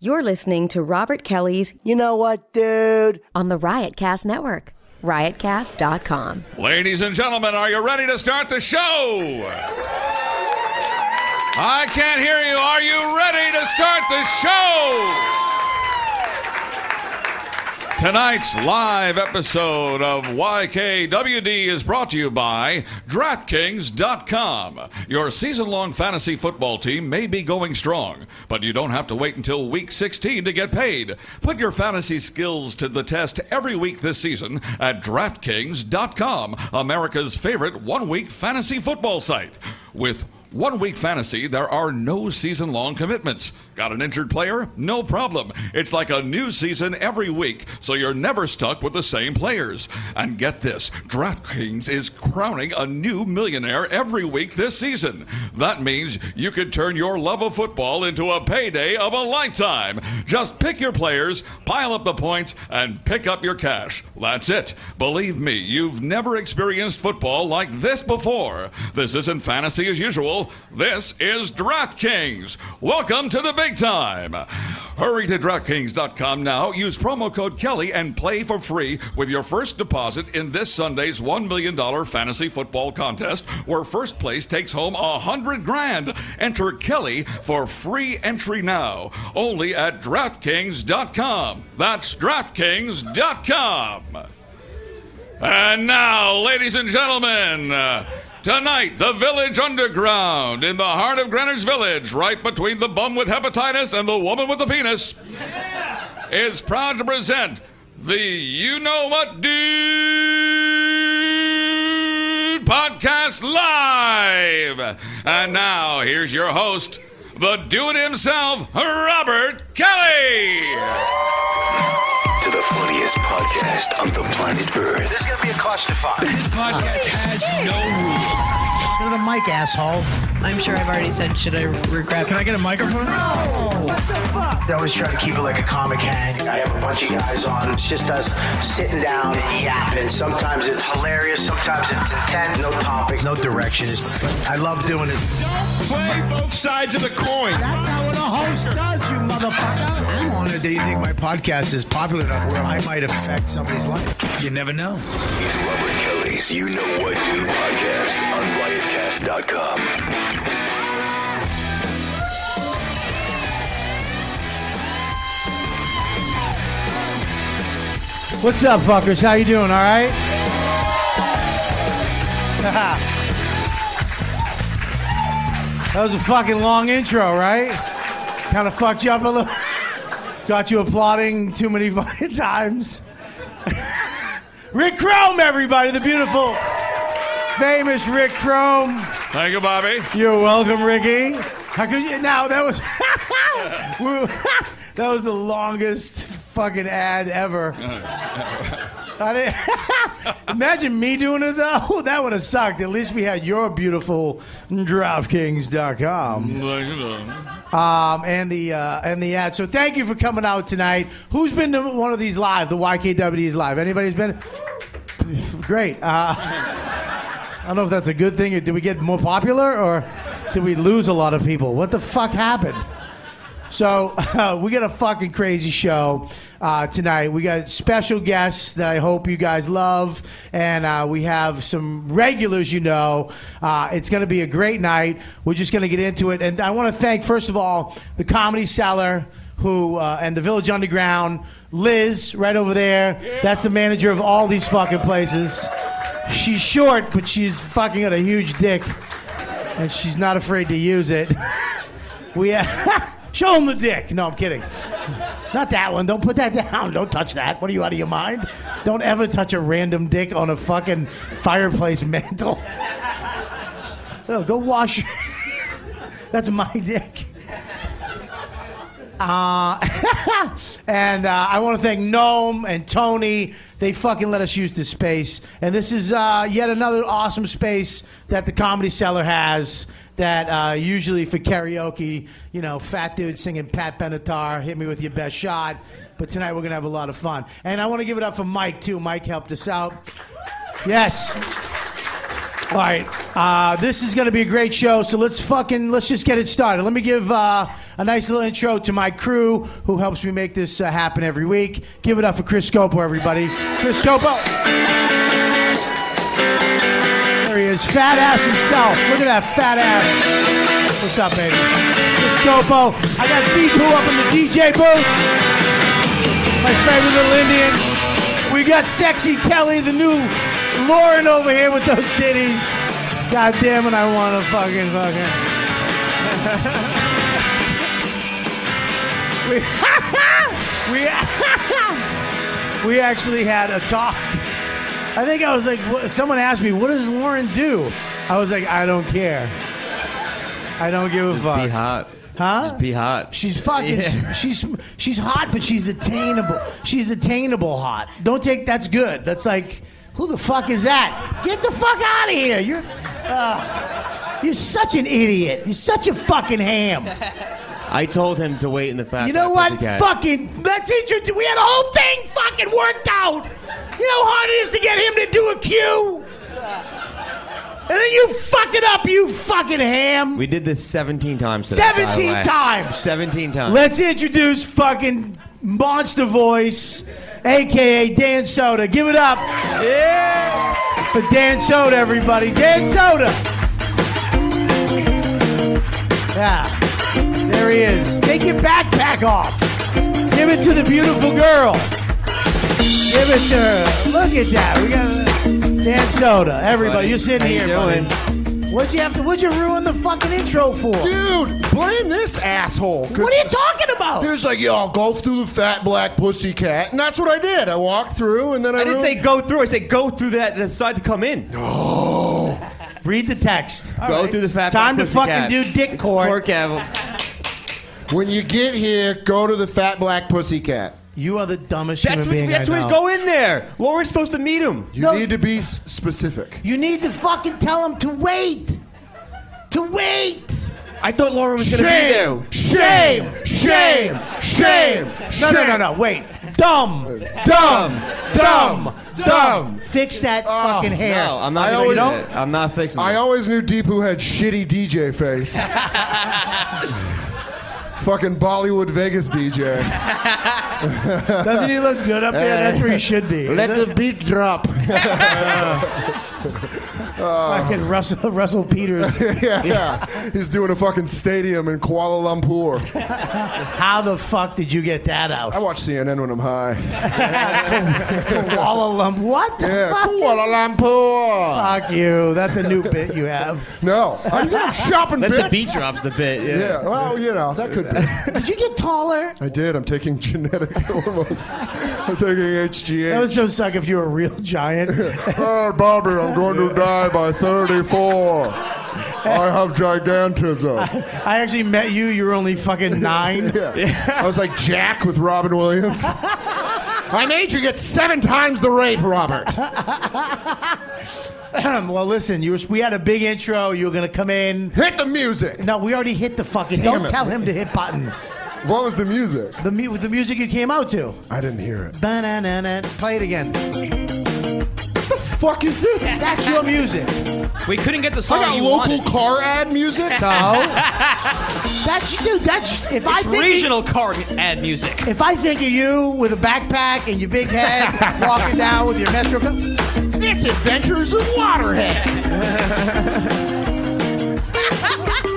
You're listening to Robert Kelly's You know what, dude? on the Riotcast Network, riotcast.com. Ladies and gentlemen, are you ready to start the show? I can't hear you. Are you ready to start the show? Tonight's live episode of YKWD is brought to you by DraftKings.com. Your season long fantasy football team may be going strong, but you don't have to wait until week 16 to get paid. Put your fantasy skills to the test every week this season at DraftKings.com, America's favorite one week fantasy football site. With one week fantasy, there are no season long commitments. Got an injured player? No problem. It's like a new season every week, so you're never stuck with the same players. And get this DraftKings is crowning a new millionaire every week this season. That means you could turn your love of football into a payday of a lifetime. Just pick your players, pile up the points, and pick up your cash. That's it. Believe me, you've never experienced football like this before. This isn't fantasy as usual. This is DraftKings. Welcome to the big time. Hurry to DraftKings.com now. Use promo code Kelly and play for free with your first deposit in this Sunday's $1 million fantasy football contest, where first place takes home a hundred grand. Enter Kelly for free entry now. Only at DraftKings.com. That's DraftKings.com. And now, ladies and gentlemen, uh, tonight, the Village Underground in the heart of Greenwich Village, right between the bum with hepatitis and the woman with the penis, is proud to present the You Know What Dude podcast live. And now, here's your host, the dude himself, Robert Kelly. to the funniest podcast on the planet Earth. This is gonna be a clusterfuck. This podcast has no rules. Go to the mic, asshole. I'm sure I've already said, should I regret? Can I get a microphone? I always try to keep it like a comic hang. I have a bunch of guys on. It's just us sitting down and yapping. Sometimes it's hilarious. Sometimes it's intent. No topics. No direction. It's- I love doing it. Play both sides of the coin. That's how a host does, you motherfucker. I'm honored that you think my podcast is popular enough where I might affect somebody's life. You never know. It's Robert Kelly's You Know What Do podcast on riotcast.com. What's up, fuckers? How you doing? All right. that was a fucking long intro, right? Kind of fucked you up a little. Got you applauding too many fucking times. Rick Chrome, everybody, the beautiful, famous Rick Chrome. Thank you, Bobby. You're welcome, Ricky. How could you? Now that was We're- that was the longest fucking ad ever. I didn't, imagine me doing it though. That would have sucked. At least we had your beautiful DraftKings.com um, and the uh, and the ad. So thank you for coming out tonight. Who's been to one of these live? The YKWD's live. Anybody's been? Great. Uh, I don't know if that's a good thing. Did we get more popular or did we lose a lot of people? What the fuck happened? So we got a fucking crazy show uh, tonight. We got special guests that I hope you guys love, and uh, we have some regulars. You know, uh, it's going to be a great night. We're just going to get into it, and I want to thank first of all the Comedy Cellar, who uh, and the Village Underground, Liz right over there. That's the manager of all these fucking places. She's short, but she's fucking got a huge dick, and she's not afraid to use it. We show him the dick. No, I'm kidding. Not that one. Don't put that down. Don't touch that. What are you out of your mind? Don't ever touch a random dick on a fucking fireplace mantle. No, go wash. your- That's my dick. And uh, I want to thank Gnome and Tony. They fucking let us use this space. And this is uh, yet another awesome space that the Comedy Cellar has that uh, usually for karaoke, you know, fat dude singing Pat Benatar, hit me with your best shot. But tonight we're going to have a lot of fun. And I want to give it up for Mike, too. Mike helped us out. Yes. All right, uh, this is going to be a great show. So let's fucking let's just get it started. Let me give uh, a nice little intro to my crew who helps me make this uh, happen every week. Give it up for Chris Scopo, everybody. Chris Scopo. There he is, fat ass himself. Look at that fat ass. What's up, baby? Chris Scopo. I got D Poo up in the DJ booth. My favorite little Indian. We got sexy Kelly, the new Lauren over here with those titties. God damn it, I want to fucking fucking. we we we actually had a talk. I think I was like, what, someone asked me, "What does Lauren do?" I was like, "I don't care. I don't give a fuck." Be hot. Huh? Just be hot. She's fucking. Yeah. She's she's hot, but she's attainable. She's attainable hot. Don't take that's good. That's like, who the fuck is that? Get the fuck out of here. You're, uh, you're such an idiot. You're such a fucking ham. I told him to wait in the fat. You know Pack with what? the cat. Fucking. Let's introduce. We had a whole thing fucking worked out. You know how hard it is to get him to do a cue. And then you fuck it up, you fucking ham. We did this 17 times. Today, by the 17 way. times. 17 times. Let's introduce fucking Monster Voice, aka Dan Soda. Give it up. Yeah. For Dan Soda, everybody. Dan Soda. Yeah. There he is. Take your backpack off. Give it to the beautiful girl. Give it to her. Look at that. We got Dan Soda. Everybody, Buddy, you're sitting how you here, buddy. What'd you have to? What'd you ruin the fucking intro for? Dude, blame this asshole. 'cause What are you talking about? He was like, yo, I'll go through the fat black pussy cat. And that's what I did. I walked through and then I, I didn't say ruined- go through. I said go through that the side to come in. Read the text. Go through the fat. Time to Pack fucking Pussycat. do dick court. Pork apple. When you get here, go to the fat black pussy cat. You are the dumbest That's human what. being That's I what. know. Go in there. Lauren's supposed to meet him. You No. need to be s- specific. You need to fucking tell him to wait. To wait. I thought Lauren was gonna be there. Shame. Shame. Shame. No, no, no, no. Wait. Dumb. Dumb. Dumb. Dumb. Fix that Oh, fucking hair. No, I'm not. I gonna always- do that. I'm not fixing. I that. always knew Deep who had shitty DJ face. Fucking Bollywood Vegas DJ. Doesn't he look good up there? That's where he should be. the beat drop. fucking Russell Russell Peters. yeah, yeah. He's doing a fucking stadium in Kuala Lumpur. How the fuck did you get that I out? watch CNN when I'm high. Kuala Lumpur. What the Yeah, fuck? Kuala Lumpur. Fuck you. That's a new bit you have. No, I think I'm shopping Let bits. the beat drops the bit. Yeah. Yeah, well, you know that could be. Did you get taller? I did. I'm taking genetic hormones. I'm taking That HGH. would so suck if you were a real giant. oh, Bobby, I'm going to die by 34. I have gigantism. I actually met you. You were only fucking nine. Yeah. I was like Jack with Robin Williams. I made you get seven times the rate, Robert. well, listen, you were, we had a big intro. You were gonna come in. Hit the music. No, we already hit the fucking. Damn don't it. tell him to hit buttons. What was the music? The mu- the music you came out to. I didn't hear it. Ba-na-na-na. Play it again. What the fuck is this? That's your music. We couldn't get the I song got you local wanted. car ad music. No. That's dude. That's if I think Regional card ad music. If I think of you with a backpack and your big head walking down with your metro, it's Adventures of Waterhead.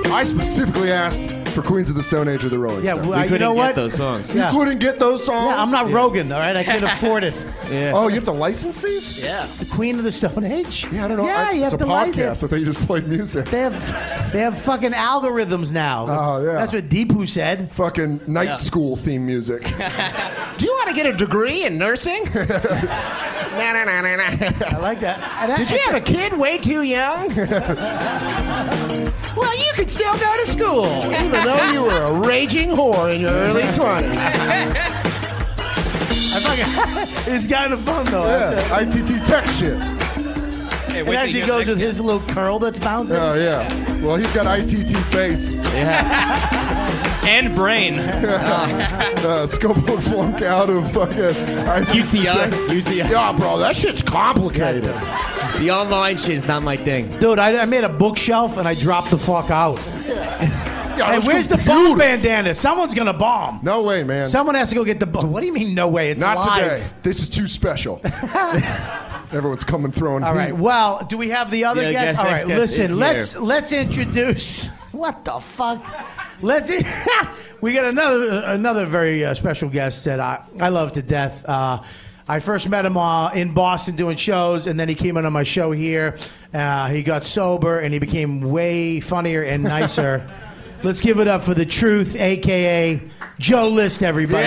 I specifically asked for Queens of the Stone Age or the Rolling Yeah, Stones. well, you Couldn't know get what? those songs. Yeah. You couldn't get those songs. Yeah, I'm not Rogan, all right? I can't afford it. Yeah. Oh, you have to license these? Yeah. The Queen of the Stone Age? Yeah, I don't know. Yeah, I, you have it's to a like podcast. I it. thought you just played music. They have, they have fucking algorithms now. Oh, yeah. That's what Deepu said. Fucking night school theme music. Do you want to get a degree in nursing? no, no, no, no, no. I like that. And that- a kid way too young? well, you could still go to school, even though you were a raging whore in your early 20s. I fucking, it's kind of fun, though. yeah, ITT tech shit. Hey, It wait till actually you goes get with the his little curl that's bouncing. Oh, yeah. Well, he's got ITT face. next- and brain. Uh, Scopo flunked out of fucking ITT. UTI? UTI. Yeah, bro, that shit's complicated. The online shit is not my thing. Dude, I, I made a bookshelf and I dropped the fuck out. hey, those where's the bomb bandana? Someone's gonna bomb. No way, man. Someone has to go get the bomb. What do you mean, no way? It's Not live. today. This is too special. Everyone's coming throwing. All right. heat. Well, do we have the other The guest? guest- All next right. guest is Listen. here. Let's let's introduce. What the fuck? Let's. in- we got another another very uh, special guest that I I love to death. Uh, I first met him uh, in Boston doing shows, and then he came in on my show here. Uh, he got sober, and he became way funnier and nicer. Let's give it up for the truth, aka Joe List, everybody.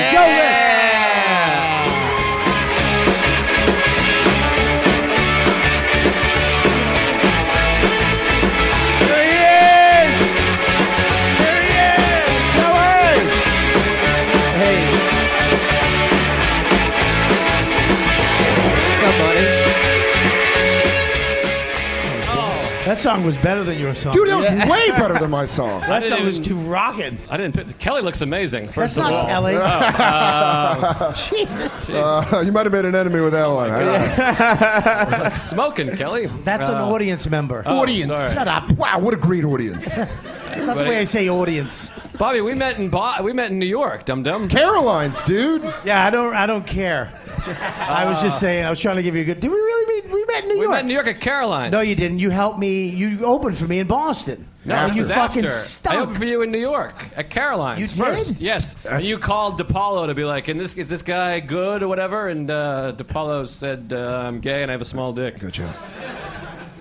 That song was better than your song. Dude, that was way better than my song. That song was too rocking. I didn't. Pick, Kelly looks amazing. That's First of not all, Kelly. Oh, uh, Jesus. Uh, you might have made an enemy with that oh one. smoking, Kelly. That's an Uh, audience member. oh, Audience. sorry. Shut up. Wow, what a great audience. That's not the way I say audience. Bobby, we met in Bo- we met in New York. Dum dum. Caroline's, dude. Yeah, I don't. I don't care. I was just saying. I was trying to give you a good. Did we really meet? We met in New We York. met in New York at Caroline. no, you didn't. You helped me. You opened for me in Boston. And you fucking I stunk. opened for you in New York at Caroline's. You did? First. Yes. and you called DePaulo to be like, "And this is this guy good or whatever?" And uh, DePaulo said, uh, "I'm gay and I have a small dick." Good job.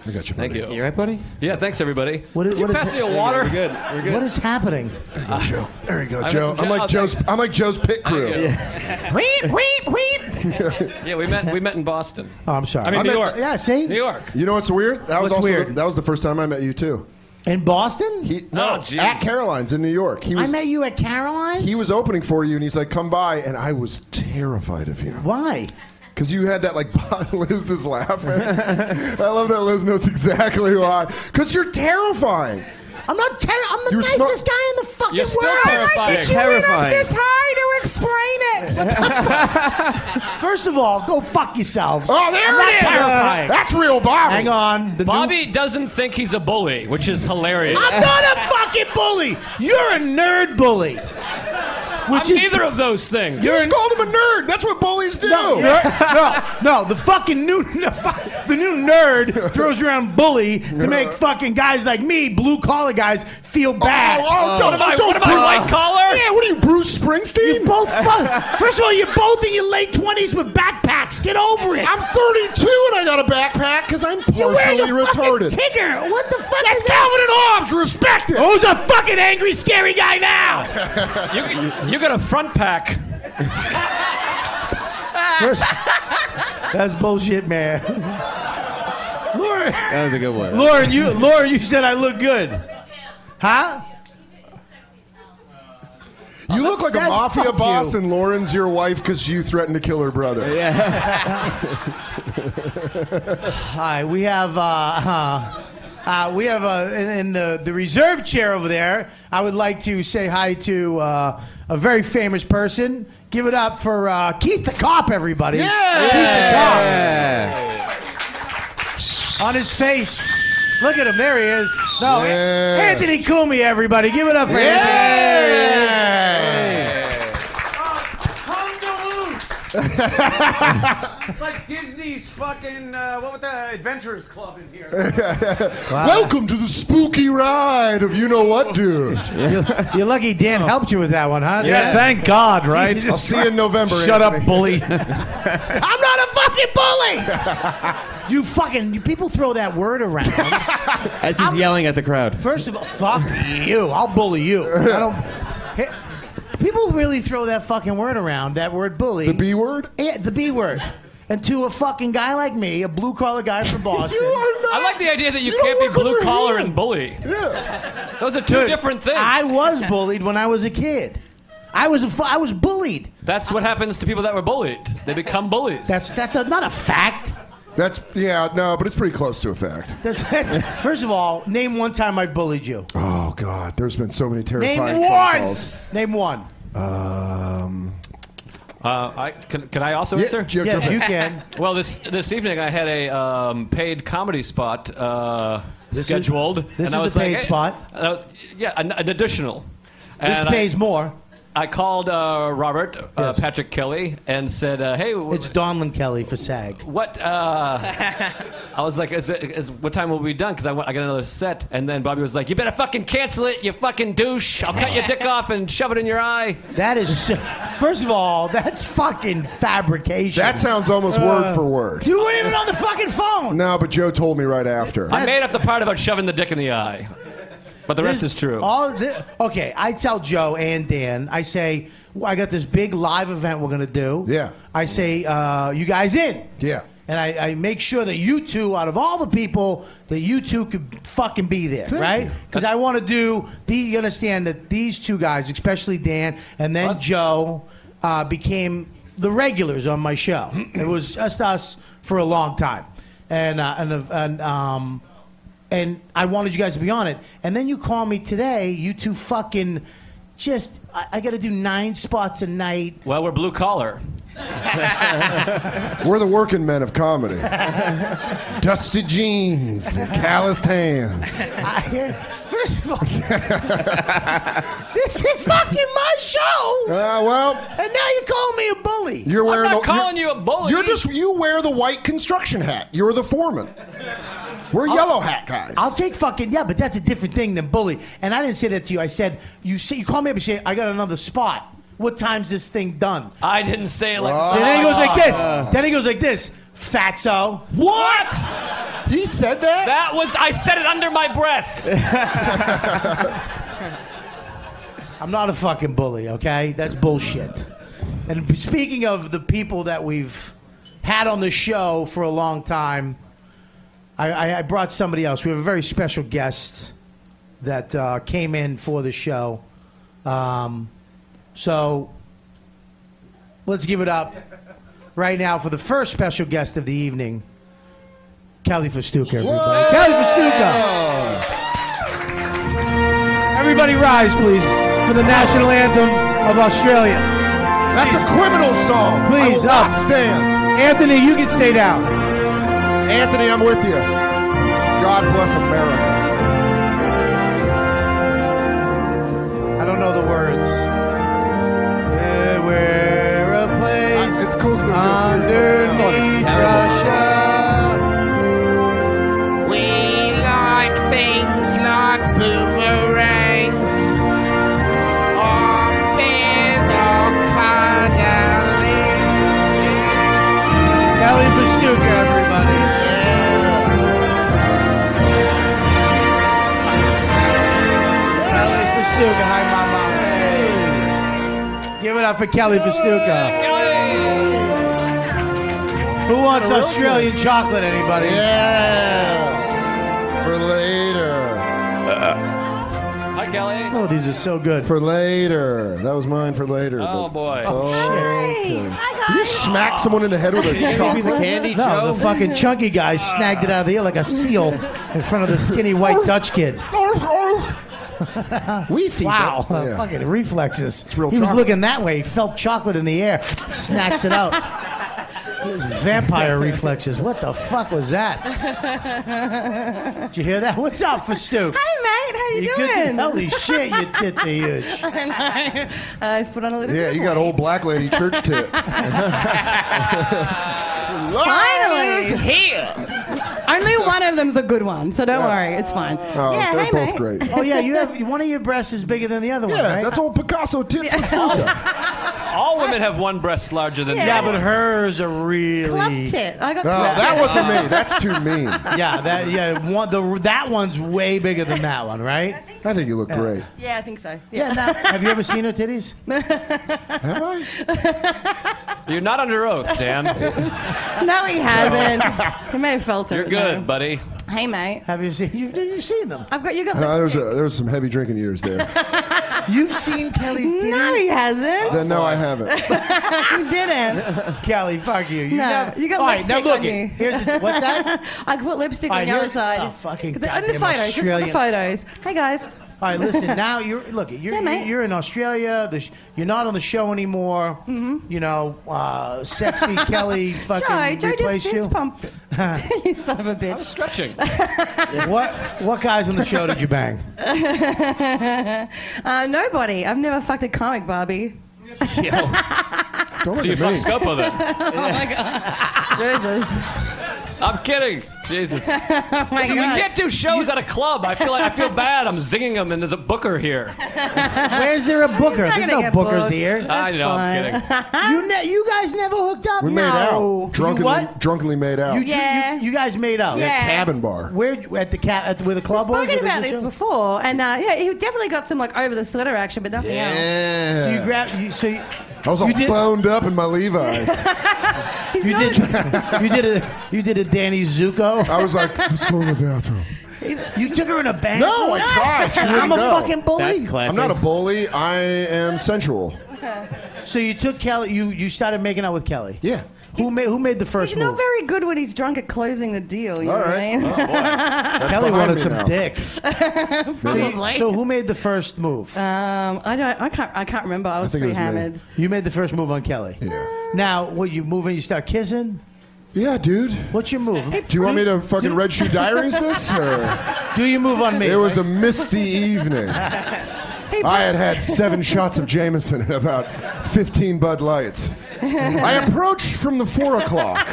I got you. Thank you. You right, buddy? Yeah. Thanks, everybody. What is- Could you what is pass it- me a water? We're good. What is happening? Joe. There you go, I Joe. was- I'm oh, like Joe's. I'm like Joe's pit crew. Wheat, wheat, wheat. yeah, we met. We met in Boston. Oh, I'm sorry. I mean, New York. Yeah, see? New York. You know what's weird? That was What's also weird? The, that was the first time I met you too. In Boston? He, no, Oh, jeez. at Caroline's in New York. He I was met you at Caroline. he was opening for you, and he's like, "Come by," and I was terrified of you. Why? Because you had that like Liz is laughing. I love that Liz knows exactly why. Because you're terrifying. I'm not ter- I'm the You're smo- nicest guy in the fucking You're still world. terrifying. I think you went up Terrifying. this high to explain it. What the fuck? First of all, go fuck yourselves. Oh, there I'm not it is. terrifying. That's real Bobby. Hang on. The new- Bobby doesn't think he's a bully, which is hilarious. I'm not a fucking bully. You're a nerd bully. Which I'm is neither of those things. You just called him a nerd. That's what bullies do. No, no, no, the fucking new the, fu- the new nerd throws around bully to make fucking guys like me, blue collar guys, feel bad. Oh, oh, don't- What am I- don't what am I, Bruce- white collar? Yeah, what are you, Bruce Springsteen? You both fuck. First of all, you're both in your late twenties with backpacks. Get over it. I'm 32 and I got a backpack because I'm You're partially wearing a retarded. fucking Tigger. What the fuck That's is that? Calvin and Hobbes. Respect it. Who's a fucking angry, scary guy now? You, you got a front pack. That's bullshit, man. Lauren, That was a good one. Lauren, you, Lauren, you said I look good, huh? you look like a that's- mafia fuck boss, you. and Lauren's your wife because you threatened to kill her brother. All right, we have uh, uh, uh, we have uh, in, in the the reserve chair over there. I would like to say hi to uh, a very famous person. Give it up for uh, Keith the cop, everybody! Yeah. Keith the cop on his face. Look at him. There he is. No, Yeah. Anthony Kumi, everybody. Give it up for It's like Disney's fucking uh, what with the Adventurers Club in here. Welcome to the spooky ride of you know what, dude. Anthony. You're lucky Dan helped you with that one, huh? Yeah, thank God, right? I'll see you in November. Shut up, Anthony. bully. I'm not a fucking bully. you fucking you people throw that word around. As he's yelling at the crowd. First of all, fuck you. I'll bully you. I don't. Hey, people really throw that fucking word around. That word bully. The B word? Yeah, the B word. And to a fucking guy like me, a blue collar guy from Boston. You are not. I like the idea that you, You don't can't be work with blue your collar hands. and bully. Yeah. Those are two different things. I was bullied when I was a kid. I was a fu- I was bullied. That's what happens to people that were bullied. They become bullies. That's that's a, not a fact. That's yeah, no, but it's pretty close to a fact. That's, first of all, name one time I bullied you. Oh God, there's been so many Name terrifying phone one. calls. Name one. Um, Uh, I, can, can I also Yeah, answer? yeah, jump in. you can. Well, this this evening I had a um, paid comedy spot uh, scheduled. this and I is a was like, paid "Hey," spot. and I was- Uh, yeah, an, an additional. This And I- pays more. I called uh, Robert uh, Patrick Kelly and said, uh, "Hey, w- It's Donlin Kelly for SAG. what?" Uh, I was like, is, it- is, "What time will we be done?" Because I, want- I got another set. And then Bobby was like, "You better fucking cancel it, you fucking douche! I'll cut your dick off and shove it in your eye." That is so. First of all, that's fucking fabrication. That sounds almost Uh, word for word. You weren't even on the fucking phone. No, but Joe told me right after. I made up the part about shoving the dick in the eye, but the rest This- is true. All thi- okay, I tell Joe and Dan, I say, "Well, I got this big live event we're gonna do. Yeah. I say, uh, you guys in? Yeah. And I, I make sure that you two, out of all the people, that you two could fucking be there, right? Because I want to do. The, you understand that these two guys, especially Dan and then Joe, uh, became the regulars on my show. it was just us for a long time, and uh, and, and um, and I wanted you guys to be on it. And then you call me today, you two fucking just, I, I got to do nine spots a night. Well, we're blue collar. We're the working men of comedy. Dusty jeans, and calloused hands. Uh, I, first of all, this is fucking my show. Ah, well. And now you call me a bully. You're wearing. I'm not the, calling you're- you a bully. You're just you wear the white construction hat. You're the foreman. We're yellow hat guys. I'll take fucking yeah, but that's a different thing than bully. And I didn't say that to you. I said you say you call me up and say I got another spot. What time's this thing done? I didn't say it like And then he goes like this. then he goes like this. Fatso. What? He said that? That was I said it under my breath. I'm not a fucking bully, okay? That's bullshit. And speaking of the people that we've had on the show for a long time, I, I, I brought somebody else. We have a very special guest that uh, came in for the show. Um, so let's give it up right now for the first special guest of the evening, Kelly Festuca, everybody. Kelly Festuca! Everybody rise, please, for the national anthem of Australia. That's a criminal song. Please, I will up. not stand. Anthony, you can stay down. Anthony, I'm with you. God bless America. I don't know the words. There were a place it's cool 'cause underneath Russia. We like things like boomerangs or beers or cuddling. Kelly Pastuca, everybody. Kelly Pastuca, hi, Mama. Give it up for Kelly Pastuca. Who wants Australian chocolate, anybody? Yes. For later. Hi, Kelly. Oh, these are so good. For later. That was mine for later. Oh, but boy. it's okay. You smack someone in the head with a chocolate. no, the fucking chunky guy snagged it out of the air like a seal in front of the skinny white Dutch kid. we feed wow, them. Yeah. Uh, fucking reflexes. real he was chocolate. looking that way. He felt chocolate in the air, snacks it out. Vampire reflexes. What the fuck was that? Did you hear that? What's up, Festook? Hi, mate. How you, good? doing? Holy shit, your tits are huge. I know. I put on a little. Yeah, bit you of got weight. old black lady church tit. Finally, It's here. Only one of them's a good one, so don't Yeah. worry, it's fine. Oh, yeah, they're hey, both mate. great. Oh yeah, you have one of your breasts is bigger than the other one, Yeah, right? that's old Picasso tits with Stuka. All women have one breast larger than Yeah, the other. but hers are really Club tit. I got No, club that tit. wasn't me. That's too mean. Yeah, that yeah one the that one's way bigger than that one, right? I think, you look great. Yeah, I think so. Yeah, now, have you ever seen her titties? Have I? You're not under oath, Dan. No, he hasn't. he may have felt it. You're but good, buddy. no. Hey, mate. Have you seen? You've, you've seen them. I've got you. Got No, Uh, there was a, there was some heavy drinking years there. You've seen Kelly's titties? No, he hasn't. Then no, I haven't. he didn't. Kelly, fuck you. You no, never- you got All right, now lipstick look on it. you. Here's the, what's that? I put lipstick All on right, the other here's- side. oh, fucking Because in the goddamn photos, just in the Australian. photos. Hey guys, All right, listen. Now you're look. You're Yeah, mate. you're in Australia. The sh- you're not on the show anymore. You know, uh, sexy Kelly fucking Mm-hmm. Joe, Joe just replaced fist you. pumped. you son of a bitch. stretching. what what guys on the show did you bang? uh, nobody. I've never fucked a comic, Barbie. so you fucked Scopo oh then. my god. Jesus. I'm kidding. Jesus. oh my Listen, we god. can't do shows at a club. I feel like I feel bad. I'm zinging them, and there's a booker here. Where's there a booker? not There's gonna no get bookers booked. here. I know, I'm kidding. you ne- you guys never hooked up. We no. made out. Drunkenly, You what? drunkenly made out. You, ju- you, you guys made out. At a cabin bar. Where at the cat at where the club was? Spoken Where about the this show? before, and uh, yeah, he definitely got some like over the sweater action, but nothing Yeah. So you grabbed. You, so you, I was all you did- boned up in my Levi's. you did. You did a. You did a Danny Zuko. I was like, let's go to the bathroom. else. You took her in a bank. No, I tried. She wouldn't I'm a go. fucking bully. I'm not a bully. I am sensual. So you took Kelly. You you started making out with Kelly. Yeah. Who made who made the first He's not move? very good when he's drunk at closing the deal. You All know what right. I mean? Kelly behind wanted me some now. dick. so, you- Probably. so who made the first move? um, I don't. I can't. I can't remember. I was pretty hammered. You made the first move on Kelly. Yeah. Now, what you move in? You start kissing. Yeah, dude. What's your move? Do you want me to fucking Red Shoe Diaries this? Or? Do you move on me? It was a misty evening. I had had seven shots of Jameson and about 15 Bud Lights. I approached from the four o'clock,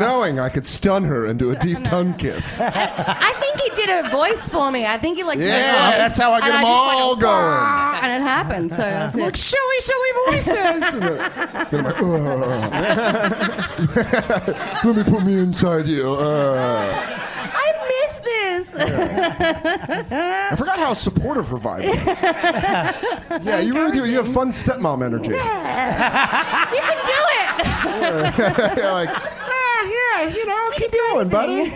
knowing I could stun her into a deep tongue kiss. I think he did a voice for me. I think he like. Yeah, turned it off. that's how I get And them just went, all going. And it happened. So that's Like it. silly, silly voices. Then I'm like, "Ugh." Let me put me inside you. Uh. I miss this. I forgot how supportive her vibe is. Yeah, you really do. You have fun stepmom energy. you can do it. You're like, "Ah, yeah, you know, keep doing, buddy.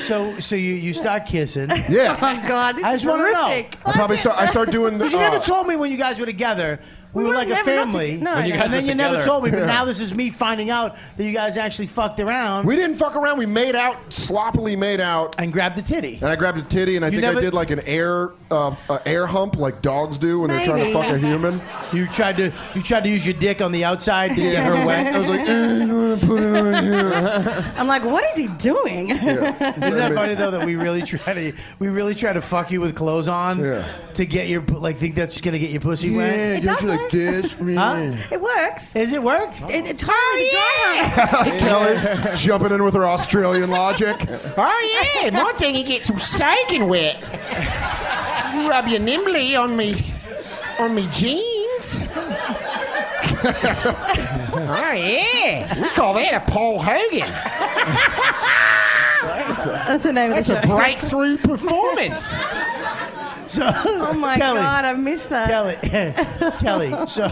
So, so you, you start kissing. Yeah. Oh God, this I is just want to horrific. know. I probably start. I start doing. the- Because you never uh, told me when you guys were together. We, We were were like a never not family. to- no, When you no. guys and then were you never together. told me. But Yeah. now this is me finding out that you guys actually fucked around. We didn't fuck around. We made out, sloppily made out, and grabbed a titty. And I grabbed a titty, and I You think never- I did like an air uh, uh, air hump, like dogs do when they're trying to Maybe. fuck a human. You tried to you tried to use your dick on the outside to get her wet. I was like, eh, you want to put it on here? I'm like, what is he doing? Isn't that funny though that we really try to we really try to fuck you with clothes on to get your like think that's gonna get your pussy Yeah, wet? It get you like this. Huh? It works. Does it work? It, it totally oh, Kelly jumping in with her Australian logic. Oh yeah, my thing, you get some soaking wet. You rub your nimbly on me, on me jeans. oh yeah, we call that a Paul Hogan. That's, the name That's of the a show. breakthrough performance. So, oh my Kelly. god, I missed that. Kelly, Kelly, so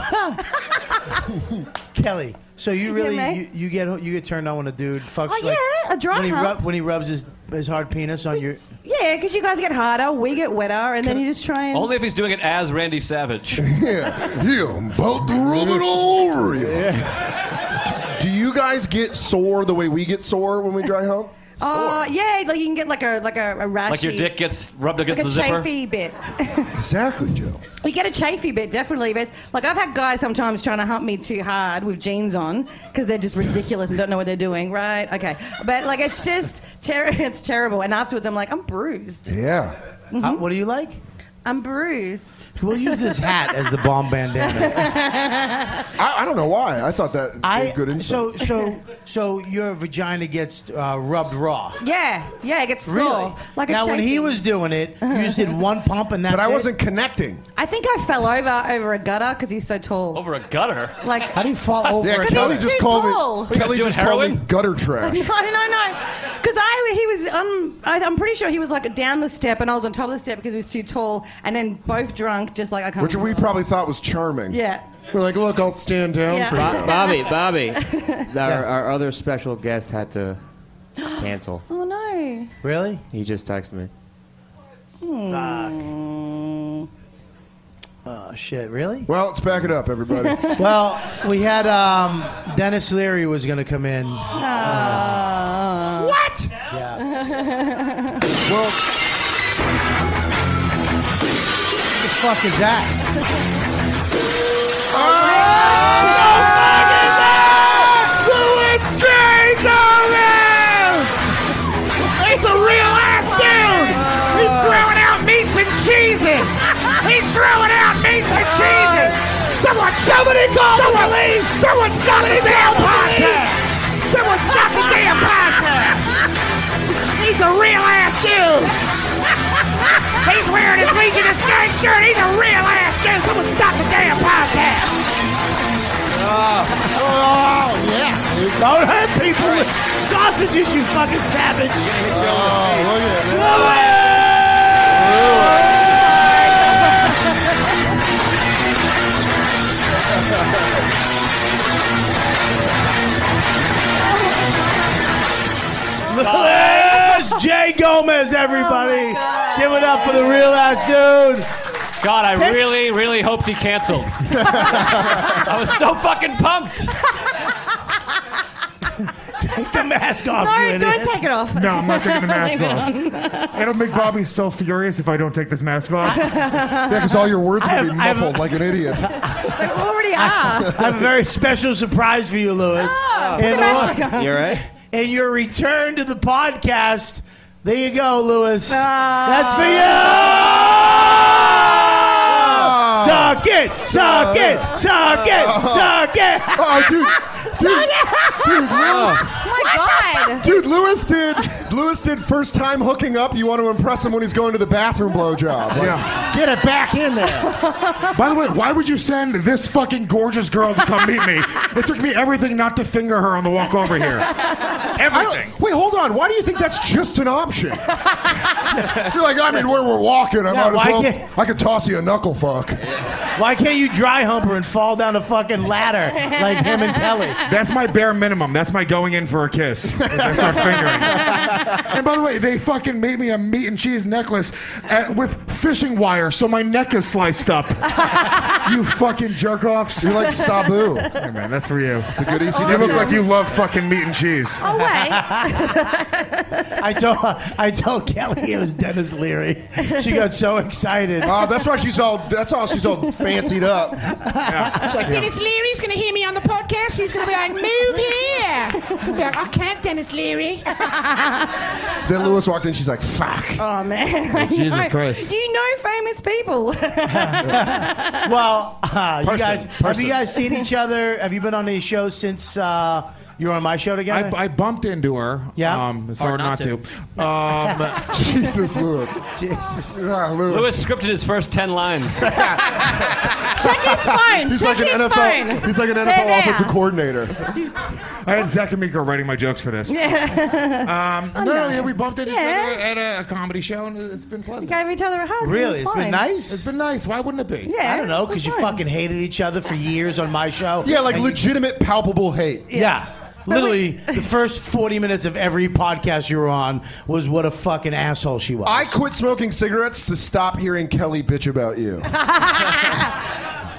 Kelly, so you really mate. you, you get you get turned on when a dude fucks Oh, like yeah, a dry when he, hump. rub, when he rubs his his hard penis on your. Yeah, because you guys get harder, we get wetter, and then you just try and. Only if he's doing it as Randy Savage. yeah, you about to rub it all over you. Do you guys get sore the way we get sore when we dry hump? Oh yeah, like you can get like a like a, a rashy. Like your dick gets rubbed Like against a the zipper. chafy bit. Exactly, Joe. You get a chafy bit, definitely. But like I've had guys sometimes trying to hump me too hard with jeans on because they're just ridiculous and don't know what they're doing, right? Okay, but like it's just ter- it's terrible. And afterwards, I'm like, I'm bruised. Yeah. How- what do you like? I'm bruised. Mm-hmm. We'll use this hat as the bomb bandana. I, I don't know why. I thought that I gave good insight. so so so your vagina gets uh, rubbed raw. Yeah, yeah, it gets sore. Really? Like now a when he chafy. was doing it, you just did one pump and that's but I it? wasn't connecting. I think I fell over over a gutter because he's so tall. Over a gutter. Like How do you fall over? Yeah, Because Kelly he's just too called tall. me. Kelly doing just called me heroin? gutter trash. No, no, no. Because I, he was, um, I, I'm pretty sure he was like down the step, and I was on top of the step because he was too tall, and then both drunk, just like I can't. Which we remember. probably thought was charming. Yeah. We're like, look, I'll stand down Yeah. for you. Bo- Bobby, Bobby, our, our other special guest had to cancel. Oh no. Really? He just texted me. Hmm. Oh shit! Really? Well, let's back it up, everybody. Well, we had um, Dennis Leary was going to come in. Ah. What? Yeah. well, fuck is that? It's a real ass dude! He's throwing out meats and cheeses! He's throwing out meats and cheeses! Someone, somebody call someone, the police! Someone stop the damn podcast! Someone stop the damn podcast! He's a real ass dude! He's wearing his Legion of Skank shirt! He's a real ass dude! Someone stop the damn podcast! Oh, yeah. Don't hurt people with sausages, you fucking savage. Oh, Luis J. Gomez, everybody. Give it up for the real ass dude. God, I really, really hoped he canceled. I was so fucking pumped. Take the mask off. No, you don't idiot. take it off. No, I'm not taking the mask Leave it off. It'll make Bobby so furious if I don't take this mask off. on. because all your words I will be have- I have- muffled like an idiot. They already are. I have a very special surprise for you, Lewis. In, put the mask the- on. You all right? in your return to the podcast, there you go, Lewis. That's for you. Ah. Suck it, suck it, suck it, suck it. Oh, dude, dude, dude, Lewis, my God. dude, Lewis did, Lewis did first time hooking up. You want to impress him when he's going to the bathroom blowjob. Like, Yeah. Get it back in there. By the way, why would you send this fucking gorgeous girl to come meet me? It took me everything not to finger her on the walk over here. Everything. Wait, hold on. Why do you think that's just an option? You're like, I mean, where we're walking, I Yeah, might why as well. can't- I could toss you a knuckle fuck. Why can't you dry hump her and fall down a fucking ladder like him and Pelly? That's my bare minimum. That's my going in for a kiss. That's our fingering. And by the way, they fucking made me a meat and cheese necklace at, with fishing wire, so my neck is sliced up. you fucking jerk offs. You're like Sabu. Hey, man, that's for you. It's a good easy. You look like you love fucking meat and cheese. Oh, wait. I told I told Kelly it was Dennis Leary. She got so excited. Uh, that's why she's all. That's all she's all fancied up. It's like, Dennis Leary's going to hear me on the podcast. He's going to be like, move here. I'll be like, I can't, Dennis Leary. Then Lewis walked in. She's like, fuck. Oh, man. I Jesus know. Christ. You know famous people. Well, uh, you Person, guys, have person. you guys seen each other? Have you been on any shows since uh, you were on my show together? I, I bumped into her. Yeah? Um, it's hard, Hard not not, to. to. Um, Jesus, Lewis. Ah, Jesus. Lewis. Lewis scripted his first 10 lines. Check his phone. He's Check like an his NFL. phone. He's like an They're NFL there. offensive coordinator. I had Zach Amico writing my jokes for this. Yeah. Um, Oh, no, no. yeah, we bumped into Yeah. each other at a, a comedy show, and it's been pleasant. Gave each other a hug. Really? It It's was been fine. nice? It's been nice. Why wouldn't it be? Yeah. I don't know, because it was you fine. fucking hated each other for years on my show. Yeah, like And you- legitimate, palpable hate. Yeah. Literally, the first 40 minutes of every podcast you were on was what a fucking asshole she was. I quit smoking cigarettes to stop hearing Kelly bitch about you.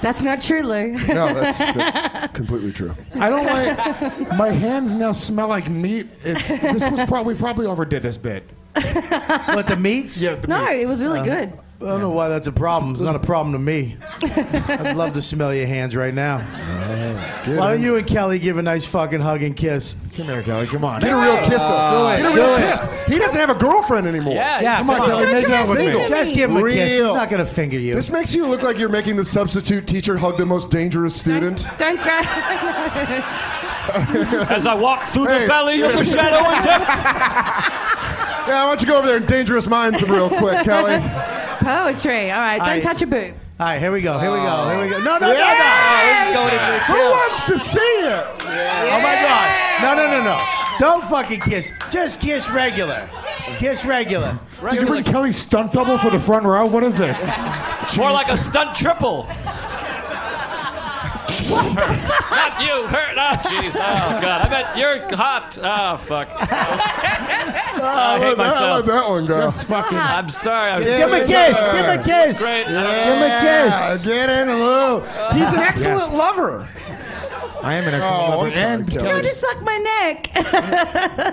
That's not true, Lou. No, that's, that's completely true. I don't like. My hands now smell like meat. It's, this was probably we probably overdid this bit. What, the meats? Yeah, no, it was really good. I don't know why that's a problem. It's not a problem to me. I'd love to smell your hands right now. Why don't you and Kelly give a nice fucking hug and kiss? Come here, Kelly. Come on. Get a real kiss though. it, Get a do real it. kiss. He doesn't have a girlfriend anymore. Yeah, Yeah, he's come on, fucking- Kelly, make out with Single. me. Just give him a kiss. He's Real. not gonna finger you. This makes you look like you're making the substitute teacher hug the most dangerous student. Don't grab. As I walk through Hey. the valley of the shadow of death. Yeah, why don't you go over there and dangerous minds him real quick, Kelly? Poetry. All right. Don't I- touch a boob. All right, here we go. Here we go. Here we go. No, no, Yeah. no, no. Who wants to see it? Oh my God. No, no, no, no. Don't fucking kiss. Just kiss regular. Kiss regular. Did you bring Kelly's stunt double for the front row? What is this? More like a stunt triple. Not you, her. Oh, jeez. Oh, God. I bet you're hot. Oh, fuck. I Oh, hate like that, I like myself. that one, girl. Just fucking. I'm sorry. I was Yeah. Give him a kiss. Give him a kiss. great. Yeah, kiss. Get in, Lou. He's an excellent Yes. lover. I am an excellent Oh, lover. I'm sorry, and Kelly. Don't Kelly. just suck my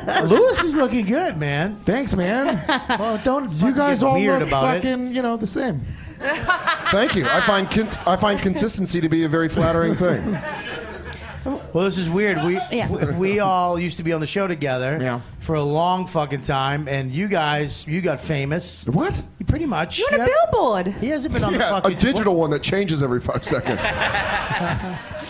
neck. Lewis is looking good, man. Thanks, man. Well, don't You guys all weird look about it. fucking, you know, the same. Thank you. I find con- I find consistency to be a very flattering thing. Well, this is weird. We Yeah. we, we all used to be on the show together for a long fucking time, and you guys, you got famous. What? Pretty much. You're on a Yeah. billboard. He hasn't been on the Yeah, a fucking digital one that changes every five seconds.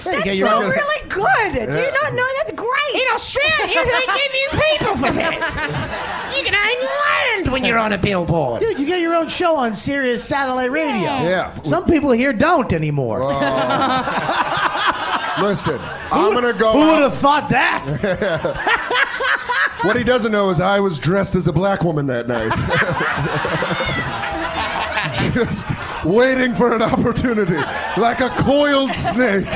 There you That's go, you're so on- really good. Do Yeah. you not know? That's great. In Australia, they give you people for that. You can own land when you're on a billboard. Dude, you got your own show on Sirius Satellite Radio. Yeah. Some people here don't anymore. Listen, I'm gonna go. Who would have thought that? what he doesn't know is I was dressed as a black woman that night. Just waiting for an opportunity, like a coiled snake.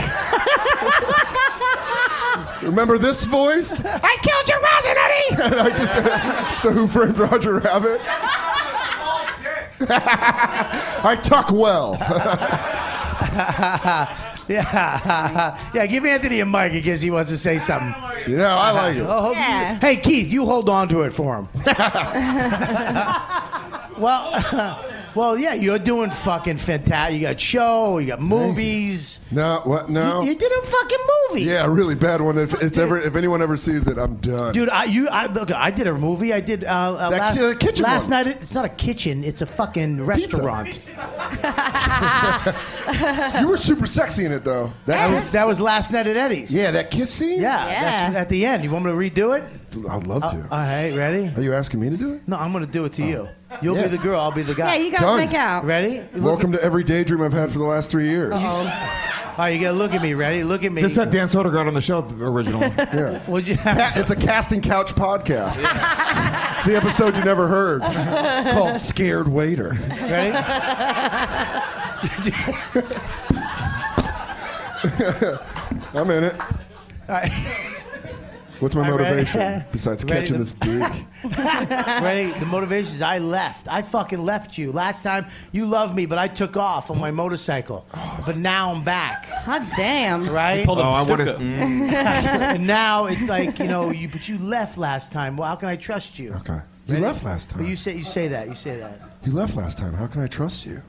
Remember this voice? I killed your mother, Eddie! And I just, it's the Who Framed Roger Rabbit. I tuck well. yeah, yeah. Give Anthony a mic in case he wants to say something. Yeah, I like it. Oh. Yeah. Hey, Keith, you hold on to it for him. well, well, yeah, you're doing fucking fantastic. You got show, you got movies. No, what? No. You, you did a fucking movie. Yeah, a really bad one. If it's ever, if anyone ever sees it, I'm done. Dude, I you I look. I did a movie. I did uh, uh, last, That ki- kitchen last one. night. It's not a kitchen. It's a fucking restaurant. you were super sexy in it though. That was that was last night at Eddie's. Yeah, that kiss scene. Yeah, Yeah. that's- at the end. You want me to redo it? I'd love Uh, to. All right, ready? Are you asking me to do it? No, I'm going to do it to you. You'll Yeah. be the girl. I'll be the guy. Yeah, you guys Done. make out. Ready? Welcome to every daydream I've had for the last three years. All right, you got to look at me. Ready? Look at me. This had Dan Sodergaard on the show originally. Yeah. Would you? Ca- it's a casting couch podcast. it's the episode you never heard called "Scared Waiter." I'm in it. What's my All right. motivation besides Ready catching to- this dick? Ready? The motivation is I left. I fucking left you. Last time you loved me, but I took off on my motorcycle. But now I'm back. Hot damn. Right? pulled a Oh, I would've- bazooka. and now it's like, you know, you but you left last time. Well, how can I trust you? Okay. You left last time. Well, you say you say that. You say that. You left last time. How can I trust you?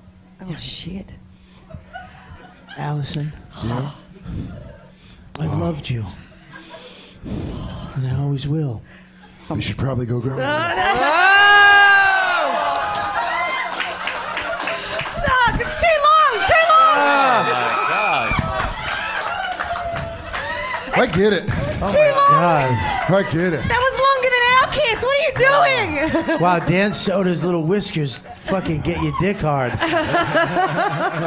Oh shit. Allison. I've loved you. And I always will. You should probably go grow. Suck! It's too long! Too long! Ah. I get Oh it. Too long. I get it. That was longer than our kiss. What are you doing? Wow, Dan Soda's little whiskers fucking get your dick hard. I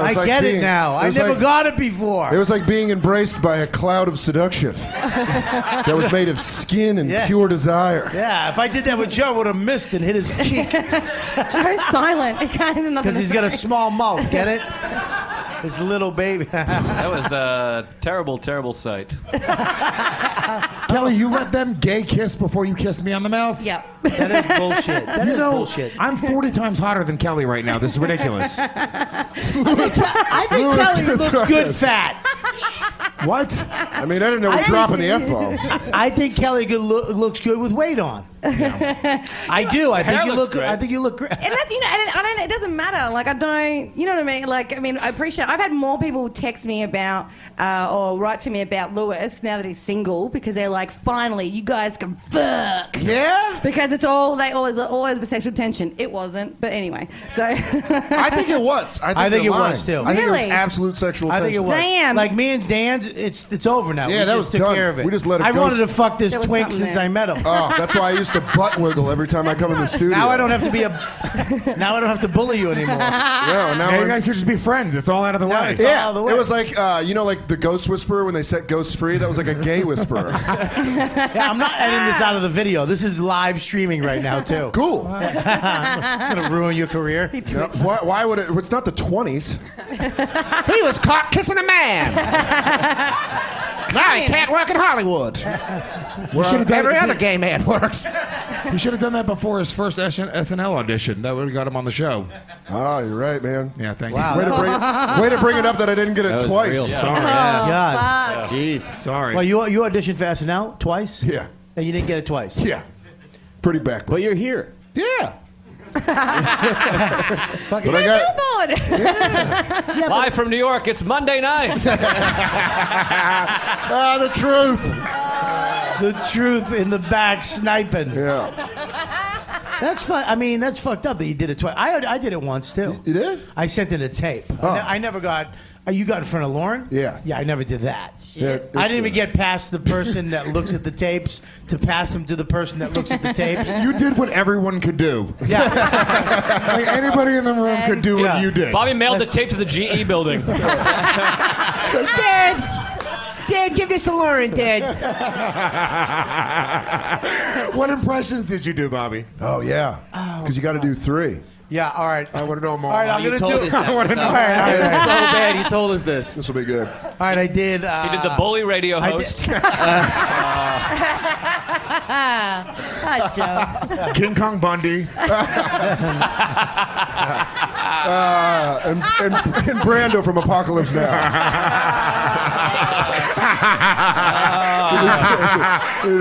was like get being- it now. it I was never like- got it before. It was like being embraced by a cloud of seduction that was made of skin and Yeah. pure desire. yeah, if I did that with Joe, I would have missed and hit his cheek. Joe's silent. He can't. there's nothing Because to he's got a say. small mouth, get it? His little baby. That was a terrible, terrible sight. Kelly, you let them gay kiss before you kiss me on the mouth? Yeah. That is bullshit. That you is know, bullshit. I'm 40 times hotter than Kelly right now. This is ridiculous. I think Lewis Kelly is looks right. good fat. what? I mean, I didn't know we're I- dropping the F bomb. I think Kelly good loo- looks good with weight on. I do. I think you look. I think you look great. And that's you know, and it, I don't. It doesn't matter. Like I don't. You know what I mean? Like I mean, I appreciate. I've had more people text me about uh, or write to me about Lewis now that he's single because they're like, finally, you guys can fuck. Yeah. Because it's all they always always with sexual tension. It wasn't, but anyway. So I think it was. I think, I think it they're lying. was, too. I think it Really? was absolute sexual I think it tension. was. Damn. Like me and Dan's, it's it's over now. Yeah, we that just was took done. care of it. We just let it I go. wanted to fuck this There was twink something since there. I met him. Oh, that's why I used to butt wiggle every time I come in the studio. now I don't have to be a. Now I don't have to bully you anymore. No, now Now you I'm- guys should just be friends. It's all out of the way. it's- yeah, all the way. it was like uh, you know, like the ghost whisperer when they set ghosts free. That was like a gay whisperer. Yeah, I'm not editing this out of the video. This is live streaming right now too. cool. It's gonna ruin your career. No, why, why would it? It's not the twenties. He was caught kissing a man. now he can't work in Hollywood. You should have done Every it- other gay man works. He should have done that before his first SN- SNL audition. That would have got him on the show. Oh, you're right, man. Yeah, thanks. Wow. Way to bring it, way to bring it up that I didn't get it was twice. real. Yeah. Sorry. God. Jeez. Sorry. Well, you you auditioned for SNL twice, Yeah, and you didn't get it twice. yeah, pretty back. But you're here. Yeah. Fuck But I got- billboard. Live from New York, it's Monday night. ah, the truth. The truth in the back sniping. Yeah. That's fun. I mean, that's fucked up that you did it twice. I, I did it once too. You did? I sent in a tape. I Oh. ne- I never got. uh, You got in front of Lauren? Yeah. Yeah, I never did that. Yeah, I didn't even get past the person that looks at the tapes to pass them to the person that looks at the tapes. You did what everyone could do. Yeah. like anybody in the room could do what Yeah. you did. Bobby mailed the tape to the GE building. So, Dad, Dad, give this to Lauren, Dad. what impressions did you do, Bobby? Oh yeah. Because you got to do three. Yeah. All right. I want to know more. All right, I'm Oh, You gonna told do us that. I wanna know. No. All right, all right, It was all right. so bad. He told us this. This will be good. All right, I did. Uh, he did the bully radio I host. Hot joke. King Kong Bundy. Uh, and, and, and Brando from Apocalypse Now.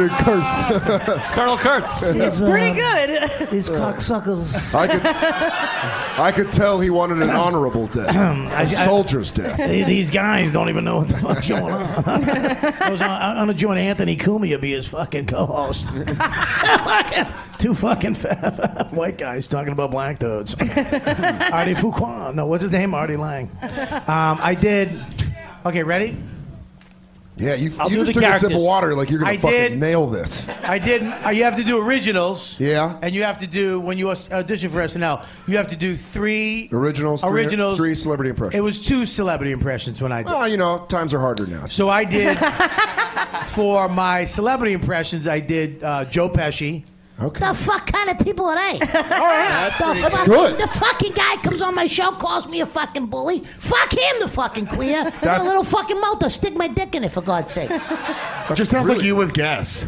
Kurtz. Colonel Kurtz. It's pretty good. These cocksuckers. I could, I could tell he wanted an honorable death, I- I- a soldier's death. Hey, These guys don't even know what the fuck's going on. I was on, I'm gonna join Anthony Cumia be his fucking co-host. fucking two fucking white guys talking about black dudes. Artie Fuqua. No, what's his name? Artie Lang. Um, I did. Okay, ready? Yeah, you, I'll you do just the took a sip of characters. water like you're gonna I fucking did. nail this. I did. Uh, you have to do originals. Yeah. And you have to do when you aus- audition for SNL. You have to do three Originals, three- Originals. three celebrity impressions. It was two celebrity impressions when I did. Well, you know, times are harder now. So I did for my celebrity impressions. I did uh, Joe Pesci. Okay. The fuck kind of people are they? Oh, All right. the, pretty fuck- good. the fucking guy comes on my show, calls me a fucking bully. Fuck him, the fucking queer. And That's- a little fucking mouth. I'll stick my dick in it, for God's sakes. Just sounds like you with gas.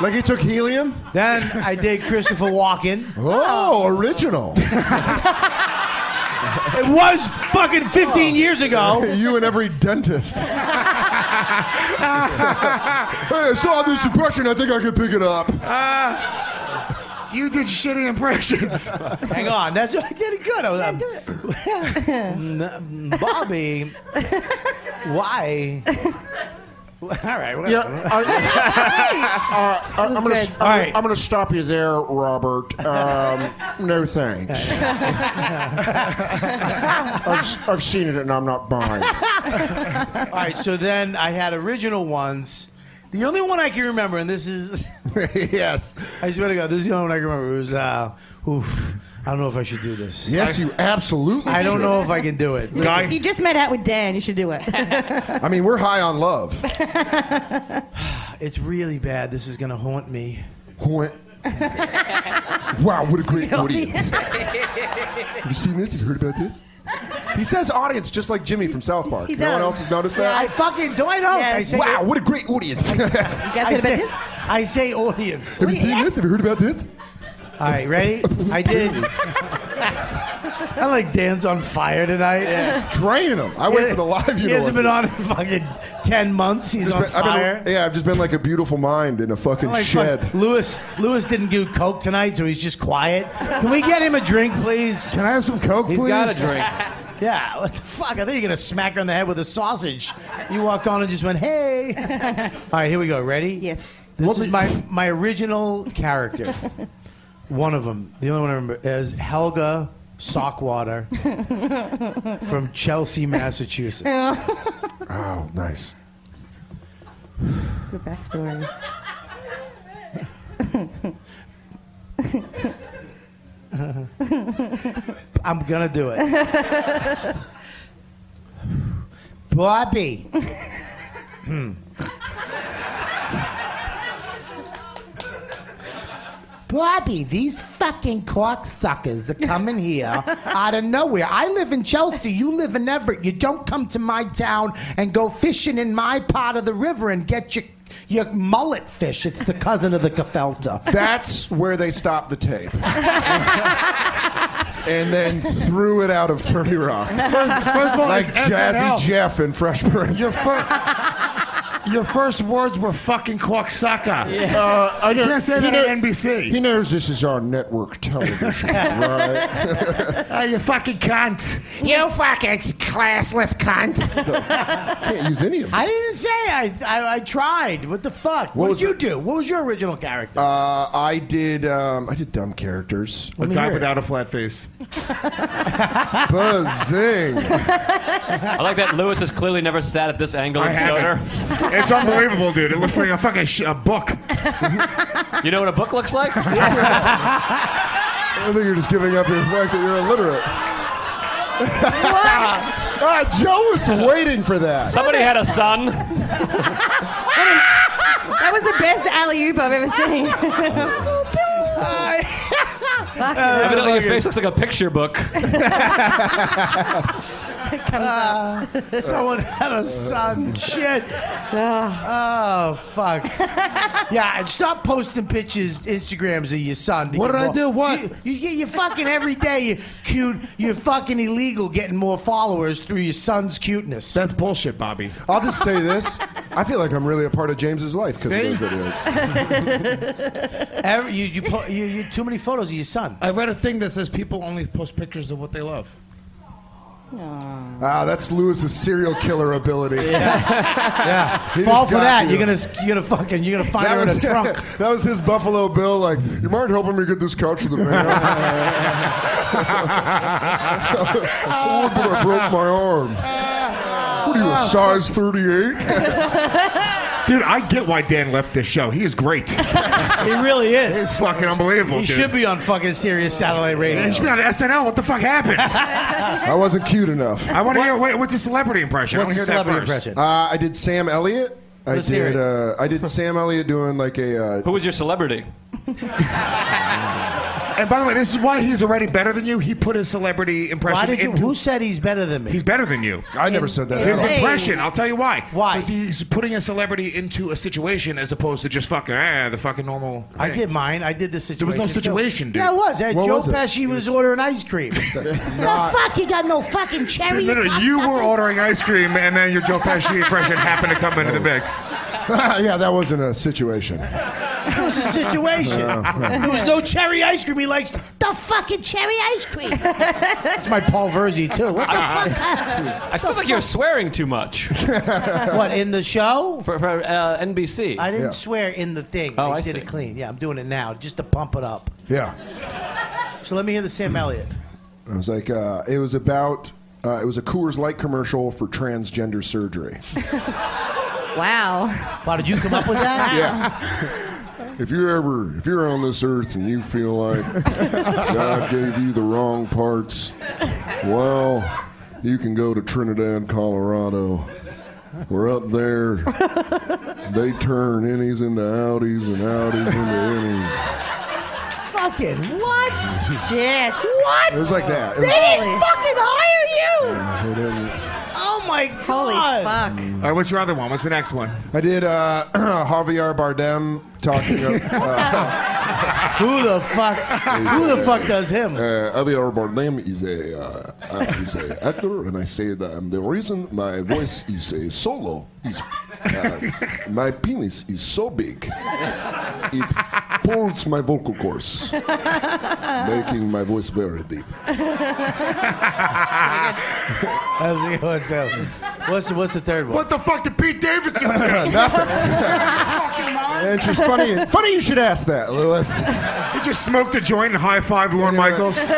Like he took helium. Then I did Christopher Walken. Oh, original. it was fucking 15 Oh. years ago. you and every dentist. hey, I saw this impression. I think I could pick it up. You did shitty impressions. Hang on, that's I did it good. I was, do it. Bobby, why? All right, whatever. Yeah, I, uh, I'm gonna, good. I'm, All right. gonna, I'm gonna stop you there, Robert. Um, no thanks. I've, s- I've seen it and I'm not buying. it. All right, so then I had original ones. The only one I can remember, and this is yes, I swear to God, this is the only one I can remember. It was, uh, oof, I don't know if I should do this. Yes, you absolutely. I don't should. know if I can do it. You just made out with Dan. You should do it. I mean, we're high on love. It's really bad. This is gonna haunt me. Haunt. wow, what a great audience. Have you seen this? Have you heard about this? He says audience just like Jimmy from South Park. He No one does. else has noticed I that? fucking do. I don't. I Yes. say, Wow, what a great audience. you I say, I say audience. Have you seen this? Have you heard about this? All right, ready? I did. I like Dan's on fire tonight. Yeah. Training him. I went for the live, you He know hasn't what been I on in fucking ten months. He's Just on been- fire. Oh, I've been, yeah, I've just been like a beautiful mind in a fucking Like, fuck, shed. Lewis, Lewis didn't do coke tonight, so he's just quiet. Can we get him a drink, please? Can I have some coke, He's He's got a drink. Yeah, what the fuck? I thought you were gonna smack her on the head with a sausage. You walked on and just went, "Hey!" All right, here we go. Ready? Yes. This is my my original character. one of them, the only one I remember, is Helga Sockwater from Chelsea, Massachusetts. Oh, nice. Good backstory. I'm gonna do it. Bobby. Hmm. Bobby, these fucking cocksuckers are coming here out of nowhere. I live in Chelsea, you live in Everett. You don't come to my town and go fishing in my part of the river and get your, your mullet fish. It's the cousin of the gefilte. That's where they stopped the tape. and then threw it out of 30 Rock. First, first of all, like it's Jazzy SNL. Jeff in Fresh Prince. Your fir- Your first words were fucking cocksucker. Yeah. Uh, I you know- can't say you that know- on NBC. He knows this is our network television, right? Oh, you fucking cunt. You fucking classless cunt. Can't use any of I didn't say I, I. I tried. What the fuck? What, did you do? What was your original character? Uh, I did. Um, I did dumb characters. Let A me guy hear it. without a flat face. Buzzing. I like that Lewis has clearly never sat at this angle I and showed her. haven't. It's unbelievable, dude. It looks like a fucking sh- a book. You know what a book looks like? I think you're just giving up the fact that you're illiterate. Ah, Joe was waiting for that. Somebody had a son. That was the best alley oop I've ever seen. Fucking Evidently, your hell. face looks like a picture book. Someone had a son. Shit. Oh fuck. Yeah, and stop posting pictures, Instagrams of your son. What did I do? What? You, you get your fucking every day. You cute. You're fucking illegal getting more followers through your son's cuteness. That's bullshit, Bobby. I'll just say this. I feel like I'm really a part of James's life because of those videos. Every, you, you, po- you, you too many photos of your son. I read a thing that says people only post pictures of what they love. Ah, that's Lewis's serial killer ability. Yeah. He Fall just for got that. you. You're gonna you're gonna fucking you're gonna find her in a trunk. that was his Buffalo Bill. Like, you mind helping me get this couch to the van? oh, but I broke my arm. What are you, a size 38? Dude, I get why Dan left this show. He is great. he really is. It's fucking unbelievable. He dude. should be on fucking serious satellite radio. He should be on SNL. What the fuck happened? I wasn't cute enough. I want to hear. Wait, what's a celebrity impression? I What's want to a hear celebrity that first. Uh, I did Sam Elliott. I Let's hear did. it. Uh, I did Sam Elliott doing like a. Uh, Who was your celebrity? And by the way, this is why he's already better than you. He put his celebrity impression. Why did you? into- Who said he's better than me? He's better than you. I never said that. His at all. impression. I'll tell you why. Why? he's putting a celebrity into a situation as opposed to just fucking ah, the fucking normal. I thing. did mine. I did the There situation. was no situation, too. dude. Yeah, it was. Uh, What Joe was it? Pesci was ordering ice cream. The fuck? You got no fucking cherry? Uh, No, no, you no, you were ordering ice cream, and then your Joe Pesci impression happened to come into the mix. yeah, that wasn't a situation. It was a situation. Yeah. there was no cherry ice cream. He likes. The fucking cherry ice cream. That's my Paul Verzi too. What the I still think you're swearing too much. fuck? what in the show? For, for uh, NBC. I didn't swear in the thing. Oh, I I did see. it clean. Yeah, I'm doing it now just to pump it up. Yeah. So let me hear the Sam Elliott. I was like, uh, it was about. Uh, it was a Coors Light commercial for transgender surgery. Wow. Wow, did you come up with that? yeah. If you're ever, if you're on this earth and you feel like God gave you the wrong parts, well, you can go to Trinidad, Colorado. We're up there. They turn innies into outies and outies into innies. Fucking what? Shit. What? It was like that. It was- fucking hire you. They didn't- Oh my god. Holy fuck. All right, what's your other one? What's the next one? I did uh, Javier Bardem talking. Uh, Who the fuck? Who the fuck does him? Uh, Javier Bardem is a uh, uh, he's a actor, and I said um, the reason my voice is uh, so low is uh, my penis is so big, it pulls my vocal cords, making my voice very deep. How's he going to? What's what's the third one? What the fuck did Pete Davidson do? It's just funny. Funny you should ask that, Lewis. He just smoked a joint and high fived Lorne Michaels.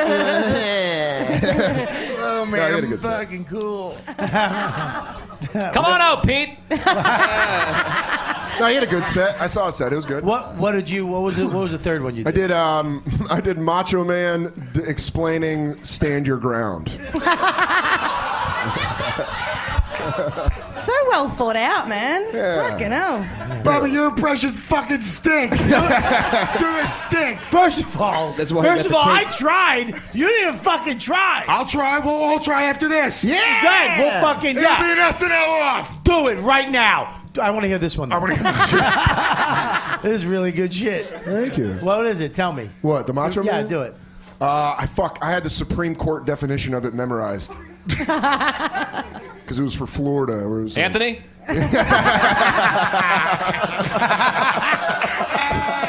oh man, I'm fucking cool. Come on out, Pete. No, he had a good set. I saw a set. It was good. What What did you? What was it? What was the third one you I did? did. Um, I did Macho Man d- explaining stand your ground. So well thought out, man. Fucking hell. Bobby, your impressions fucking stink. You're a stink. First of all, That's why he got first of the all, I tape. tried. You didn't even fucking try. I'll try. We'll all try after this. Yeah. Good. We'll fucking It'll yeah. be an SNL off. Do it right now. I want to hear this one. I want to hear This is really good shit. Thank you. What is it? Tell me. What the Macho Yeah, Man? do it. Uh, I fuck. I had the Supreme Court definition of it memorized. Because because it was for Florida. Where it was like- Anthony?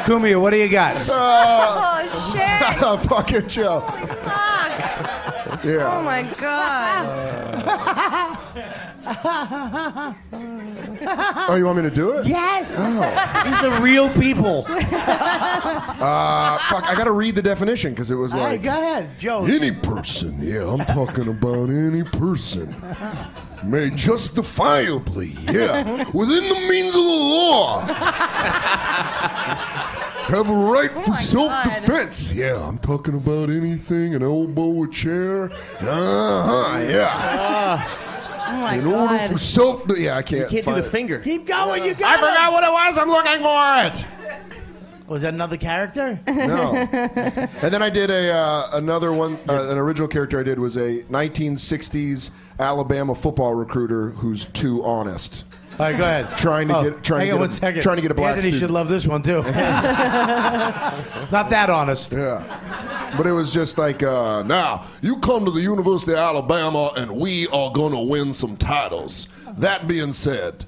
Kumia, what do you got? oh shit! fucking Joe. Yeah. Oh my god. Oh, you want me to do it? Yes. Oh. These are real people. Uh, fuck, I gotta read the definition because it was All right, like go ahead, Joe. any person. Yeah, I'm talking about any person. May justifiably, yeah, within the means of the law, have a right Oh for self defense. Yeah, I'm talking about anything an elbow, a chair. Uh huh, yeah. Oh In order for self. Yeah, I can't. can't do find the it. finger. Keep going. You I got forgot what it was. I'm looking for it. Was that another character? No. And then I did a uh, another one. Uh, an original character I did was a 1960s Alabama football recruiter who's too honest. All right, go ahead. Trying to Oh, get trying hang to on get one a, second. trying to get a black Anthony should student. love this one too. Not that honest. Yeah. But it was just like, uh, now you come to the University of Alabama and we are gonna win some titles. That being said,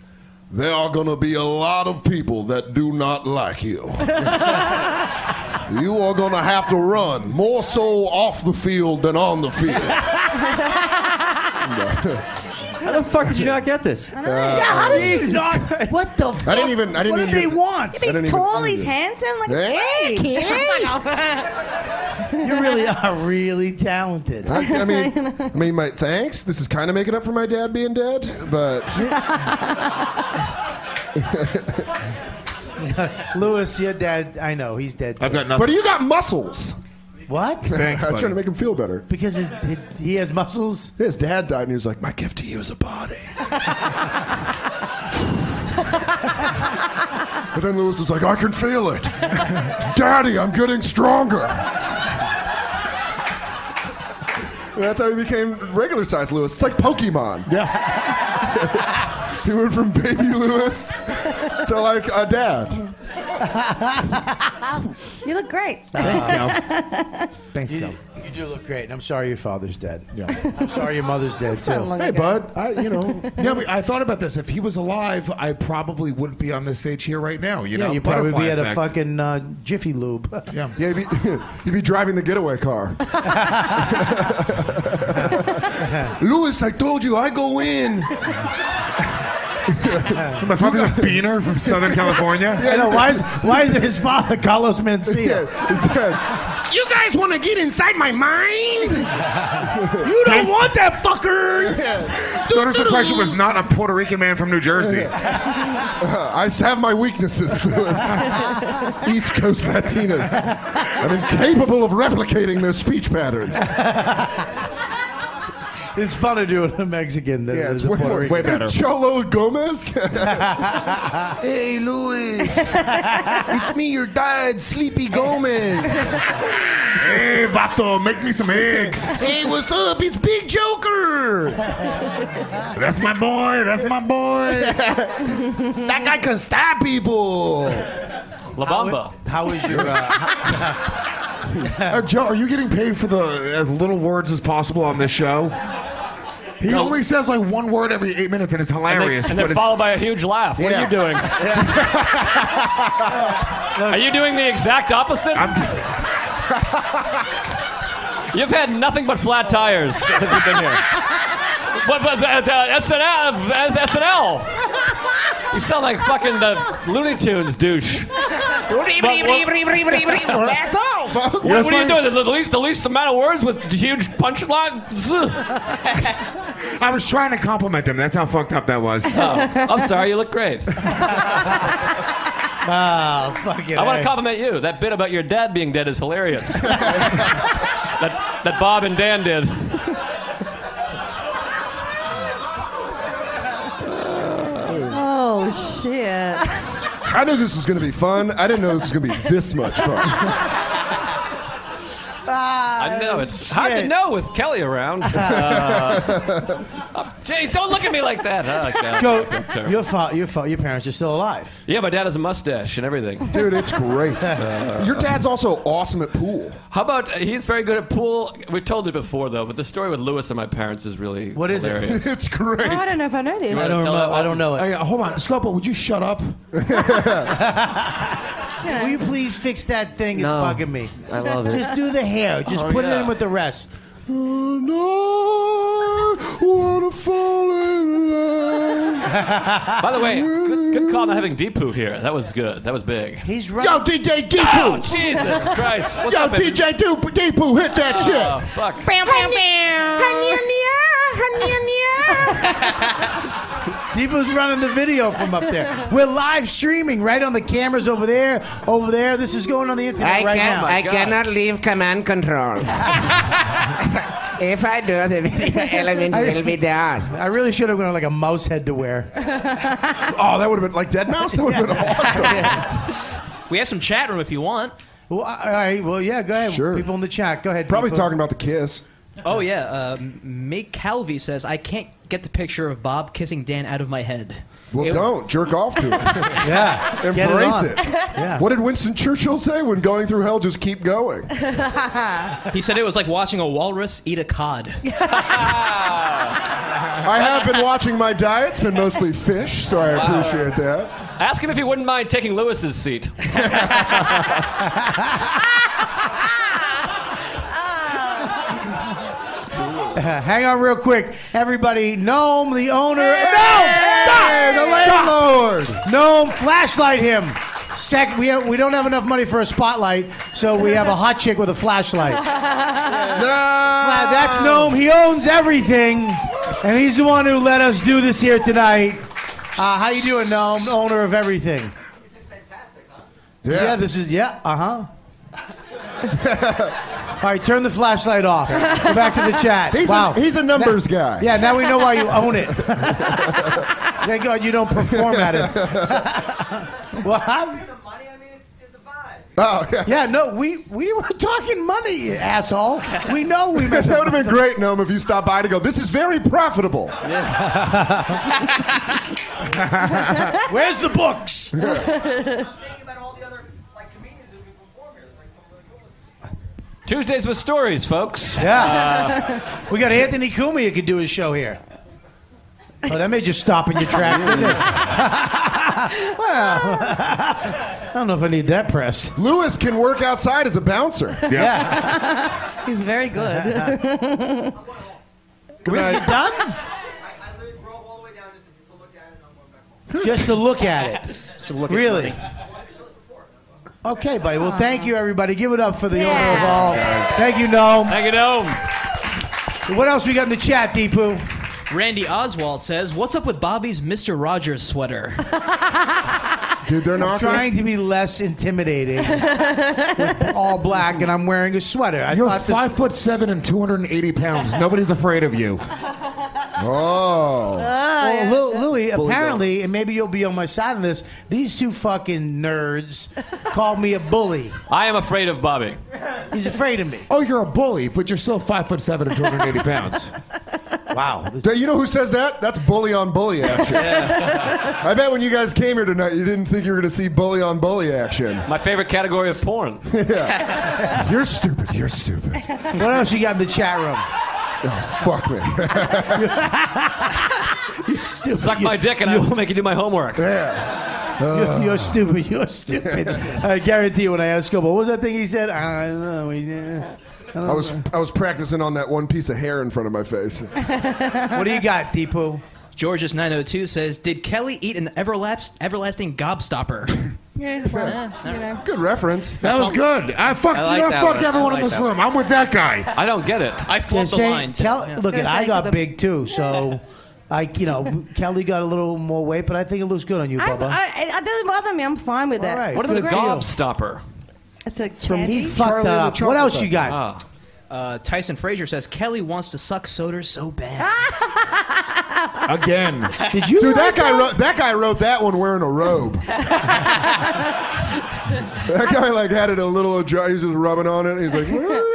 there are gonna be a lot of people that do not like you. You are going to have to run more so off the field than on the field. How the fuck did you not get this? yeah, how did you not- What the? Fuck? I didn't even. I didn't What did even they get the- want? I If didn't he's even- tall, I didn't he's get it. handsome. Like, Hey, hey, You really are really talented. I, I mean, I mean, my thanks. This is kind of making up for my dad being dead, but Lewis, your dad. I know he's dead. I've got nothing. But you got muscles. What? I was trying to make him feel better because his, he has muscles. His dad died, and he was like, "My gift to you is a body." but then Lewis is like, "I can feel it, Daddy. I'm getting stronger." And that's how he became regular size Lewis. It's like Pokemon. Yeah. he went from baby Lewis to like a dad. you look great. Thanks, Gal. Thanks, You- Cal. You do look great, and I'm sorry your father's dead. I'm sorry your mother's dead too. Oh, I, you know, yeah, but I thought about this. If he was alive, I probably wouldn't be on this stage here right now. You yeah, know, you probably butterfly be at a effect. fucking uh, Jiffy Lube. Yeah. Yeah, he'd be, he'd be driving the getaway car. Lewis, I told you, I go in. My father's a beaner from Southern California. I know. Why is why is his father Carlos Mencia? You guys want to get inside my mind? You don't That's- want that, fuckers. Stoner's impression was not a Puerto Rican man from New Jersey. uh, I have my weaknesses, Lewis. East Coast Latinas. I'm incapable of replicating their speech patterns. It's funner doing a Mexican than it is a way Puerto more- Rican. way better. Cholo Gomez. Hey, Louis. it's me, your dad, Sleepy Gomez. hey, Vato, make me some eggs. Hey, what's up? It's Big Joker. That's my boy. That's my boy. that guy can stab people. La Bamba. How is your? Uh, Joe, are you getting paid for the as little words as possible on this show? He No. only says like one word every eight minutes, and it's And then, hilarious. and then but it's- followed by a huge laugh. What are Yeah. you doing? are you doing the exact opposite? You've had nothing but flat tires since you've been here. What, but, uh, uh, SNL, uh, SNL. You sound like fucking the Looney Tunes douche. That's all, folks. What, what are you doing? The, the least, the least amount of words with huge punchlines? I was trying to compliment him. That's how fucked up that was. Oh, I'm sorry. You look great. Oh, fucking. I want A. to compliment you. That bit about your dad being dead is hilarious. that, that Bob and Dan did. Oh shit. I knew this was going to be fun. I didn't know this was going to be this much fun. I Oh, know it's hard to know with Kelly around. Uh, Jeez, don't look at me like that. I like that. Joe, I'm terrible. your, fa- your, fa- your parents are still alive. yeah, my dad has a mustache and everything. Dude, it's great. Uh, Your dad's also awesome at pool. How about uh, he's very good at pool? We told it before though, but the story with Lewis and my parents is really what is it? hilarious. It's great. Oh, I don't know if I know this. You wanna tell that one? Hey, uh, hold on, Scopo, would you shut up? Will you please fix that thing? It's No. bugging me. I love it. Just do the hair. Just Oh, put it yeah. in with the rest. By the way, good, good call not having Deepu here. That was good. That was big. He's right. Yo, DJ Oh, Deepu! Jesus Christ. What's Yo, up, baby? DJ Deepu, Deepu, hit that Oh, shit! fuck. Bam, bam, bam. Deepu's running the video from up there. We're live streaming right on the cameras over there, over there. This is going on the internet I, right can, now. I cannot leave command control. if I do, the video element will be down. I really should have gone like a mouse head to wear. Oh, that would have been like Dead Mouse? That would have been awesome. We have some chat room if you want. Well, all right. Well, yeah. Go ahead. Sure. People in the chat, go ahead. Probably Deepu. talking about the kiss. Oh yeah, uh, Mick Calvi says I can't get the picture of Bob kissing Dan out of my head. Well, don't. Jerk off to it. yeah. Embrace it. Yeah. What did Winston Churchill say when going through hell? Just keep going. He said it was like watching a walrus eat a cod. I have been watching my diet. It's been mostly fish, so I appreciate that. Ask him if he wouldn't mind taking Lewis's seat. Hang on real quick, everybody. Gnome, the owner. Hey, no, the landlord. Gnome, flashlight him. Sec, we have, we don't have enough money for a spotlight, so we have a hot chick with a flashlight. Fla- That's Gnome. He owns everything, and he's the one who let us do this here tonight. Uh, how you doing, Gnome? Owner of everything. This is fantastic, huh? Yeah. this is yeah. Uh huh. All right, turn the flashlight off. Go back to the chat. He's a- wow, he's a numbers Now- guy. Yeah, now we know why you own it. Thank God you don't perform at it. what? Oh yeah. Yeah, no, we we were talking money, you asshole. We know we. that would have been great, Gnome, if you stopped by to go. This is very profitable. Where's the books? Tuesdays with stories, folks. Yeah. we got Anthony Kumi who could do his show here. Oh, that made you stop in your tracks, didn't it? well, I don't know if I need that press. Lewis can work outside as a bouncer. Yeah. He's very good. Good night. done? Just to look at it. Just to look at really? money. Okay, buddy. Well, thank you, everybody. Give it up for the owner of all. Thank you, Gnome. Thank you, Gnome. What else we got in the chat, Deepu? Randy Oswald says, "What's up with Bobby's Mister Rogers sweater?" Dude, they're I'm not trying to be less intimidating. with all black, and I'm wearing a sweater. I You're thought this- five foot seven and 280 pounds. Nobody's afraid of you. Oh. well, Lou, Louis, Bully apparently, and maybe you'll be on my side on this. These two fucking nerds called me a bully. I am afraid of Bobby. He's afraid of me. Oh, you're a bully, but you're still five foot seven and 280 pounds. Wow. You know who says that? That's bully on bully action. I bet when you guys came here tonight, you didn't think you were going to see bully on bully action. My favorite category of porn. yeah. You're stupid. You're stupid. What else you got in the chat room? Oh, fuck me. Suck my dick and I will make you do my homework. Yeah. Uh, You're, Ah. you're stupid. You're stupid. I guarantee you when I asked Scobo, what was that thing he said? I don't know. He- I don't I was know. I was practicing on that one piece of hair in front of my face. What do you got, Deepu? Georges 902 says, "Did Kelly eat an everlast- everlasting gobstopper?" yeah, you know. Good reference. That was good. I fuck, I like you know, that fuck one. everyone I in like this that room. I'm with that guy. I don't get it. I flubbed Just the saying, line. Kel- Look, at Just I saying got the- big too, so I, you know, Kelly got a little more weight, but I think it looks good on you, I, Bubba. I, it doesn't bother me. I'm fine with it. right. What is Good a for you. gobstopper? It's a from candy. he fucked that up. What else you got? Uh, Tyson Frazier says, "Kelly wants to suck soda so bad." Again. Did you? Dude, that guy wrote that guy wrote that one wearing a robe. that guy like had it a little. adj- He's just rubbing on it. He's like, would-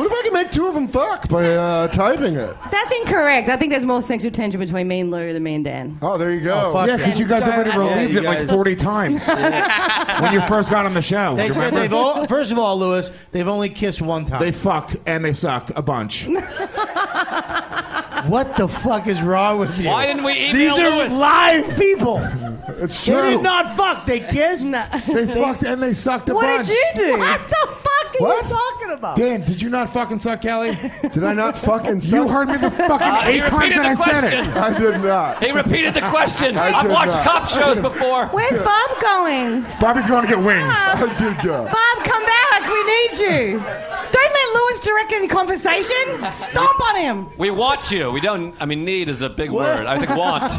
What if I could make two of them fuck by uh, typing it? That's incorrect. I think there's more sexual tension between me and Lou than me and Dan. Oh, there you go. fuck yeah, yeah. because you guys already Yeah, relieved you it like guys- 40 times when you first got on the show. They Do you said remember? they've all. First of all, Lewis, they've only kissed one time. They fucked and they sucked a bunch. what the fuck is wrong with you? Why didn't we email These are Lewis? live people. It's They true. did not fuck. They kissed. They fucked and they sucked a bunch. What the fuck are What? you talking about? Dan, did you not fucking suck Kelly? Did I not fucking suck? You heard me the fucking Uh, he eight times repeated that I the said it. question. I did not. He repeated the question. I I've did watched not. cop shows before. Where's Bob going? Bobby's going to get wings. I did go. Bob, come back. We need you. Don't let Lewis direct any conversation. Stomp on him. We want you. We don't. I mean, need is a big word. I think want.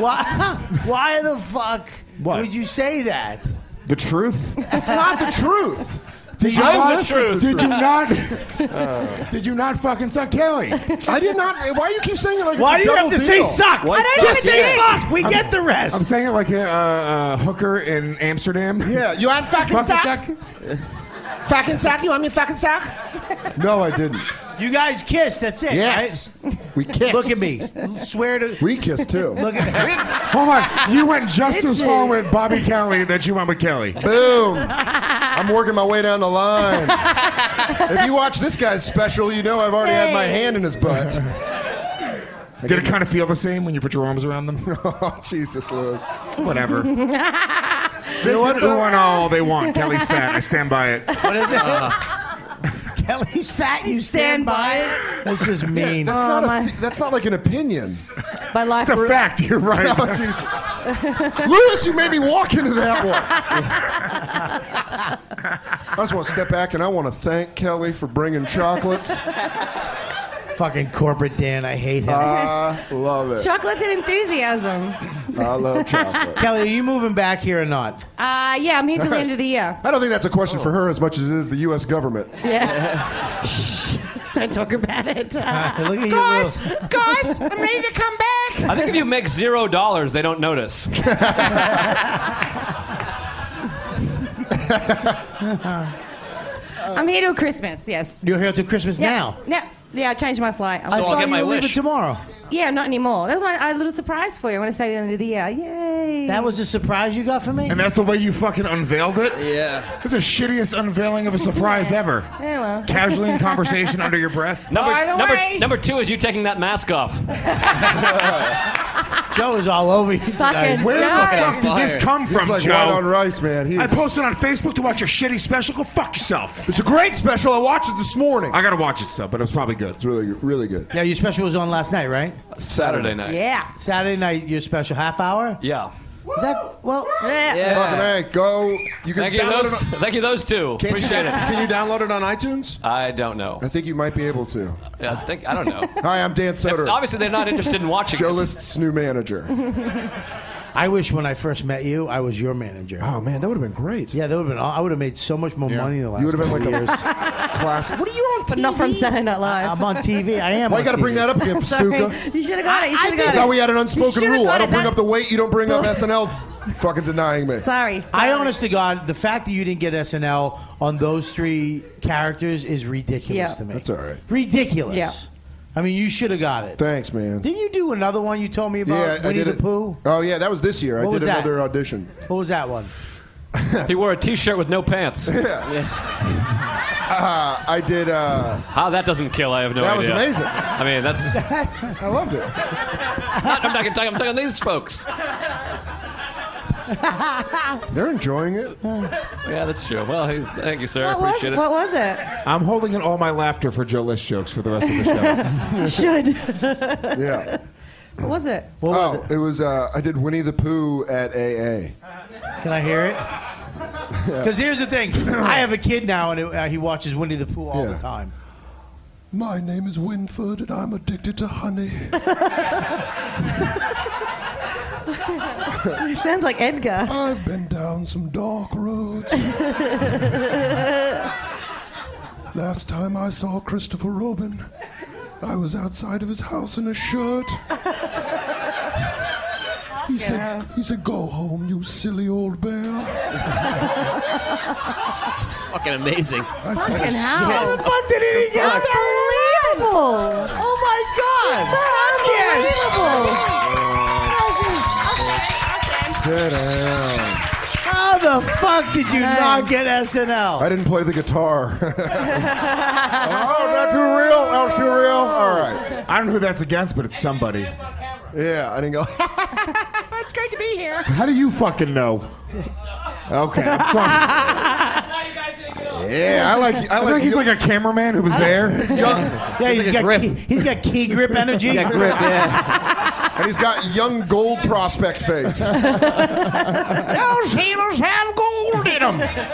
Why? Why the fuck would you say that? The truth? That's not the truth. Did I'm the not, truth. Did you not? did you not fucking suck Kelly? I did not. Why do you keep saying it like? Why do you have to say suck? Just say fuck. We get the rest. I'm saying it like a, uh, a hooker in Amsterdam. Yeah, you had fucking sack? Fucking sack? You want me to fucking sack? No, I didn't. You guys kissed. That's it. Yes. right? We kissed. Look at me. Swear to. We kissed too. Look at Hold on. You went just as far with Bobby Kelly that you went with Kelly. Boom. I'm working my way down the line. if you watch this guy's special, you know I've already had my hand in his butt. Did it kind of feel the same when you put your arms around them? oh, Jesus, Lewis. Whatever. They want and all they want. Kelly's fat. I stand by it. What is it? Kelly's fat. You stand, by it. That's just mean. That's, not a th- that's not like an opinion. My life. It's a fact. You're right. Oh, Jesus. Lewis, you made me walk into that one. I just want to step back and I want to thank Kelly for bringing chocolates. Fucking corporate Dan. I hate Uh, him. I love it. Chocolates and enthusiasm. I love chocolate. Kelly, are you moving back here or not? Uh, yeah, I'm here till the end of the year. I don't think that's a question for her as much as it is the U.S. government. Yeah. Shh. Don't talk about it. Look at Guys, guys, I'm ready to come back. I think if you make zero dollars, they don't notice. I'm here till Christmas. Yes. You're here till Christmas Yeah. now. Yeah. Yeah, I changed my flight. I'm I sorry. thought you were leaving tomorrow. Yeah, not anymore. That was my uh, little surprise for you. I want to stay till the end of the year. Yay. That was a surprise you got from me. And that's the way you fucking unveiled it? Yeah. It's the shittiest unveiling of a surprise ever. Yeah, well. Casually in conversation under your breath. Number, By the number, way- number two is you taking that mask off. Joe is all over you. Fucking Where the fuck did this come He's from, like Joe? white on rice, man. He I is- posted on Facebook to watch a shitty special. Go fuck yourself. it's a great special. I watched it this morning. I gotta watch it still, but it was probably good. It's really, really good. Yeah, your special was on last night, right? Saturday night. Yeah. Saturday night, your special half hour. Yeah. Is that well? Fucking A, go. You can Thank you, download those, it. On, thank you, those two. Can't you- Appreciate it. Can you download it on iTunes? I don't know. I think you might be able to. I think I don't know. Hi, I'm Dan Soder. Obviously, they're not interested in watching. Joe List's new manager. I wish when I first met you, I was your manager. Oh man, that would have been great. Yeah, that would have been. I would have made so much more money in the last. You would have been like couple a years. classic. What are you on? But not from Saturday Night Live. I'm on TV. I am. Why you on got to bring TV. that up again, Sorry. Fasuka? You should have got it. You should have got I it. thought we had an unspoken You shoulda rule. got I it. don't bring That- up the weight. You don't bring up SNL. Fucking denying me. Sorry. sorry. I honest to God, the fact that you didn't get SNL on those three characters is ridiculous Yeah. to me. That's all right. Ridiculous. Yeah. I mean, you should have got it. Thanks, man. Didn't you do another one you told me about? Winnie the it. Pooh? Oh yeah, that was this year. What I was did that? another audition. What was that one? He wore a T-shirt with no pants. Uh, I did. Uh, How that doesn't kill, I have no That was idea. amazing. I mean, that's. I loved it. Not, I'm not gonna talk. I'm talking to these folks. They're enjoying it. Yeah, that's true. Well, hey, thank you, sir. I What was, appreciate what was it? I'm holding in all my laughter for Joe List jokes for the rest of the show. You should. Yeah. What was it? What was oh, it? was. Uh, I did Winnie the Pooh at AA. Can I hear it? Because here's the thing I have a kid now, and it, uh, he watches Winnie the Pooh all Yeah. the time. My name is Winford, and I'm addicted to honey. It sounds like Edgar. I've been down some dark roads. Last time I saw Christopher Robin, I was outside of his house in a shirt. He He said, he said, go home, you silly old bear. Fucking amazing. I said, Fucking hell. How the fuck did he get Fuck. That's unbelievable! Oh my god! Sit down. How the fuck did you Hey. not get SNL? I didn't play the guitar. oh, not too real. Not too real. All right. I don't know who that's against, but it's somebody. Yeah, I didn't go. It's great to be here. How do you fucking know? Okay, I'm sorry. Yeah, I like. I think like. he's like a cameraman who was there. yeah, he's got key, he's got key grip energy. He's got grip, and he's got young gold prospect face. Those heels have gold in them.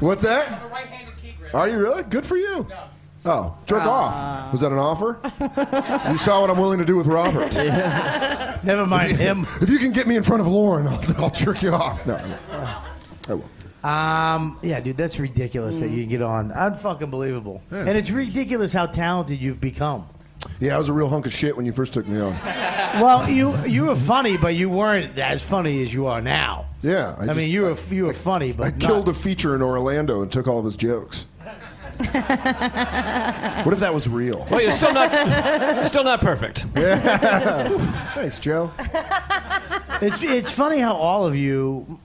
What's that? I'm a right-handed key grip. Are you really? Good for you. Oh, jerk Uh, off. Was that an offer? you saw what I'm willing to do with Robert. Never mind if you, him. If you can get me in front of Lauren, I'll, I'll jerk you off. No, no. I will. Um, yeah, dude, that's ridiculous Mm. that you get on. Unfucking believable. And it's ridiculous how talented you've become. Yeah, I was a real hunk of shit when you first took me on. Well, you you were funny, but you weren't as funny as you are now. Yeah, I, just- mean, you were you were funny, but I killed a feature in Orlando and took all of his jokes. what if that was real? Well, you're still not still not perfect. Thanks, Joe. It's it's funny how all of you,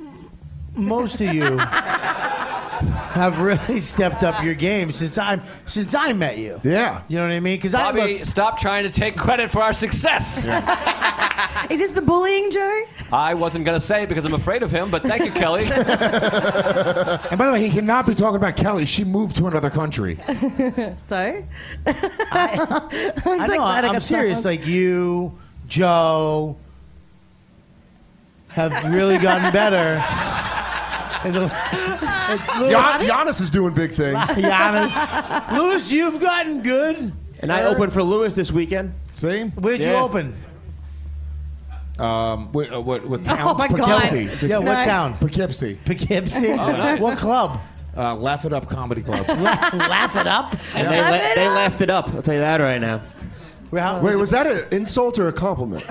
m- most of you, have really stepped up your game since I'm since I met you. Yeah, you know what I mean? Because I Bobby, look, stop trying to take credit for our success. Is this the bullying, Joe? I wasn't going to say it because I'm afraid of him, but thank you, Kelly. And by the way, he cannot be talking about Kelly. She moved to another country. so? I know glad I I'm got serious. someone. Like you, Joe, have really gotten better. In the- it's little- Gian- Giannis is doing big things. Giannis. Lewis, you've gotten good. And I opened for Lewis this weekend. See? Where'd you Yeah. open? Um, what, uh, what, what town? Oh, my God. Poughkeepsie. Yeah, what No. town? Poughkeepsie. Poughkeepsie. Oh, nice. What club? Uh, Laugh It Up Comedy Club. La- laugh it up. And they, la- they laughed it up. I'll tell you that right now. Wait, was that an insult or a compliment?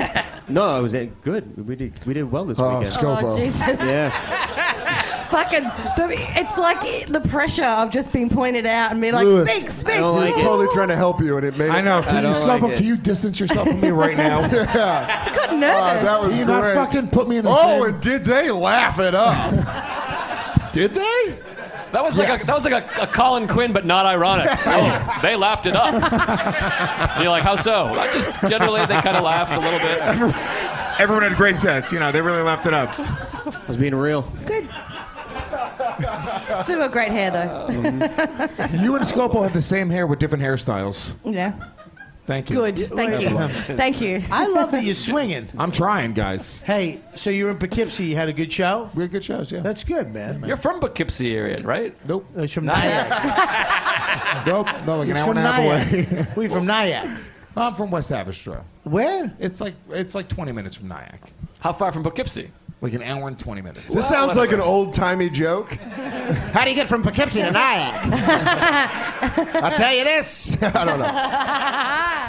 No, it was uh, good. We did we did well this Oh, weekend. Scopo. Oh, Jesus. Yeah. Fucking, the, it's like the pressure of just being pointed out and being like, Lewis, speak, speak. he was totally trying to help you, and it made. I know. Can you stop? can you distance yourself from me right now? yeah. I got nervous. Ah, that was Can you not great. fucking put me in the same- oh, and did they laugh it up? did they? That was like a, that was like a, a Colin Quinn, but not ironic. Oh, they laughed it up. And you're like, how so? I just generally they kind of laughed a little bit. Everyone had great sets. You know, they really laughed it up. I was being real. It's good. Still got great hair, though. Mm-hmm. You and Scopo have the same hair with different hairstyles. yeah. Thank you. Good. Thank you. Thank you. I love that you're swinging. I'm trying, guys. Hey, so you were in Poughkeepsie. You had a good show. We had good shows. Yeah, that's good, man. You're from Poughkeepsie area, right? Nope. It's from Not Nyack. Nope. No, like You're an hour from and a half Nyack. away. we from Nyack. I'm from West Avestra. Where? It's like it's like 20 minutes from Nyack. How far from Poughkeepsie? Like an hour and 20 minutes. This sounds like an old timey joke. How do you get from Poughkeepsie to Nyack? I'll tell you this. I don't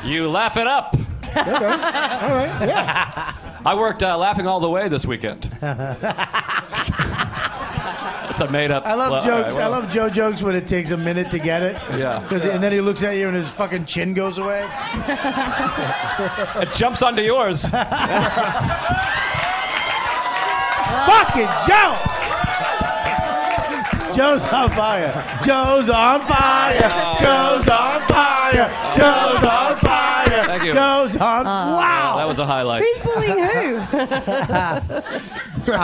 know. You laugh it up. All right. Yeah. I worked uh, laughing all the way this weekend. it's a made up. I love jokes. I love Joe jokes when it takes a minute to get it. Yeah. 'Cause- and then he looks at you and his fucking chin goes away. It jumps onto yours. Fucking Joe. Joe's on fire. Joe's on fire. Joe's on fire. Joe's on fire. Thank you. Joe's on. wow. that was a highlight. Who's bullying who?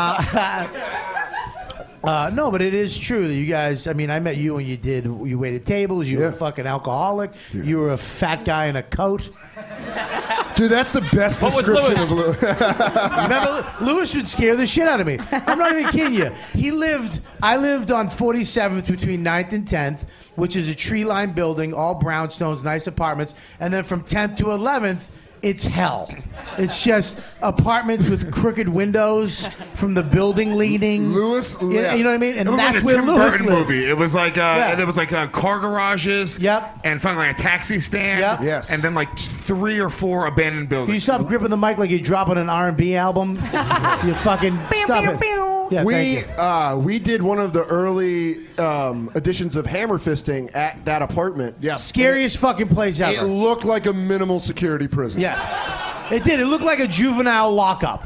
Uh, no, but it is true that you guys. I mean, I met you when you did. You waited tables. You were a fucking alcoholic. You were a fat guy in a coat. Dude, that's the best What was description Lewis? of Lou. Remember, Lewis would scare the shit out of me. I'm not even kidding you. He lived, I lived on 47th between 9th and 10th, which is a tree lined building, all brownstones, nice apartments. And then from 10th to 11th it's hell. It's just apartments with crooked windows from the building leading. Lewis, you, Yeah. you know what I mean? And it was like that's a where Tim Lewis Burton lived. movie. It was like uh, Yeah. and it was like uh, car garages. Yep. And finally like a taxi stand. Yep. Yes. And then like t- three or four abandoned Can you buildings. stop gripping the mic like you're dropping an R&B album? you fucking stop it. Yeah, we thank you. Uh, we did one of the early um, editions of Hammer Fisting at that apartment. Yeah, scariest fucking place ever. It looked like a minimal security prison. Yes, it did. It looked like a juvenile lockup,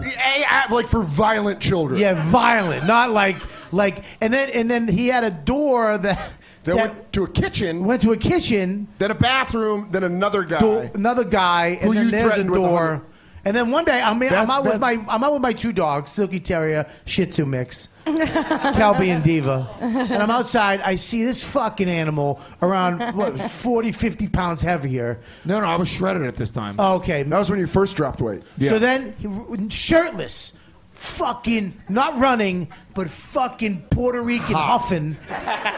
like for violent children. Yeah, violent, not like like. And then and then he had a door that that, went to a kitchen. Went to a kitchen. Then a bathroom. Then another guy. another guy. Who and then you there's a threatened with a hundred- door. And then one day, I mean, That- I'm out with my that's- I'm out with my two dogs, Silky Terrier, Shih Tzu mix, Calby and Diva. And I'm outside. I see this fucking animal around what 40, 50 pounds heavier. No, no, I was shredded at this time. Okay. That was when you first dropped weight. So Yeah. then, he- shirtless, fucking, not running, but fucking Puerto Rican huffing.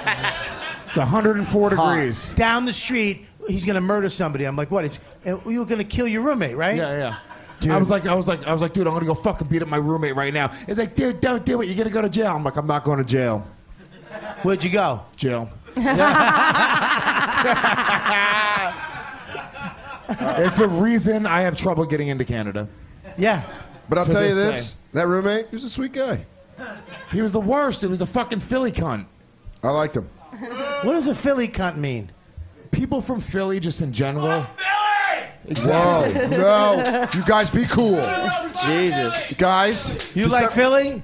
It's 104 Hot. degrees. Down the street, he's gonna murder somebody. I'm like, what? It's, and you were gonna kill your roommate, right? Yeah, yeah. I was like, I was like, I was like, dude, I'm gonna go fucking beat up my roommate right now. It's like, dude, don't do it. You're gonna go to jail. I'm like, I'm not going to jail. Where'd you go? Jail. it's the reason I have trouble getting into Canada. Yeah. But I'll To tell you this this: that roommate, he was a sweet guy. He was the worst. He was a fucking Philly cunt. I liked him. What does a Philly cunt mean? People from Philly, just in general. Oh. Whoa, Oh, no! You guys, be cool. Jesus, guys, You this- like Philly?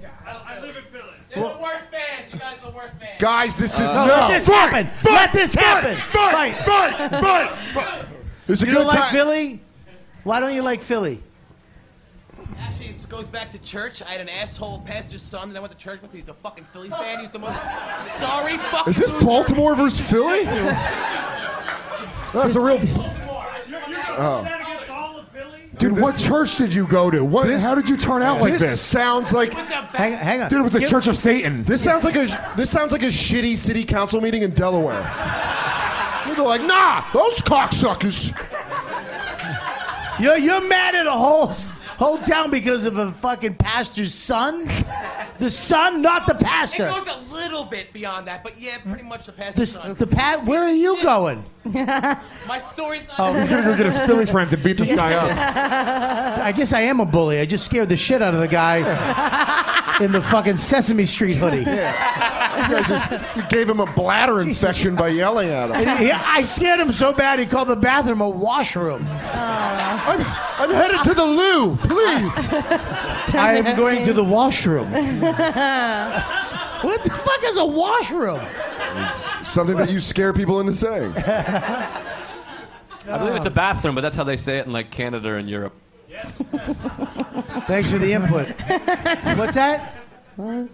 Guys, this is no. Let this happen. Let this happen. fight, Fight. fight, It's a you good don't like time. Philly? Why don't you like Philly? Actually, it goes back to church. I had an asshole pastor's son that I went to church with. He's a fucking Phillies fan. He's the most sorry fucking. Is this Baltimore versus Philly? That's a real. Oh. Dude, what church did you go to? What? how did you turn out like this? sounds like hang, hang on. Dude, it was the Church of Satan. This sounds like a this sounds like a shitty city council meeting in Delaware. They're like, nah, those cocksuckers. You're, you're mad at a whole s- whole town because of a fucking pastor's son? The son, not the It pastor. goes a little bit beyond that, but yeah, pretty much the pastor's This, son. the pat. Where are you going? My story's not. Oh, he's gonna go get his Philly friends and beat this guy up. I guess I am a bully. I just scared the shit out of the guy in the fucking Sesame Street hoodie. Yeah. You guys just you gave him a bladder infection by yelling at And he- him. he- I scared him so bad he called the bathroom a washroom. I'm, I'm headed to the loo, please. I am going to the washroom. what the fuck is a washroom? Something that you scare people into saying. I believe it's a bathroom, but that's how they say it in like Canada and Europe. Thanks for the input. What's that? we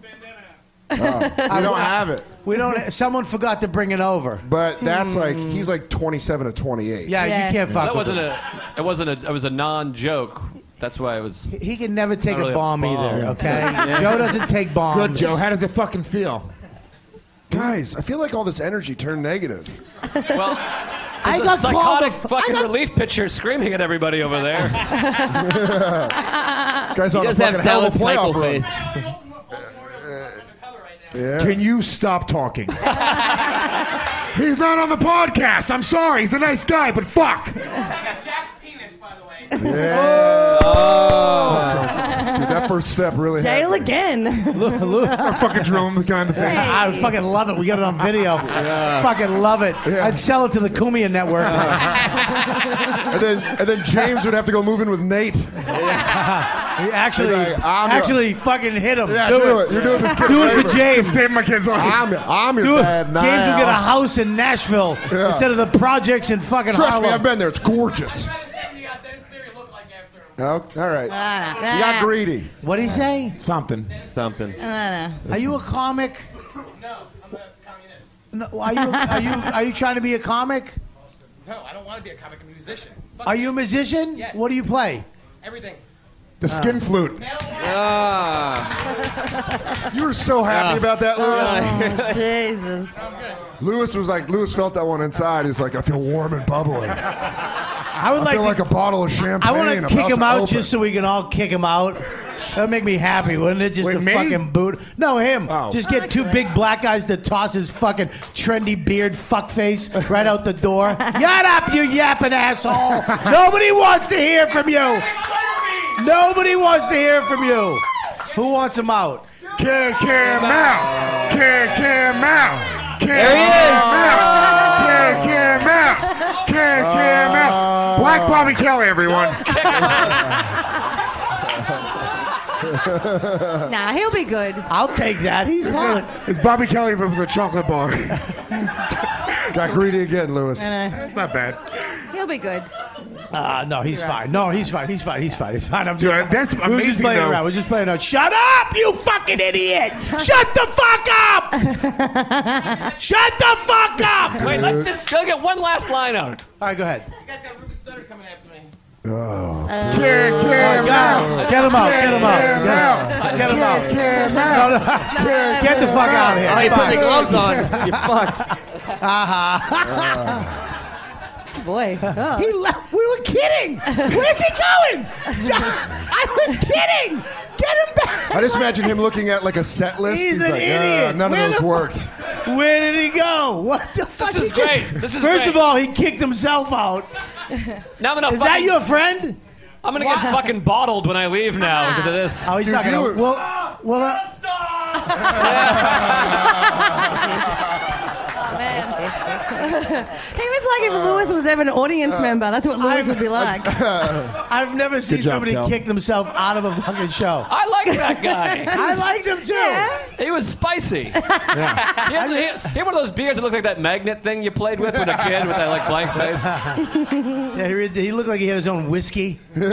I- don't have it. We don't. Someone forgot to bring it over. But that's like he's like 27 to 28. Hmm. Yeah, you Yeah. can't fuck That with wasn't a. It wasn't a. It was a non-joke. That's why it was. He can never take Not really a, a bomb either. bomb. Okay, Yeah. Joe doesn't take bombs. Good, Joe. How does it fucking feel? Guys, I feel like all this energy turned negative. Uh, There's got a called psychotic a f- I fucking got- relief pitcher screaming at everybody over there. Guys on a fucking hell of a playoff run. Uh, Can you stop talking? He's not on the podcast. I'm sorry. He's a nice guy, but fuck. Oh. Yeah. Dude, that first step really happened. again. Start fucking drilling the guy in the face. I fucking love it. We got it on video. Fucking love it. I'd sell it to the Kumia Network. and then and then James would have to go move in with Nate. actually, He's like, "I'm your- actually, fucking hit him. Yeah, do, do it. it. You're doing this kid a Do it favor. for James. Just save my kid's life. I'm- I'm your do it. dad now. James will get a house in Nashville instead of the projects in fucking Trust Harlem. me, I've been there. It's gorgeous. Oh, all right. Ah, You got ah. greedy. What did he say? Something. Something. Are you a comic? No, I'm a communist. No, are you are you are you trying to be a comic? No, I don't want to be a comic. I'm a musician. Fuck Are you a musician? Yes. What do you play? Everything. Ah. The skin flute. Ah. You were so happy about that, Lewis. Jesus. Lewis was like, Lewis felt that one inside. He's like, I feel warm and bubbly. I would I like feel to- like a bottle of champagne. I want to about kick him out open. just so we can all kick him out. That would make me happy, wouldn't it? Just Wait, the me? fucking boot. No, him. Just get two big black guys to toss his fucking trendy beard fuck face right out the door. Yat up, you yapping asshole. Nobody wants to hear from you. Nobody wants to hear from you. Who wants him out? Kick him out. Kick him out. Kick There he him is. out. Ah. Kick him out. Kick him out. Black Bobby Kelly, everyone. Nah, he'll be good. I'll take that. He's hot. It's Bobby Kelly if it was a chocolate bar. Got greedy again, Lewis. That's not bad. He'll be good. Ah, no, he's You're fine. No, he's fine. He's fine. He's fine. He's fine. I'm Dude, just, that's we We're just amazing, playing though. around. We're just playing around. Shut up, you fucking idiot! Shut the fuck up! Shut the fuck up! Wait, let this. They'll get one last line out. All right, go ahead. Oh, Uh, Kick him out. Get him out. Get him out. Kick him out. Get him out. Kick him out. No, no. Get the fuck out of here. Oh, you put the gloves on. You fucked. Boy. He le- we were kidding. Where's he going? I was kidding. Get him back. I just imagine him looking at like a set list. He's an like, "Ah, idiot. none Where of the those fu- worked. Where did he go? What the fuck? is He did- great. This is First great. of all, he kicked himself out. Now I'm gonna. Is that fucking- your friend? I'm gonna get fucking bottled when I leave now because of this. Oh, he's not gonna. Well, well. Uh, he was like if Lewis was ever an audience member. That's what Lewis would be like. I've never seen job, somebody Cal. kick themselves out of a fucking show. I like that guy. I liked him too. He was spicy. He, had, he had- he had one of those beards that looked like that magnet thing you played with when a kid with that like blank face. yeah, he, re- he looked like he had his own whiskey. it's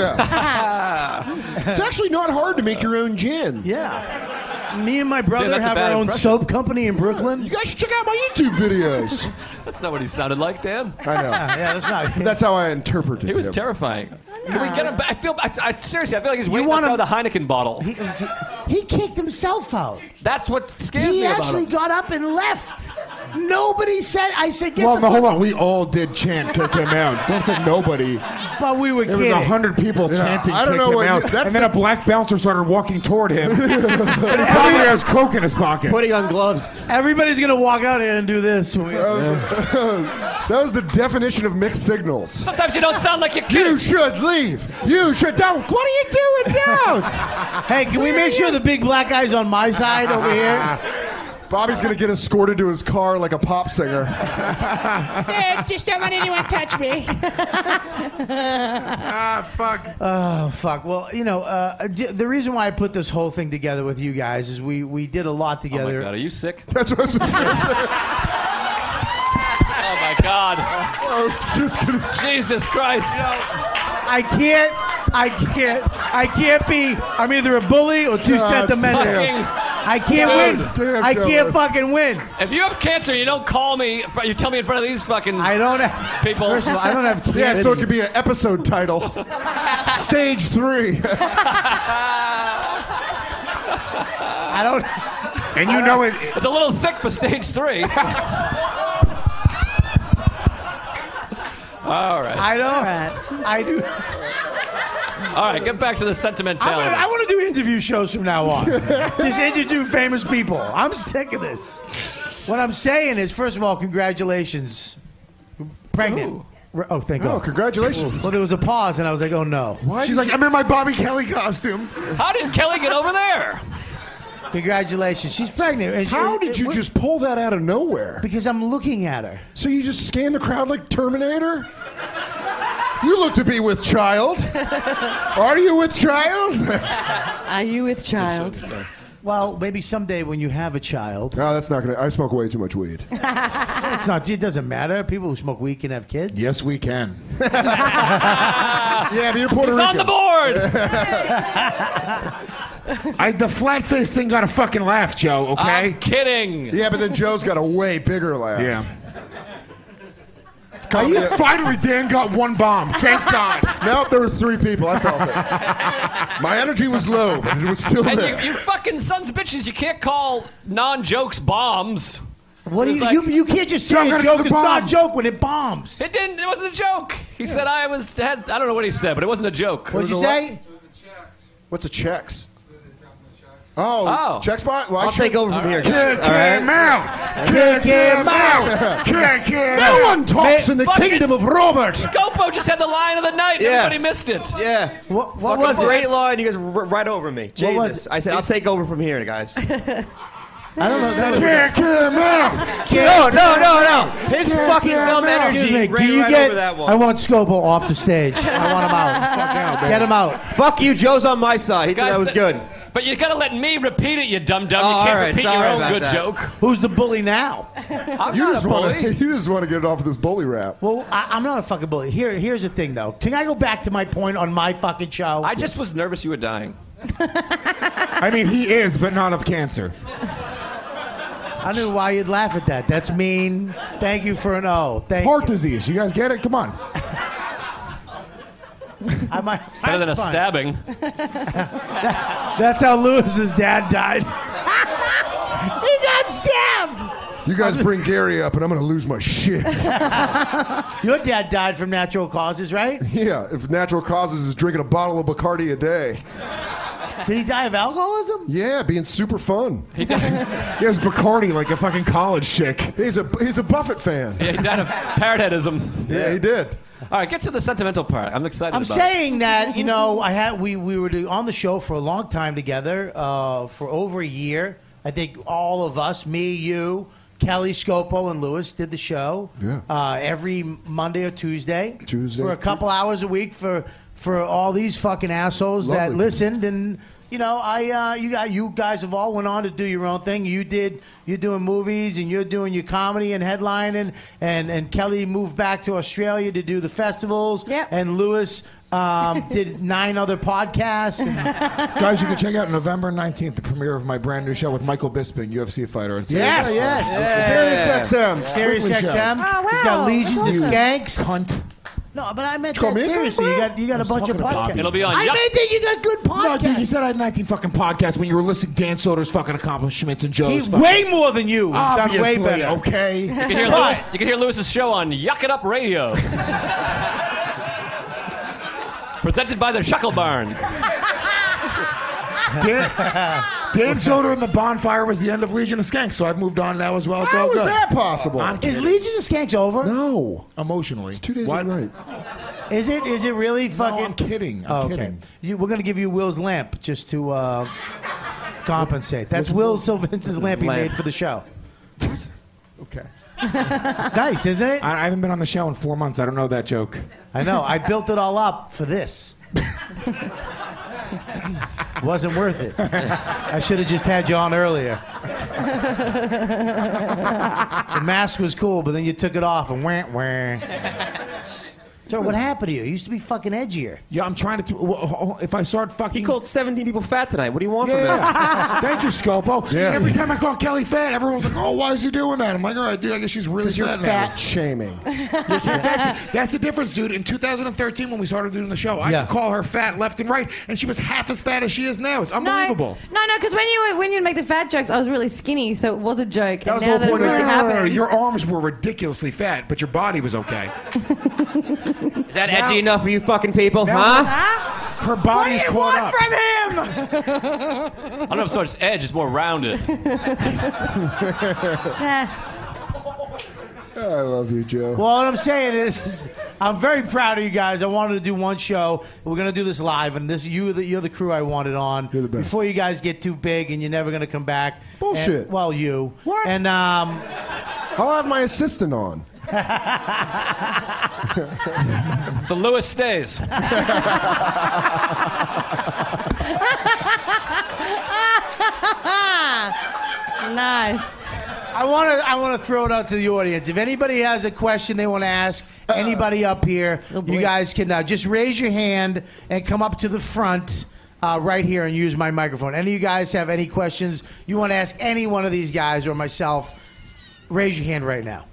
actually not hard to make your own gin. Yeah. Me and my brother that's a have bad our own impression. soap company in Brooklyn. You guys should check out my YouTube videos. That's not what he sounded like, Dan. I know. yeah, that's not. That's how I interpreted it. He was terrifying. Can we get him back? I feel. I, I, seriously, I feel like he's waiting to throw the Heineken bottle. He kicked himself out. That's what scares He me about actually him. got up and left. Nobody said. I said, get Well, the no, hold fuck- on. We all did chant "Kick him out." Don't say nobody. But we were There was a kidding. hundred people Yeah, chanting I "Kick don't know him what you- out," that's and then a the- black bouncer started walking toward him. and probably has coke in his pocket. Putting on gloves. Everybody's gonna walk out here and do this. when we- that was the definition of mixed signals. Sometimes you don't sound like you. You should leave. You should don't. What are you doing now? hey, can we make sure the big black guy's on my side over here? Bobby's gonna get escorted to his car like a pop singer. Eh, just don't let anyone touch me. ah, fuck. Oh fuck! Well, you know, uh, d- the reason why I put this whole thing together with you guys is we we did a lot Oh my together. god, are you sick? That's what I was just gonna Oh my god. say. I was just gonna- Jesus Christ. I can't, I can't, I can't be. I'm either a bully or too God sentimental. damn. I can't Dude. win. Damn, I can't Jonas. fucking win. If you have cancer, you don't call me. You tell me in front of these fucking. I don't. people. First of all, I don't have kids. Yeah, so it could be an episode title. Stage three. I don't. And you know it. It's a little thick for stage three. All right. I don't. I do. All right, get back to the sentiment I wanna- challenge. I want to do interview shows from now on. Just interview famous people. I'm sick of this. What I'm saying is, first of all, congratulations. Pregnant. Re- Oh, thank God. Oh, congratulations. Well, there was a pause, and I was like, oh no. She's like, I'm in my Bobby Kelly costume. How did Kelly get over there? Congratulations. She's pregnant. and she- How did you it- just pull that out of nowhere? Because I'm looking at her. So you just scan the crowd like Terminator? You look to be with child. Are you with child? Are you with child? Well, maybe someday when you have a child. No, that's not gonna. I smoke way too much weed. It's not. It doesn't matter. People who smoke weed can have kids. Yes, we can. yeah, but you're Puerto He's on the board. I, the flat face thing got a fucking laugh, Joe. Okay. I'm kidding. Yeah, but then Joe's got a way bigger laugh. Yeah. It's Are kind you of- finally, Dan got one bomb. Thank God. Nope, there were three people. I felt it. My energy was low, but it was still And there. you, you fucking sons of bitches, you can't call non jokes bombs. What do you, It was you? like- You can't just say a joke. It's not a joke when it bombs. It didn't. It wasn't a joke. He said I was. Had, I don't know what he said, but it wasn't a joke. What'd you say? What's a checks? Oh, Oh. check spot. Well, I I'll should- take over from here, guys. Kick All right. him out. Kick Kick him him out. out. Kick him out. No one talks in the Fucking kingdom of Robert. Scopo just had the line of the night. and Yeah. Everybody missed it. Yeah. What, Fucking Great line. You guys were right over me. Jesus. was I said, I'll take over from here, guys. I don't know. Kick him out. No, no, no, no. His Kick fucking him dumb out. energy Excuse me, ran can you right get, over that one. I want Scobo off the stage. I want him out. Get him out. Fuck you. Joe's on my side. He thought Guys, that was th- good. But you gotta let me repeat it, you dumb dumb. Oh, you all can't right, repeat your sorry own about good that. joke. Who's the bully now? I'm You not just a want bully. to. You just want to get it off of this bully rap. Well, I, I'm not a fucking bully. Here, here's the thing, though. Can I go back to my point on my fucking show? I just was nervous you were dying. I mean, he is, but not of cancer. I don't know why you'd laugh at that. That's mean. Thank you for an O. Thank Heart disease. You guys get it? Come on. I might, Better than a Fine. stabbing. That's how Lewis's dad died. he got stabbed. You guys bring Gary up, and I'm going to lose my shit. Your dad died from natural causes, right? yeah, if natural causes is drinking a bottle of Bacardi a day. Did he die of alcoholism? Yeah, being super fun. He died, He has Bacardi like a fucking college chick. He's a he's a Buffett fan. yeah, he died of parrotheadism. Yeah, he did. All right, get to the sentimental part. I'm excited. I'm about saying that you know I had we we were on the show for a long time together uh, for over a year. I think all of us, me, you, Kelly Scopo, and Lewis, did the show. Yeah. Uh, every Monday or Tuesday. Tuesday. For a couple hours a week for for all these fucking assholes that Lovely. listened and. You know, I uh, you got you guys have all went on to do your own thing. You did you're doing movies and you're doing your comedy and headlining and and Kelly moved back to Australia to do the festivals. Yeah. And Lewis um, did nine other podcasts. And, Guys, you can check out November 19th, the premiere of my brand new show with Michael Bisping, UFC fighter. And Yes, yes. Yeah. Sirius XM. Sirius Weekly show. XM. Oh, He's wow, got legions that's of awesome. skanks. Cunt. No, but I meant Did you call that me a cunt, seriously. bro? You got you got I a was bunch talking of to podcasts. Bobby. It'll be on I Yup. meant that you got good No, podcasts. dude, you said I had 19 fucking podcasts when you were listing Dan Soder's fucking accomplishments and Joe's. He's fucking- way more than you. He's done way Obviously, better. Okay. You can, hear Lewis, you can hear Lewis's show on Yuck It Up Radio. Presented by the Shuckle Barn. Dan, Dan Soder and the Bonfire was the end of Legion of Skanks, so I've moved on now as well. It's How all is good. that possible? I'm Is kidding. Legion of Skanks over? No, Emotionally. two days What? in right. Is it? Is it really fucking? I'm kidding. I'm Oh, okay. kidding. You, we're gonna give you Will's lamp just to uh, compensate. That's Will Sylvance's lamp he lamp. made for the show. Okay. It's nice, isn't it? I, I haven't been on the show in four months. I don't know that joke. I know. I built it all up for this. Wasn't worth it. I should have just had you on earlier. the mask was cool, but then you took it off and went where. So what happened to you? You used to be fucking edgier. Yeah, I'm trying to. Th- well, ho- ho- if I start fucking. He called 17 people fat tonight. What do you want from him? Yeah. Thank you, Scopo. Yeah. Every time I call Kelly fat, everyone's like, "Oh, why is he doing that?" I'm like, "All right, dude. I guess she's really You're fat now." fat shaming. You can't fact check. That's the difference, dude. In 2013, when we started doing the show, I Yeah. could call her fat left and right, and she was half as fat as she is now. It's unbelievable. No, no, because when you when you make the fat jokes, I was really skinny, so it was a joke. That and was now the whole that point. of it. No, no, it really no, no. happened. Your arms were ridiculously fat, but your body was okay. Is that edgy enough for you fucking people, Now- huh? Her body's caught up. I don't know if it's so much edge, it's more rounded. I love you, Joe. Well, what I'm saying is, I'm very proud of you guys. I wanted to do one show. We're gonna do this live, and this you the, you're the crew I wanted on. You're the best. Before you guys get too big and you're never gonna come back. Bullshit. And- well, you. What? And um, I'll have my assistant on. So Lewis stays. Ah, nice. I want to I want to throw it out to the audience. If anybody has a question they want to ask anybody up here, you guys can uh, just raise your hand and come up to the front. Uh, right here and use my microphone. Any of you guys have any questions you want to ask any one of these guys or myself? Raise your hand right now.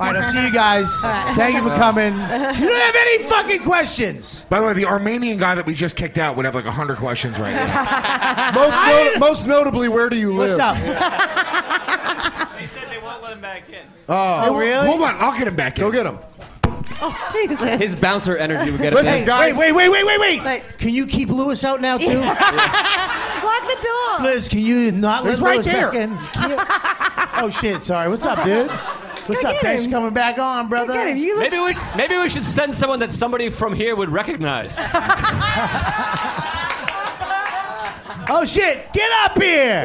All right, I'll see you guys. Thank you for coming. You don't have any fucking questions. By the way, the Armenian guy that we just kicked out would have like 100 questions right now. Most, no- most notably, where do you live? What's up? They said let him back in. Oh, really? Hold on, I'll get him back in. Go get him. Oh, Jesus. His bouncer energy would get Listen, him guys. Wait, wait, wait, wait, wait, Can you keep Lewis out now too? Lock the door. Liz, can you not He's let right Lewis there. back in? You can't- oh shit! Sorry. What's up, dude? What's up? Thanks for coming back on, brother. maybe we maybe we should send someone that somebody from here would recognize. Oh shit! Get up here!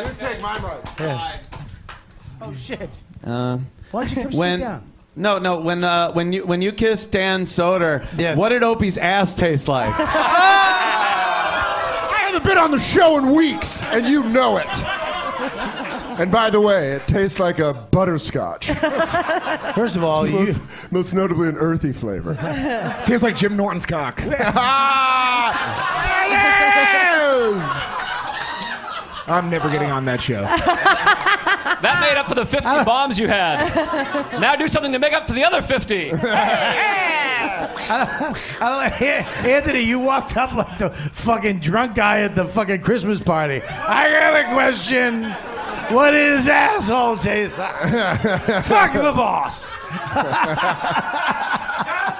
You take my mic. Oh shit! Uh, Why don't you come sit when, down? No, no. When uh, when you when you kissed Dan Soder, what did Opie's ass taste like? I haven't been on the show in weeks, and you know it. And by the way, it tastes like a butterscotch. First of all, most, most notably an earthy flavor. Tastes like Jim Norton's cock. I'm never getting on that show. That made up for the 50 bombs you had. Now do something to make up for the other 50. I don't, I don't, An- Anthony, you walked up like the fucking drunk guy at the fucking Christmas party. I got a question. What is asshole taste like? Fuck the boss. That's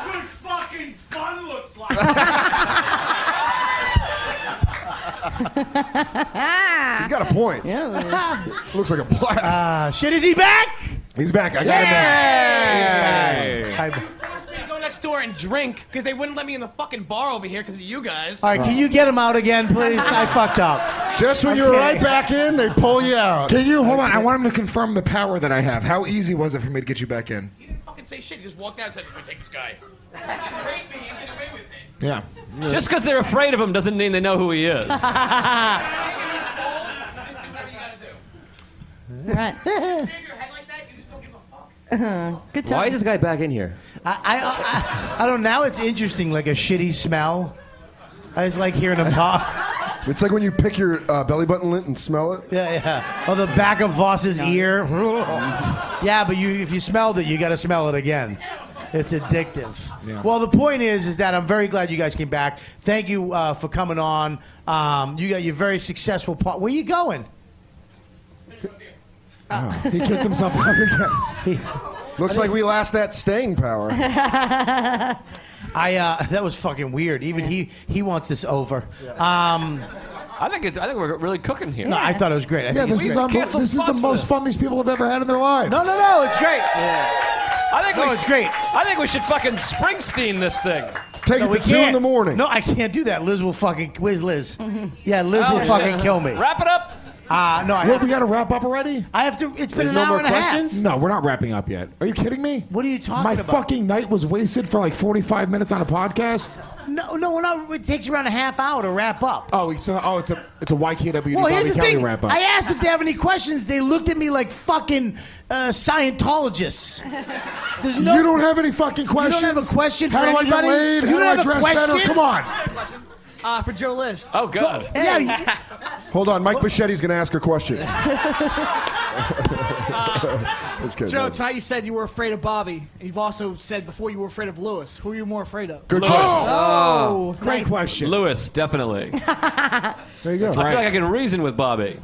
what fucking fun looks like. He's got a point. Yeah. Looks like a blast. Ah, shit, is he back? He's back. I got him back. I go next door and drink because they wouldn't let me in the fucking bar over here because of you guys. All right, can you get him out again, please? I fucked up. Just when you're right back in, they pull you out. Can you hold on? I want him to confirm the power that I have. How easy was it for me to get you back in? fucking say shit. You just walked out and said, "I'm gonna take this guy." Rape me and get away with it. Yeah. Just because they're afraid of him doesn't mean they know who he is. Right. Good time. Why is this guy back in here? I, I, I, I don't. Now it's interesting, like a shitty smell. I just like hearing him talk. It's like when you pick your uh, belly button lint and smell it. Yeah, yeah. Oh, the back of Voss's ear. yeah, but you if you smelled it, you got to smell it again. It's addictive. Yeah. Well, the point is, is that I'm very glad you guys came back. Thank you uh, for coming on. Um, you got your very successful part. Where you going? He kicked himself up again. Looks like we lost that staying power. I uh, that was fucking weird. Even he he wants this over. Um, I think it's, I think we're really cooking here. No, I thought it was great. I Yeah, think this it's is, great. unbe- this is the most fun these people have ever had in their lives. No, no, no. It's great. I think No, we, it's great. I think we should fucking Springsteen this thing. No, we can't. No, I can't do that. Liz will fucking. Where's Liz? Yeah, Liz Oh, will shit. fucking kill me. Wrap it up. Uh, no, I What, have we to- got to wrap up already? I have to. It's been There's an no hour more and questions? a half. No, we're not wrapping up yet. Are you kidding me? What are you talking My about? fucking night was wasted for like 45 minutes on a podcast. No, no, we're not. It takes around a half hour to wrap up. Oh, so, oh, it's a it's a YKWd well, Bobby here's the County thing. wrap up. I asked if they have any questions. They looked at me like fucking uh, Scientologists. There's no. you don't have any fucking questions. You don't have a question How for do anybody. I get laid? How You do don't I have a dress better? question? Come on. Uh, for Joe List. Oh God. Yeah, you- Hold on, Mike Bichetti's going to ask a question. Just kidding. Joe, tonight you said you were afraid of Bobby. You've also said before you were afraid of Lewis. Who are you more afraid of? Good Oh, great question. Lewis, definitely. There you go. I feel like I can reason with Bobby.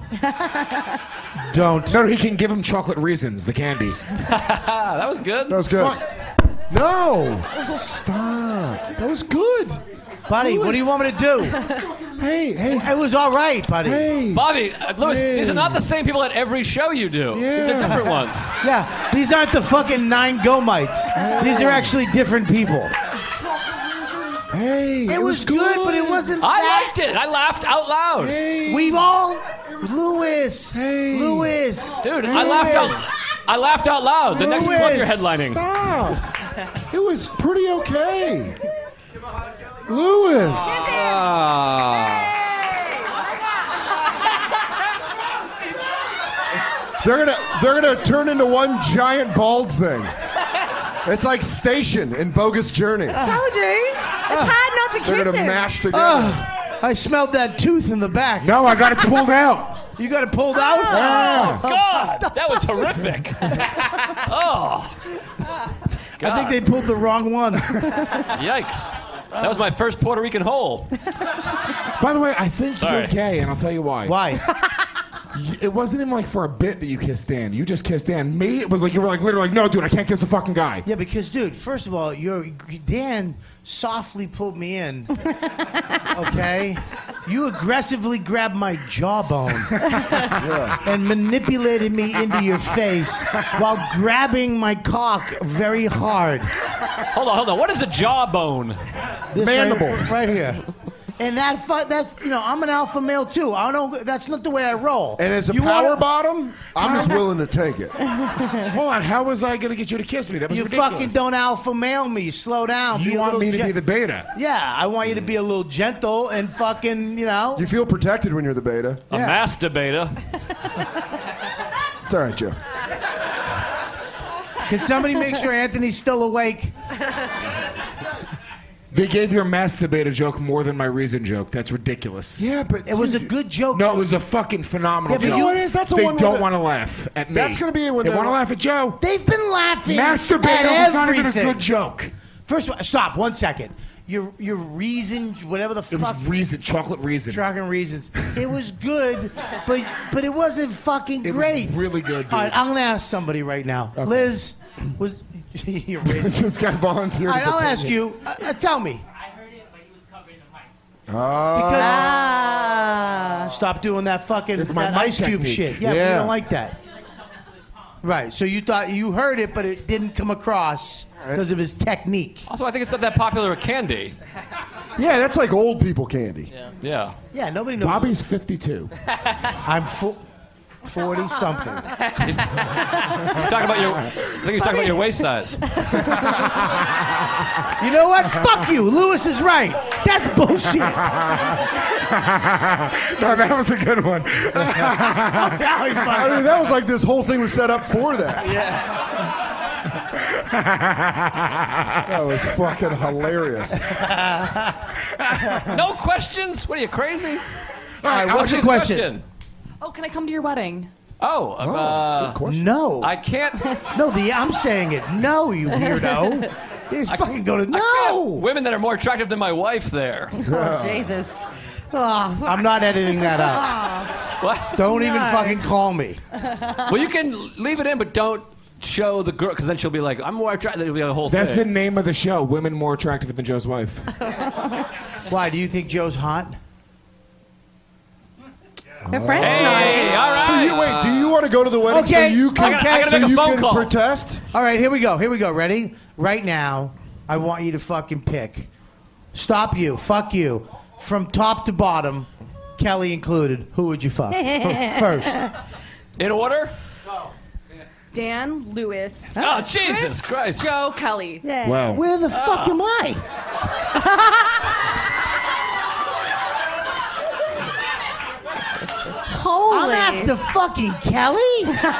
Don't. No, he can give him chocolate reasons, the candy. Ah, that was good. That was good. No. Stop. That was good. Buddy, what do you want me to do? hey, hey. It was all right, buddy. Hey. Bobby, uh, Lewis, these are not the same people at every show you do. These are Yeah. different ones. Yeah, these aren't the fucking nine gomites. These are actually different people. Hey, it, was, good, but it wasn't. I that- liked it. I laughed out loud. We've all, Lewis, Lewis, Dude, I laughed out. I laughed out loud. The next club you're Lewis, headlining. Stop. It was pretty okay. Lewis. They're gonna they're gonna turn into one giant bald thing. It's like Station in Bogus Journey. Told you. It's hard not to They're kiss gonna him. mash together. Ah, I smelled that tooth in the back. No, I got it pulled out. You got it pulled out? Ah. Oh, God, that was horrific. oh, I think they pulled the wrong one. yikes. That was my first Puerto Rican hole. By the way, I think Sorry. you're gay, and I'll tell you why. Why? y- it wasn't even like for a bit that you kissed Dan. You just kissed Dan. Me, it was like you were like literally like, no, dude, I can't kiss a fucking guy. Yeah, because dude, first of all, you're Dan softly pulled me in. Okay, you aggressively grabbed my jawbone and manipulated me into your face while grabbing my cock very hard. Hold on, hold on. What is a jawbone? This right- right, here. And that fu- that's you know I'm an alpha male too. I don't. That's not the way I roll. And as a You power wanna- bottom, I'm just willing to take it. Hold on, how was I gonna get you to kiss me? That was you ridiculous. fucking don't alpha male me. Slow down. You Be a want little me to gen- be the beta? Yeah, I want you to be a little gentle and fucking, you know. You feel protected when you're the beta. A masturbator. It's all right, Joe. Can somebody make sure Anthony's still awake? They gave your masturbator joke more than my reason joke. That's ridiculous. Yeah, but it was a good joke. No, it was a fucking phenomenal Yeah, but joke. you know what it is? That's the they one where don't the- want to laugh at me. That's gonna be when they the- want to laugh at Joe. They've been laughing. Masturbator at was not even a everything. good joke. First of all, stop one second. Your your reason, whatever the It fuck. was reason, chocolate reason. Dragon reasons. It was good, but but it wasn't fucking It was great. really good, dude. All right, I'm gonna ask somebody right now. Liz, was you're racist. this guy volunteered. All right, for I'll picking ask it. you. Uh, uh, tell me. Because, Ah. Ah. stop doing that fucking It's my that mic ice cube technique. shit. Yeah, we Yeah. don't like that. Right. So you thought you heard it, but it didn't come across because of his technique. Also, I think it's not that popular with candy. yeah, that's like old people candy. Yeah. Yeah, nobody knows. Bobby's 52. I'm fo- forty something. He's talking about your. I think he's talking about your waist size. You know what? Fuck you. Lewis is right. That's bullshit. no, that was a good one. now he's I mean, that was like this whole thing was set up for that. That was fucking hilarious. No questions? What are you crazy? right, what's the question? Oh, can I come to your wedding? Oh, uh, No. I can't. Uh, no, the I'm saying it. No, you weirdo. You I- fucking go to I can't have no. Women that are more attractive than my wife there. Oh, Jesus. Oh, fuck. I'm not editing that out. What? Don't even No. fucking call me. Well, you can leave it in, but don't show the girl because then she'll be like, "I'm more attractive." It'll be a whole That's the thing. name of the show. Women more attractive than Joe's wife. Why? Do you think Joe's hot? Her friend's Hey, all right. So you wait. Do you want to go to the wedding uh, Okay, so you can, okay. I gotta so make a you phone can call. protest? All right, here we go. Here we go. Ready? Right now, I want you to fucking pick. Stop you. Fuck you. From top to bottom, Kelly included. Who would you fuck F- first? in order. Dan Lewis. Oh, Jesus Christ! Joe Kelly. Yeah. Wow. Where the fuck am Oh. I? Holy. I'm after fucking Kelly. you fuck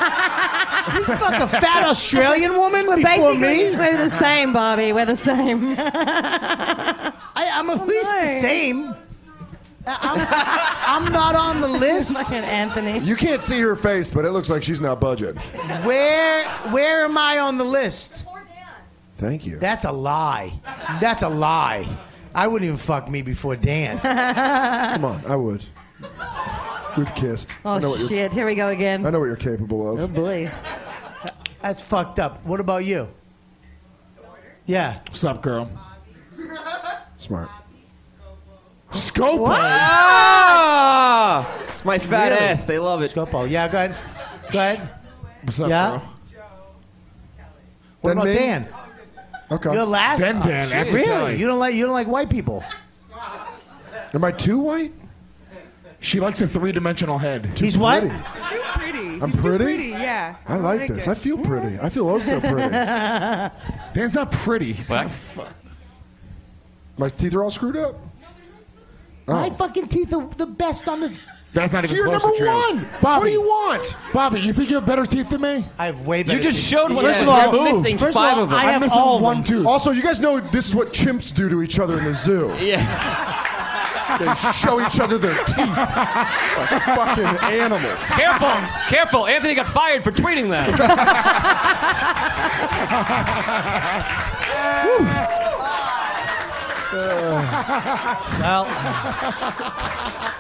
a fat Australian woman We're before basically- me. We're the same, Bobby. We're the same. I, I'm at least the no. same. Uh, I- I'm, I'm not on the list. Fucking Anthony. You can't see her face, but it looks like she's not budging. Where where am I on the list? Thank you. That's a lie. That's a lie. I wouldn't even fuck me before Dan. Come on, I would. We've kissed. I know Oh, what you're, shit. Here we go I again. know what you're capable of. Oh, boy. That's fucked up. What about you? Yeah. What's up, girl? Smart. Scopo. Ah! It's my fat Really? ass. They love it. Scopo. Yeah, go ahead. Go ahead. What's up, Yeah? girl? What Then about me? Dan? Okay. You're last. Then Dan, after really? Kelly. You don't like you don't like white people. Am I too white? She likes a three-dimensional head. He's what? Pretty. Too pretty. I'm He's pretty? Too pretty, yeah. I like this. I it. feel pretty. I feel also pretty. Dan's not pretty. He's Well, not I- fu- My teeth are all screwed up. My Oh. fucking teeth are the best on this. That's not even You're close number to true. one. Bobby, What do you want? Bobby, you think you have better teeth than me? I have way better. You just teeth. showed one. First of that was all, removed. missing first five of them. I I'm have missing all of one them. tooth. Also, you guys know this is what chimps do to each other in the zoo. Yeah. They show each other their teeth like fucking animals. Careful, careful. Anthony got fired for tweeting that. Well,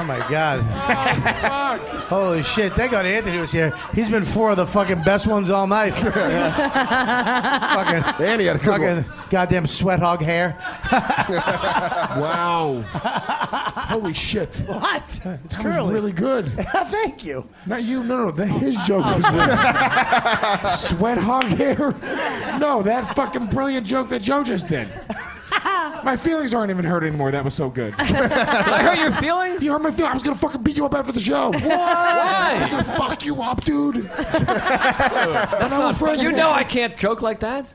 Oh my God. Holy shit. Thank God Anthony was here. He's been four of the fucking best ones all night. fucking, Andy had a good fucking one. goddamn sweat hog hair. wow. Holy shit. What? It's that curly. Was really good. Thank you. Not you. No, no. The, his joke was really sweat hog hair. No, that fucking brilliant joke that Joe just did. My feelings aren't even hurt anymore. That was so good. Did I hurt your feelings? You hurt my feelings. I was gonna fucking beat you up after the show. What? Why? I was gonna fuck you up, dude. That's I'm not afraid fair. You of know it. I can't joke like that.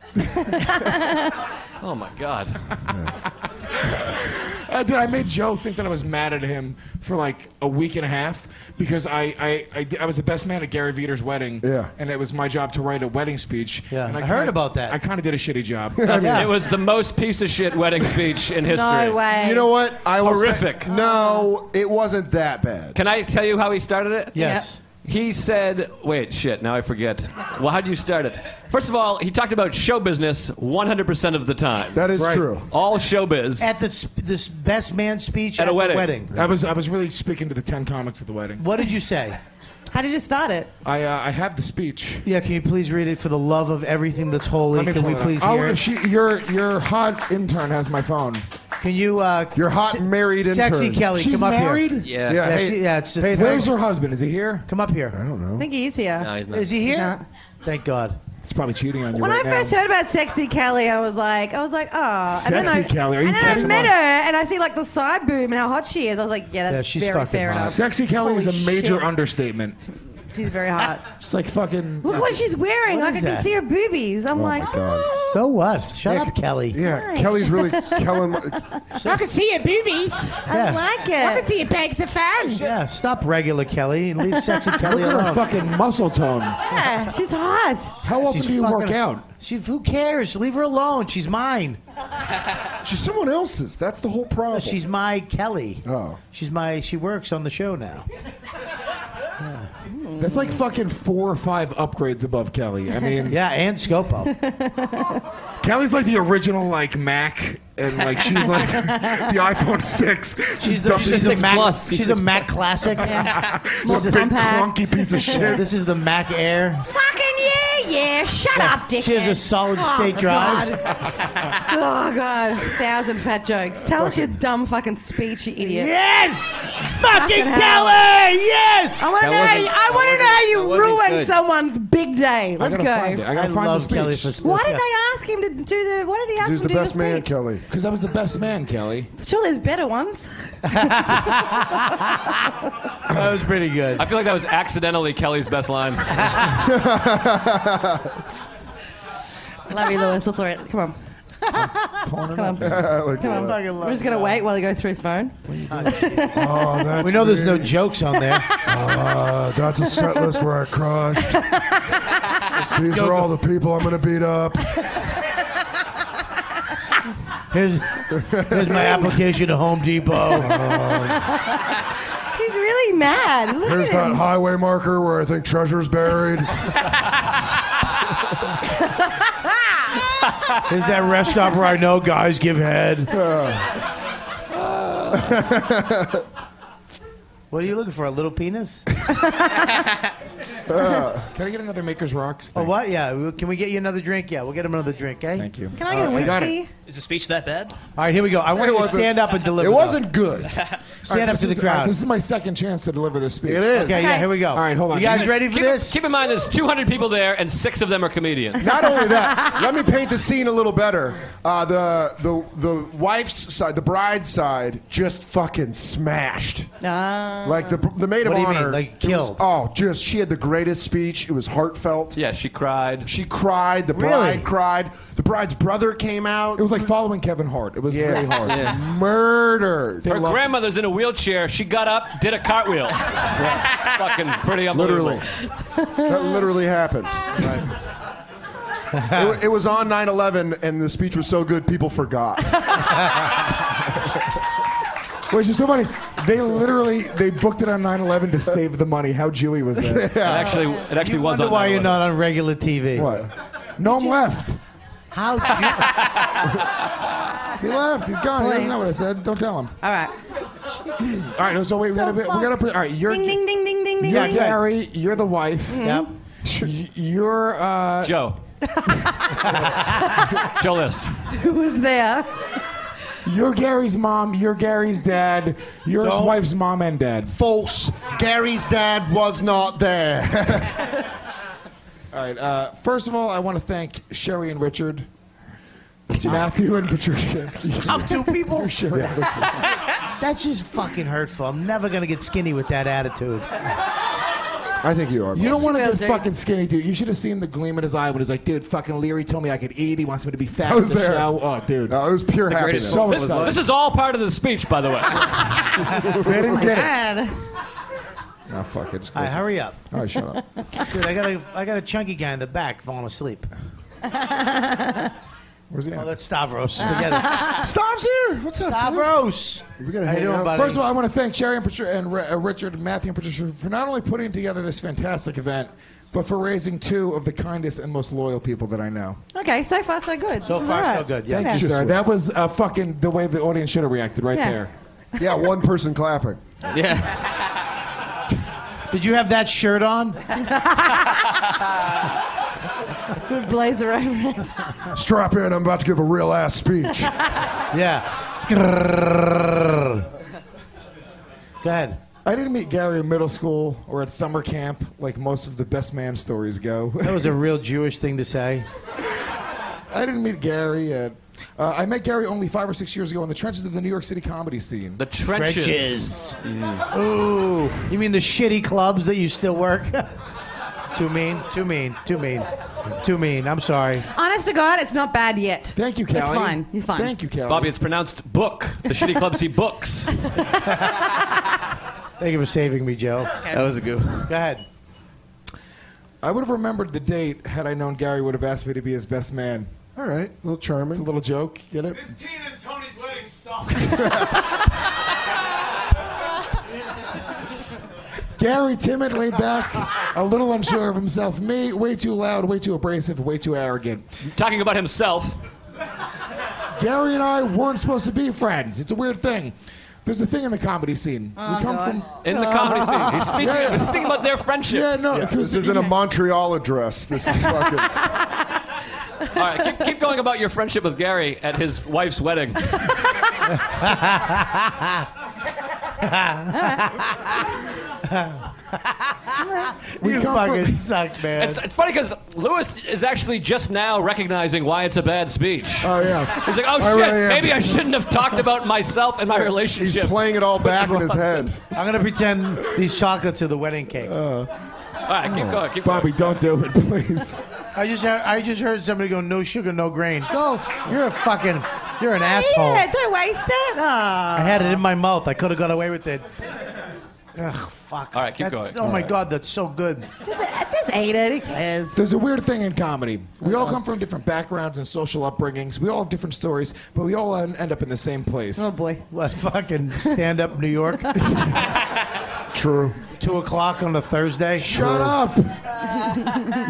oh my god. Uh, dude, I made Joe think that I was mad at him for like a week and a half because I I, I, di- I was the best man at Gary Veter's wedding. Yeah. And it was my job to write a wedding speech. Yeah. And I heard about that. I kind of did a shitty job. It was the most piece of shit wedding speech in history. You know what? will say- Horrific. no, it wasn't that bad. Can I tell you how he started it? Yes. He said, wait, shit, now I forget. Well, how did you start it? First of all, he talked about show business 100% of the time. That is Right. true. All showbiz. At the sp- this best man speech at, a the wedding. I was I was really speaking to the ten comics at the wedding. What did you say? How did you start it? I uh, I have the speech. Yeah, can you please read it for the love of everything that's holy? Let me Can pull we it up. please Oh, hear it? she, your your hot intern has my phone. Can you? Uh, your hot se- married Sexy intern. Kelly, She's come up married? here. Yeah. yeah. Yeah, she- hey- yeah it's hey, Where's her husband? Is he here? Come up here. I don't know. I think he's here. No, he's not. Is he He's here? not. Thank God. It's probably cheating on you When right I first now. heard about Sexy Kelly, I was like, I was like, oh. and then Sexy I, Kelly, are you and then kidding I met me? her, and I see like the side boob and how hot she is. I was like, yeah, that's very fair enough. Sexy Kelly Holy is a major shit. understatement. She's very hot. She's like fucking. Look what she's wearing. like What I is can that? see her boobies. I'm like, "Oh, So what? Shut up, Kelly. Yeah, Kelly's really killing. My, I can see your boobies. I Yeah. like it. I can see your bags of fun. Yeah, stop regular Kelly and leave sexy Kelly Look at her alone. fucking muscle tone. Yeah, she's hot. How often do you work out? She, who cares? Leave her alone. She's mine. she's someone else's. That's the whole problem. She's my Kelly. Oh. She's my. She works on the show now. That's like fucking four or five upgrades above Kelly. I mean, yeah, and Scopo. Kelly's like the original like Mac, and like she's like the iPhone six. She's the. dumped She's into- a Mac. She's a Mac classic. More She's big clunky piece of Yeah, shit. This is the Mac Air. Fucking yeah, yeah. Shut Yeah. up, dick. She has a solid state drive. oh god, thousand fat jokes. Tell us your dumb fucking speech, you idiot. Yes! Fucking Kelly! hell. Yes! I want to That know. How wasn't- you, I that want to know how you wasn't- that wasn't good. ruined someone's big day. I Let's gotta go. find it. I gotta I find the love Kelly speech. for- Why did yeah. they ask him to do the? Why did he ask She was the him to do the best speech? man, Kelly. Because I was the best man, Kelly. Sure, there's better ones. That was pretty good. I feel like that was accidentally Kelly's best line. Love you, Lewis. That's all right. Come on. Come on. Come on. We're just gonna wait while he goes through his phone. Oh, that's we know there's no weird. jokes on there. Uh, that's a set list where I crushed. These are all the people I'm going to beat up. Here's, here's my application to Home Depot. He's really mad. Look Here's at him. that highway marker where I think treasure's buried. Here's that rest stop where I know guys give head. what are you looking for? A little penis? Can I get another Maker's Rocks? Oh, what? Yeah. we- Can we get you another drink? Yeah, we'll get him another drink, eh? Thank you. All Can I get a I got whiskey? Is the speech that bad? right, here we go. I want It you to wasn't- stand up and deliver. It though. wasn't good. Stand up this to the is- crowd. this is my second chance to deliver this speech. It is. Okay, yeah, here we go. All right, hold on. You guys ready for keep, this? Keep in mind there's 200 people there and six of them are comedians. Not only that, let me paint the scene a little better. Uh, the the the wife's side, the bride's side, just fucking smashed. Ah. Like the the maid of What do you mean, honor, like it was- killed? oh, just she had the greatest speech. It was heartfelt. Yeah, she cried. She cried. The bride Really? cried. The bride's brother came out. It was like following Kevin Hart. It was Yeah. really hard. Yeah. Murdered. Her grandmother's in a wheelchair. She got up, did a cartwheel. Fucking pretty unbelievable. Literally. that literally happened. It, wa- it was on 9 11, and the speech was so good, people forgot. Which is so funny. They literally they booked it on 9/11 to save the money. How Jewy was that? It actually, it actually You was wonder on why you're 9/11. not on regular TV. What? No, I'm left. How? Ju- He left. He's gone. He doesn't know what I said. Don't tell him. All right. All right, so wait, we gotta, we gotta. All right, you're Ding, ding, ding, ding, ding, ding, you're ding. Gary. You're the wife. Mhm. Yep. You're uh, Joe. Joe List. Who was there? You're Gary's mom. You're Gary's dad. You're his Don't- wife's mom and dad. False. Gary's dad was not there. All right. Uh, first of all, I want to thank Sherry and Richard. It's Matthew and Patricia. I'm two people. Sherry and Richard. That's just fucking hurtful. I'm never gonna get skinny with that attitude. I think you are. You don't want to will, get dude. fucking skinny, dude. You should have seen the gleam in his eye when he was like, "Dude, fucking Leary told me I could eat. He wants me to be fat." I was in the there. Show. Oh, dude, it was pure It's the happiness. greatest moment of This, his life. this is all part of the speech, by the way. They didn't get it. Oh, fuck it. Just All right, hurry up. All right, shut up. Dude, I got a I got a chunky guy in the back falling asleep. Where's he? Oh, that's Stavros. Forget it. Stav's here. What's up, Stavros? We gotta How you hang doing, out. buddy? First of all, I want to thank Sherry and, Patri- and Ri- uh, Richard, Matthew and Patricia for not only putting together this fantastic event, but for raising two of the kindest and most loyal people that I know. Okay, so far so good. This is all right. Thank you, sir. That was uh, fucking the way the audience should have reacted right Yeah. there. Yeah, one person clapping. Yeah. Did you have that shirt on? Blazer over it. Strap in. I'm about to give a real ass speech. yeah. Grrrr. Go ahead. I didn't meet Gary in middle school or at summer camp, like most of the best man stories go. That was a real Jewish thing to say. I didn't meet Gary at. Uh, I met Gary only five or six years ago in the trenches of the New York City comedy scene. The Trenches. Ooh, you mean the shitty clubs that you still work? too mean, too mean, too mean, too mean. I'm sorry. Honest to God, it's not bad yet. Thank you, It's Callie. fine. You're fine. you, Kelly. Bobby, it's pronounced book. The shitty club see books. Thank you for saving me, Joe. That was a good one. Go ahead. I would have remembered the date had I known Gary would have asked me to be his best man. All right, a little charming. It's a little joke, get it? This Gene and Tony's wedding sucks. Gary, timid, laid back, a little unsure of himself. Me, way too loud, way too abrasive, way too arrogant. Talking about himself. Gary and I weren't supposed to be friends. It's a weird thing. There's a thing in the comedy scene. Oh, we come God. from In the comedy scene. He's speaking- he's speaking about their friendship. Yeah, no, Yeah, because This isn't a Montreal address. This is fucking. All right, keep, keep going about your friendship with Gary at his wife's wedding. you come fucking suck, man. It's, it's funny because Lewis is actually just now recognizing why it's a bad speech. Oh yeah. He's like, oh I shit, really am." maybe I shouldn't have talked about myself and my relationship. He's playing it all back in his head. I'm gonna pretend these chocolates are the wedding cake. All right, keep going. Keep Bobby, don't do it, please. I just heard, I just heard somebody go no sugar, no grain. Go, you're a fucking, you're an asshole. Yeah, don't waste it. Oh. Aw. I had it in my mouth. I could have got away with it. Ugh, fuck. All right, keep going. That's- oh my god, that's so good. Just ate it. Who cares? There's a weird thing in comedy. We all come from different backgrounds and social upbringings. We all have different stories, but we all en- end up in the same place. Oh boy. What fucking stand up New York? True. Two o'clock on a Thursday. Shut up.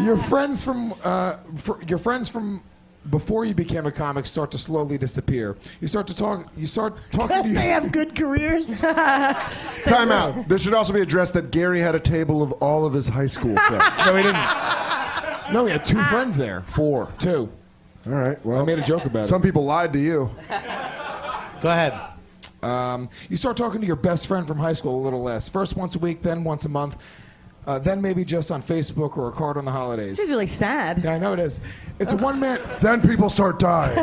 your friends from uh, fr- your friends from before you became a comic start to slowly disappear. You start to talk. You start talking. to they have good careers. Time out. This should also be addressed that Gary had a table of all of his high school friends. no, he didn't. No, he had two friends there. Four. Two. All right. Well, I made a joke about it. Some people lied to you. Go ahead. Um, you start talking to your best friend from high school a little less. First once a week, then once a month, uh, then maybe just on Facebook or a card on the holidays. This is really sad. Yeah, I know it is. It's a one man. Then people start dying.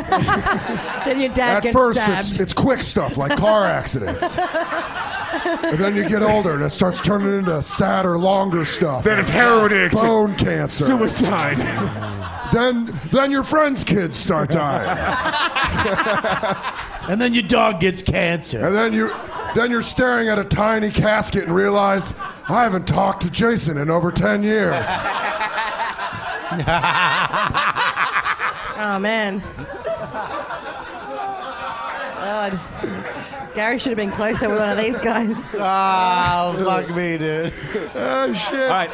Then your dad At gets first, stabbed. it's it's quick stuff like car accidents, and then you get older and it starts turning into sadder, longer stuff. Then it's heroin addiction. bone cancer, Suicide. then then your friends' kids start dying, and then your dog gets cancer, and then you then you're staring at a tiny casket and realize I haven't talked to Jason in over ten years. Oh man. God. Gary should have been closer with one of these guys. Oh, fuck me, dude. oh, All shit. right,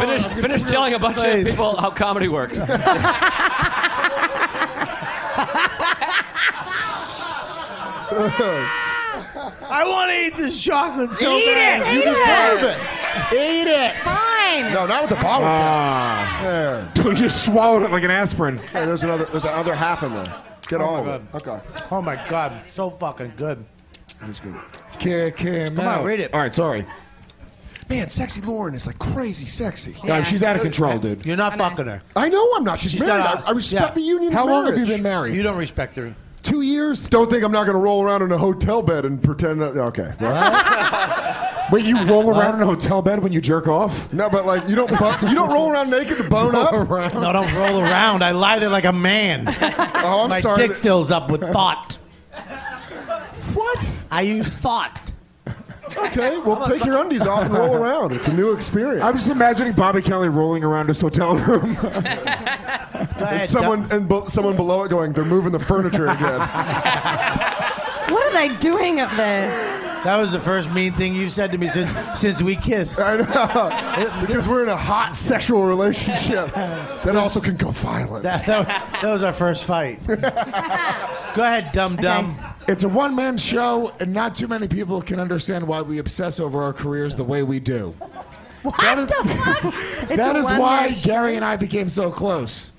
finish, finish telling a bunch of people how comedy works. I want to eat this chocolate so Eat bad. it, You eat deserve it. Eat it. Fine. No, not with the bottle. Ah. Dude, you swallowed it like an aspirin. Hey, there's another. There's another half in there. Get Oh all my of it. Okay. Oh my god, so fucking good. It's good. Kick him Come on, out. read it. All right, sorry. Man, sexy Lauren is like crazy sexy. No, she's out of control, dude. You're not fucking her. I know I'm not. She's, She's married. not- I, I respect yeah. the union. How of long have you marriage. been married? You don't respect her. Two years. Don't think I'm not going to roll around in a hotel bed and pretend. That, okay. Wait, you roll around in a hotel bed when you jerk off? No, but like you don't bu- you don't roll around naked to bone up. No, don't roll around. I lie there like a man. Oh, I'm my sorry. dick fills up with thought. what? I use thought. Okay, well take your undies off and roll around. It's a new experience. I'm just imagining Bobby Kelly rolling around his hotel room. and someone and bo- someone below it going, they're moving the furniture again. What are they doing up there? That was the first mean thing you've said to me since since we kissed. I know because we're in a hot sexual relationship that also can go violent. That, that, was- that was our first fight. Go ahead, dumb dumb. It's a one man show, and not too many people can understand why we obsess over our careers the way we do. What the fuck? It's that a is one-man why show. Gary and I became so close.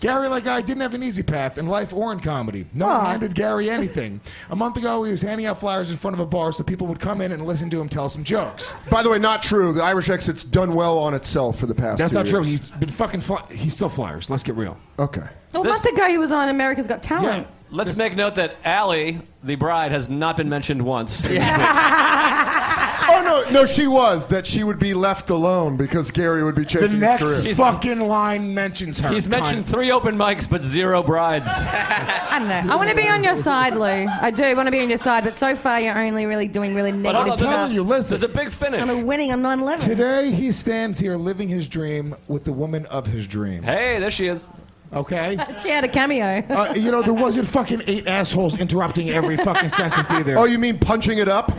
Gary, like I, didn't have an easy path in life or in comedy. No one Aw. handed Gary anything. a month ago, he was handing out flyers in front of a bar so people would come in and listen to him tell some jokes. By the way, not true. The Irish exit's done well on itself for the past. That's two not true. years. He's been fucking fly- He's still flyers. Let's get real. Okay. Well, a month ago he was on America's Got Talent. Let's make note that Allie, the bride, has not been mentioned once. Oh no, no, she was that she would be left alone because Gary would be The chasing his next career. fucking line mentions her. He's mentioned cunt. three open mics, but zero brides. I don't know. I want to be on your side, Lou. I do want to be on your side, but so far you're only really doing really But hold negative on, there's, stuff. telling you, listen. there's a big finish. I'm winning on 9/11. Today he stands here living his dream with the woman of his dreams. Hey, there she is. Okay. She had a cameo. Uh, you know there wasn't fucking eight assholes interrupting every fucking sentence either. Oh, you mean punching it up?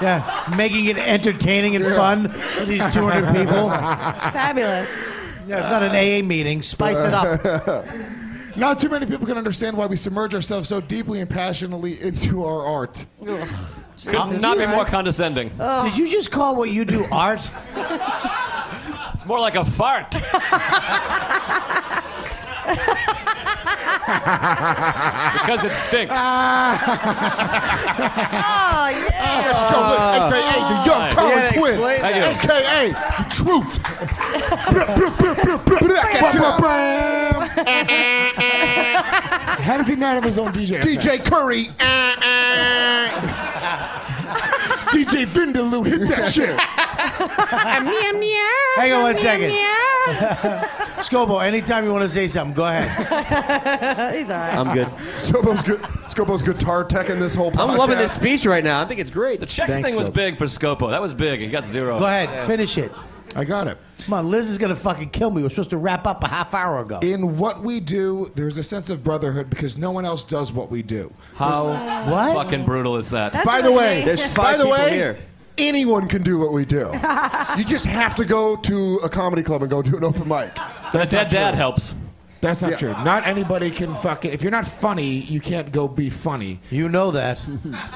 Yeah, making it entertaining and fun for these 200 people. Fabulous. Yeah, it's not an AA meeting. Spice it up. Not too many people can understand why we submerge ourselves so deeply and passionately into our art. Could not be more condescending. Oh. Did you just call what you do art? It's more like a fart. because it stinks. Oh yeah. Yes, Joe List, aka the Young Colin Quinn, aka the Truth. Blah, blah, blah, blah, blah, blah, catch you up. How does he not have his own DJ? DJ effects? Curry. DJ Vindaloo, hit that shit. Hang on one second. Scobo, anytime you want to say something, go ahead. He's all right. I'm good. Scobo's good. Scobo's guitar tech in this whole. Podcast. I'm loving this speech right now. I think it's great. The checks Thanks, thing was folks. big for Scopo. That was big. He got zero. Go ahead, finish it. I got it. Come on, Liz is gonna fucking kill me. We're supposed to wrap up a half hour ago. In what we do, there's a sense of brotherhood because no one else does what we do. How What? fucking brutal is that? By the way, There's five by the people way, here. anyone can do what we do. you just have to go to a comedy club and go do an open mic. The dead not true. dad helps. That's not Yeah. true. Not anybody can fucking. If you're not funny, you can't go be funny. You know that.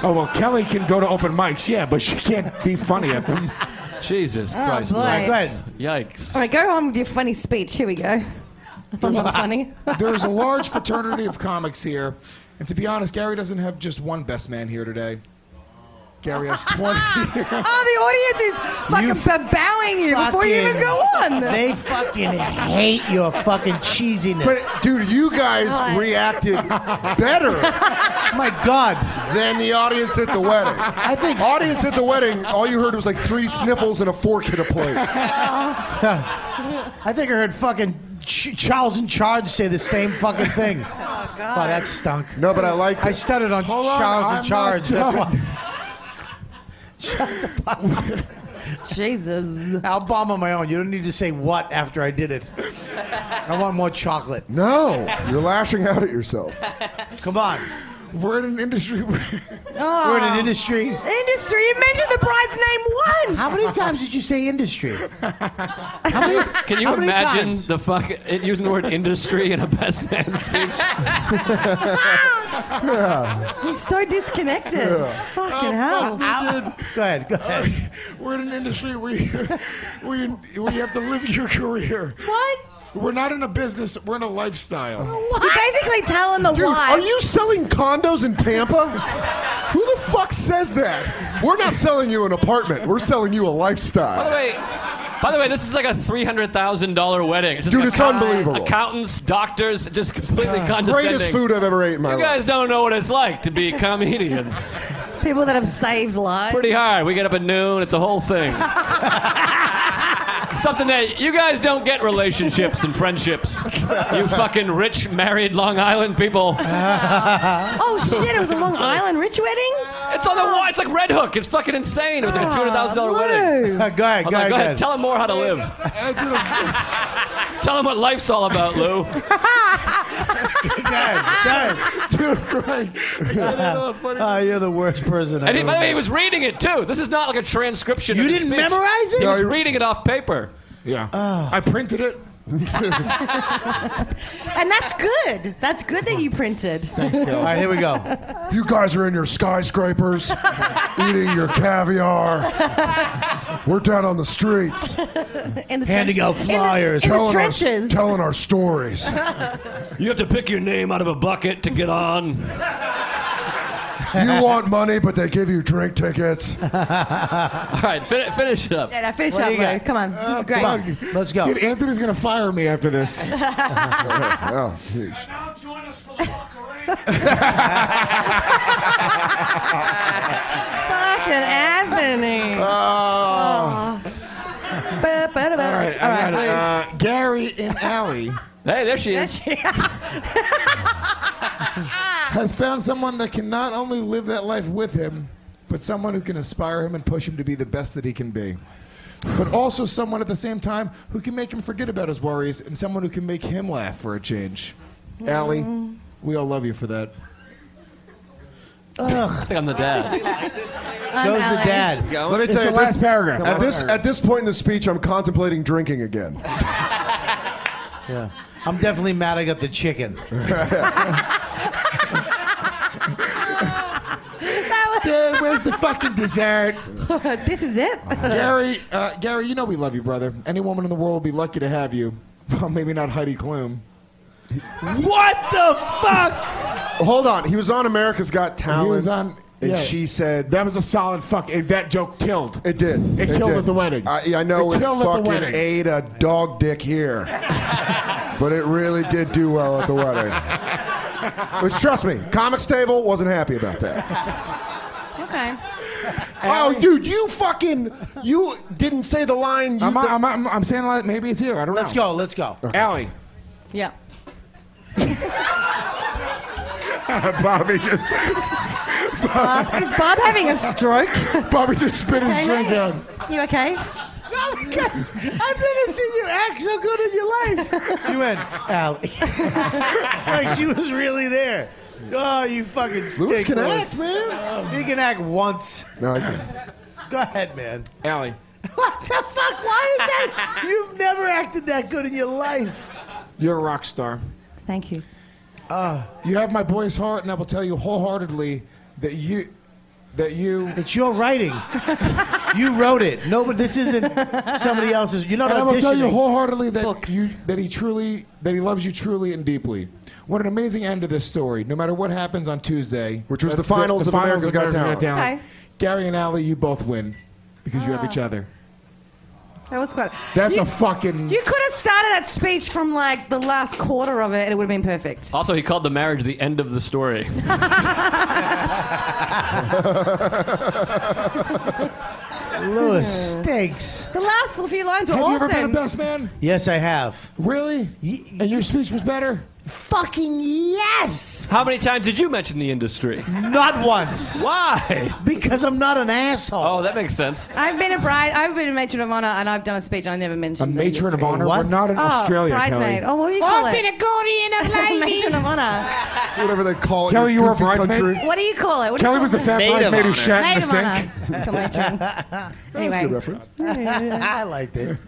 Oh well, Kelly can go to open mics, yeah, but she can't be funny at them. Jesus Oh, Christ. boy. All right, Yikes. go Yikes. All right, go on with your funny speech. Here we go. If I'm not funny. There's a large fraternity of comics here, and to be honest, Gary doesn't have just one best man here today. Gary has 20. Oh, the audience is fucking You bowing you before you fucking- even go on. They fucking hate your fucking cheesiness. But dude, you guys God. reacted better my God. than the audience at the wedding. I think audience at the wedding, all you heard was like three sniffles and a fork hit a plate. I think I heard fucking Ch- Charles in Charge say the same fucking thing. oh, God. Wow, that stunk. No, but I like I stuttered on Hold on, Charles I'm in not Charge. That's done. why. Shut the fuck up. Jesus. I'll bomb on my own. You don't need to say what after I did it. I want more chocolate. No, you're lashing out at yourself. Come on. We're in an industry where. Oh. We're in Ah. an industry. Industry, you mentioned the bride's name once. How many times did you say industry? Can you How many imagine times? the fuck it, using the word industry in a best man speech? He's so disconnected. Yeah. Fucking Oh, hell. fuck, dude. Go ahead. Go ahead. We're in an industry where you, where you, where you have to live your career. What? We're not in a business. We're in a lifestyle. You're basically telling the Dude, wife. are you selling condos in Tampa? Who the fuck says that? We're not selling you an apartment. We're selling you a By the lifestyle. way, by the way, this is like a three hundred thousand dollar wedding. It's just Dude, it's account- unbelievable. Accountants, doctors, just completely condescending. Greatest food I've ever ate in my You life. guys don't know what it's like to be comedians. People that have saved lives. Pretty hard. We get up at noon. It's a whole thing. Something that you guys don't get relationships and friendships. You fucking rich, married Long Island people. Oh shit! It was a Long Island rich wedding. It's on the wall. It's like Red Hook. It's fucking insane. It was like Ah, a two hundred thousand dollar Lou. Go wedding. ahead. Go ahead. I'm Go like, ahead. go ahead. Tell him more how to live. Tell him what life's all about, Lou. Dude, right. Oh, you're the worst person. I've And he, by the ever way, he met. was reading it too. This is not like a transcription. You of his didn't speech. memorize it? He No, was he- reading it off paper. Yeah. I printed it. And that's good. That's good that you printed. Thanks, All right, here we go. You guys are in your skyscrapers, eating your caviar. We're down on the streets. In the trenches. Handing out In the- flyers. In the, Telling us- trenches. telling our stories. You have to pick your name out of a bucket to get on. You want money, but they give you drink tickets. All right, fin- finish it up. Yeah, now finish What do up, you Lou. got? Come on. Uh, This is great. Let's go. Dude, Anthony's gonna fire me after this. oh, geez. Fucking Anthony. Oh. Ba- ba- da- ba- All right, I got it. Uh, Gary and Allie Hey, there she is. has found someone that can not only live that life with him, but someone who can inspire him and push him to be the best that he can be. But also someone at the same time who can make him forget about his worries and someone who can make him laugh for a change. Allie, Mm. we all love you for that. I think I'm the dad. Joe's the dad. Let me It's tell the you, last this, paragraph. At The this, last paragraph. at this point in the speech, I'm contemplating drinking again. Yeah. I'm definitely mad I got the chicken. Dude, where's the fucking dessert? Uh, this is it. Gary, uh, Gary, you know we love you, brother. Any woman in the world will be lucky to have you. Well, maybe not Heidi Klum. What the fuck? Hold on. He was on America's Got Talent. He was on- And yeah. she said that was a solid fuck. eh, That joke killed. It did. It, killed did. at the wedding. I, yeah, I know It it, killed at the fucking wedding. ate a dog dick here, but it really did do well at the wedding. Which, trust me, comics table wasn't happy about that. Okay. Oh, dude, you fucking you didn't say the line. You I'm, I'm, I'm, I'm saying like, maybe it's here. I don't Let's know. go. Let's go. Allie. Yeah. Bobby just. Bob, Uh, is Bob having a stroke? Bobby just spit his Hey, drink hey. out. You okay? No, because I've never seen you act so good in your life. You went, Allie. like she was really there. Oh, you fucking stink. Lewis can act, Lewis. man. He can act once. No, I can't. Go ahead, man. Allie. What the fuck? Why is that? You've never acted that good in your life. You're a rock star. Thank you. You have my boy's heart, and I will tell you wholeheartedly that you, that you. It's your writing. You wrote it. No, but this isn't somebody else's. You're not and I will tell you auditioning. wholeheartedly that you that he truly that he loves you truly and deeply. What an amazing end to this story. No matter what happens on Tuesday, uh, Which was the finals of America's Got Talent. Okay. Ah. Gary and Allie, you both win because you have each other. That was quite. That's You- a fucking. You could have started that speech from like the last quarter of it, and it would have been perfect. Also, he called the marriage the end of the story. Lewis stinks. The last few lines were Uh, have you awesome. ever been a best man? Yes, I have. Really? and your speech was better? Fucking yes! How many times did you mention the industry? Not once. Why? Because I'm not an asshole. Oh, that makes sense. I've been a bride. I've been a matron of honor, and I've done a speech. I never mentioned A the matron of industry. honor? We're not in oh, Australia, bridesmaid. Kelly. Oh, what do you Oh, call it? been a guardian of lady. matron of honor. Whatever they call it. Kelly, your you were a goofy bridesmaid? country. What do you call it? What do Kelly you call was the it? fat bridesmaid who shat in Maid the of sink. honor. Come matron. Anyway. Good reference. I liked it.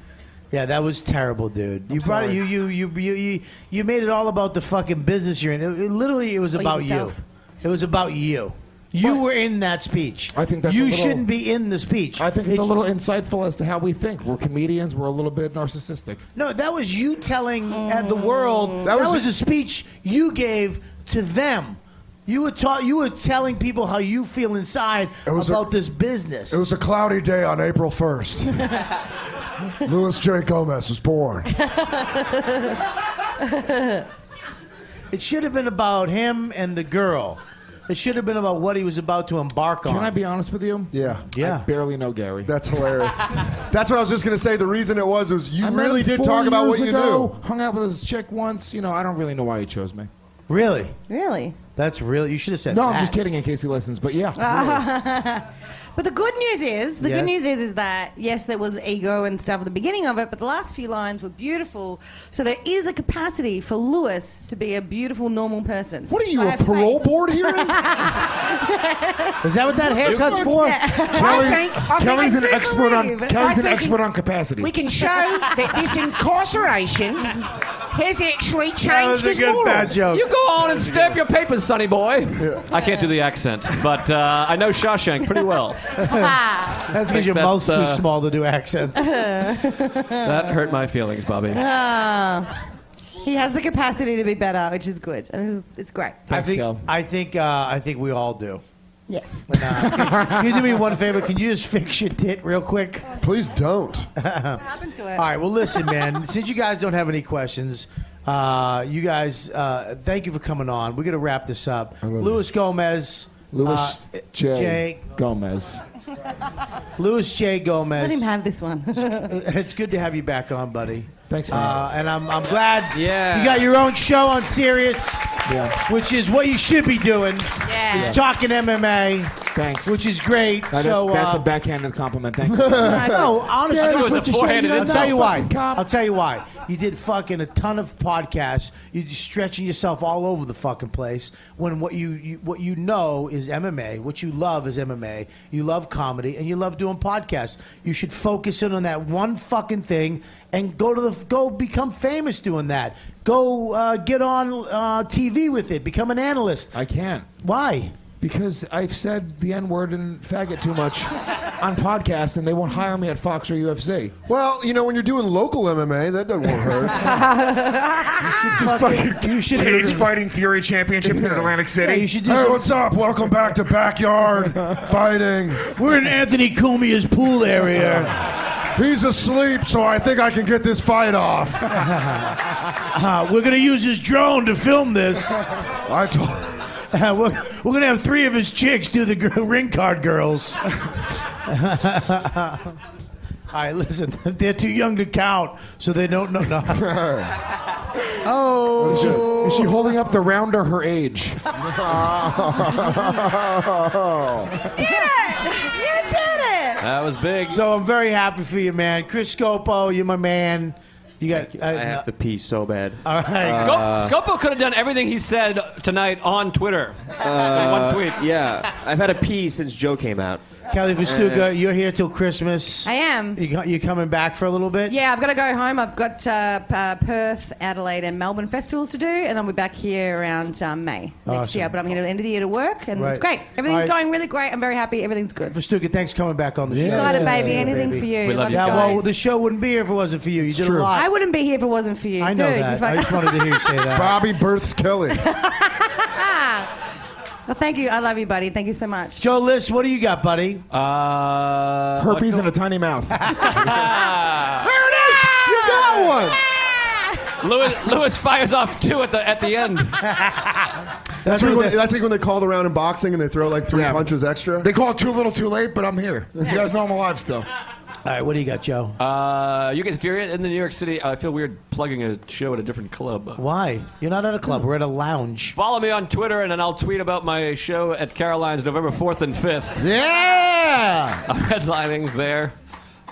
Yeah, that was terrible, dude. You brought it, you, you you you you you made it all about the fucking business you're in. It, it literally, it was Or Oh, about you. yourself. It was about you. You were in that speech. I think that's a you little- shouldn't be in the speech. I think it's a It- little insightful as to how we think. We're comedians. We're a little bit narcissistic. No, that was you telling uh, the world. That was, a speech you gave to them. You were taught. You were telling people how you feel inside about this business. It was a cloudy day on April 1st. Louis J. Gomez was born. it should have been about him and the girl. It should have been about what he was about to embark on. Can I be honest with you? Yeah. Yeah. I barely know Gary. That's hilarious. That's what I was just going to say. The reason it was is you I met really him did four talk about years what you ago, do. Hung out with this chick once. You know, I don't really know why he chose me. Really? Really? That's real. You should have said. No, that. I'm just kidding. In case he listens, but yeah. but the good news is, the Yeah. good news is, is that yes, there was ego and stuff at the beginning of it, but the last few lines were beautiful. So there is a capacity for Lewis to be a beautiful, normal person. What are you, a parole board hearing? Is that what that haircut's for? Kelly- Kelly's an expert on Kelly's I an think expert on capacity. We can show that this incarceration has actually That changed his morals. You go on and stamp your papers, sonny boy. I can't do the accent, but uh, I know Shawshank pretty well. That's because your That's, mouth's too uh, small to do accents. That hurt my feelings, Bobby. Ah. he has the capacity to be better, which is good, and this is, it's great. I think. I think. Uh, I think we all do. Yes. Can you do me one favor? Can you just fix your tit real quick? Please don't. happened to it? All right. Well, listen, man. since you guys don't have any questions, uh, you guys, uh, thank you for coming on. We're gonna wrap this up. Luis Gomez. Louis uh, J. J. Gomez. Louis J. Gomez. Let him have this one. It's good to have you back on, buddy. Thanks, man. Uh, and I'm, I'm glad Yeah. you got your own show on Sirius, which is what you should be doing. Yeah. Is Yeah. talking MMA. Thanks. Which is great. Now, so that's, that's uh, a backhanded compliment. Thank you. no, honestly, Yeah, that's what you show, you don't I'll tell know. you why. Fucking cop. I'll tell you why. You did fucking a ton of podcasts. You're just stretching yourself all over the fucking place. When what you, you what you know is MMA, what you love is MMA. You love comedy and you love doing podcasts. You should focus in on that one fucking thing and go to the go become famous doing that. Go uh, get on uh, TV with it. Become an analyst. I can't. Why? Because I've said the N word and faggot too much on podcasts, and they won't hire me at Fox or UFC. Well, you know, when you're doing local MMA, that doesn't Just hurt. fucking you should cage fighting Fury championships in Atlantic City. hey, what's up? Welcome back to Backyard Fighting. We're in Anthony Cumia's pool area. He's asleep, so I think I can get this fight off. Uh, we're gonna use his drone to film this. I told. Uh, we're, we're gonna have three of his chicks do the gr- ring card girls. All right, listen. They're too young to count, so they don't know. No. oh, Is she, is she holding up the rounder her age? you did it. That was big. Uh, So I'm very happy for you, man. Chris Scopo, you're my man. You got. I have to pee so bad. All right. Uh, oh, Scopo, could have done everything he said tonight on Twitter. in Uh, one tweet. Yeah, I've had a pee since Joe came out. Kelly Uh, Vestuga, you're here till Christmas. I am. You, co- you coming back for a little bit? Yeah, I've got to go home. I've got uh, P- uh, Perth, Adelaide, and Melbourne festivals to do, and I'll be back here around um, May next Awesome. year. But I'm here to the end of the year to work, and Right. it's great. Everything's All right. going really great. I'm very happy. Everything's good. Vestuga, thanks for coming back on the You show. got it, baby. Anything for you. We love you yeah, guys. well, the show wouldn't be here if it wasn't for you. You did a lot. I wouldn't be here if it wasn't for you. I know Dude, that. you I just wanted to hear you say that. Bobby birthed Kelly. Uh, Well, thank you. I love you, buddy. Thank you so much. Joe List, what do you got, buddy? Uh, Herpes in a tiny mouth. there it is. You got one. Lewis, Lewis fires off two at the at the end. That's, like when, that's like when they call the round in boxing and they throw like three punches extra. They call it too little, too late, but I'm here. You guys know I'm alive still. All right, what do you got, Joe? Uh, you get if you're in the New York City, I feel weird plugging a show at a different club. Why? You're not at a club. We're at a lounge. Follow me on Twitter, and then I'll tweet about my show at Caroline's November fourth and fifth. Yeah. I'm headlining there,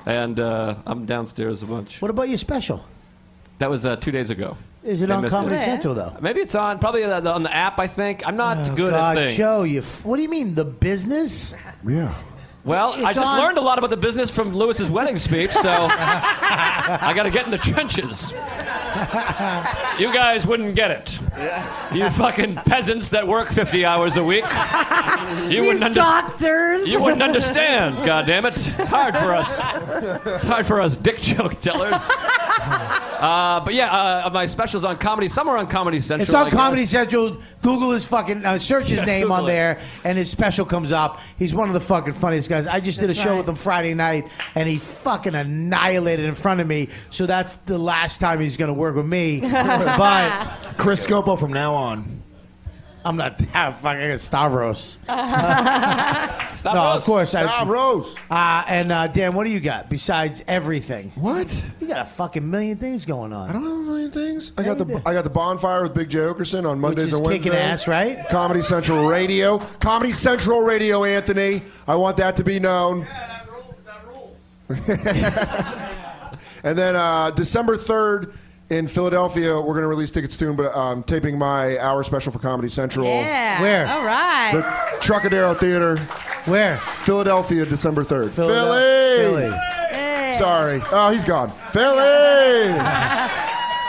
and uh, I'm downstairs a bunch. What about your special? That was uh, two days ago. Is it I on missed Comedy Central though? Maybe it's on probably on the, on the app. I think I'm not Oh, good God, at things. Joe, you. F- what do you mean the business? Yeah. Well, I It's just on- learned a lot about the business from Lewis's wedding speech, so I got to get in the trenches. You guys wouldn't get it. You fucking peasants that work 50 hours a week. You underst- doctors. You wouldn't understand, goddammit. It's hard for us. It's hard for us dick joke tellers. Uh, but yeah, uh, my special's on Comedy. Somewhere on Comedy Central. It's on I guess. Comedy Central. Google his fucking uh, search his Yeah, name Google on it. there, and his special comes up. He's one of the fucking funniest guys. I just did a That's show right. with him Friday night, and he fucking annihilated in front of me. So that's the last time he's gonna work with me. but Chris Scopo from now on. I'm not that fucking Stavros. Stop no, of course. Stavros. I, uh, and uh, Dan, what do you got besides everything? What? You got a fucking million things going on. I don't have a million things. I got the I got the bonfire with Big Jay Okerson on Mondays is and Wednesdays. kicking ass, right? Comedy Central Radio. Comedy Central Radio, Anthony. I want that to be known. and then uh, December third in Philadelphia, we're going to release tickets soon. But I'm taping my hour special for Comedy Central. Yeah. Where? All right. The Trocadero Theater. Where? Philadelphia, December 3rd. Philada- Philly! Philly. Sorry. Oh, he's gone. Philly!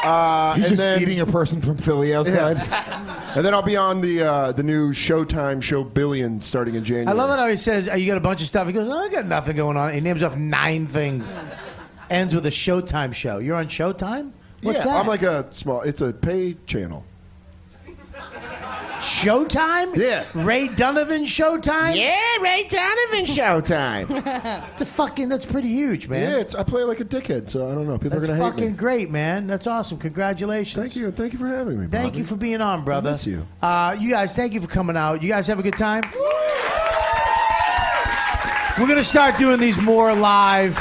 Uh, He's and just then- eating a person from Philly outside. Yeah. and then I'll be on the uh, the new Showtime show Billions starting in January. I love it how he says, oh, You got a bunch of stuff. He goes, oh, I got nothing going on. He names off nine things. Ends with a Showtime show. You're on Showtime? What's yeah, that? I'm like a small. It's a pay channel. Showtime? Yeah. Ray Donovan Showtime? Yeah, Ray Donovan Showtime. the fucking, that's pretty huge, man. Yeah, it's, I play like a dickhead, so I don't know. People That's are gonna hate fucking me. great, man. That's awesome. Congratulations. Thank you. Thank you for having me. Thank Bobby. you for being on, brother. miss you. Uh, you guys, thank you for coming out. You guys have a good time. We're gonna start doing these more live.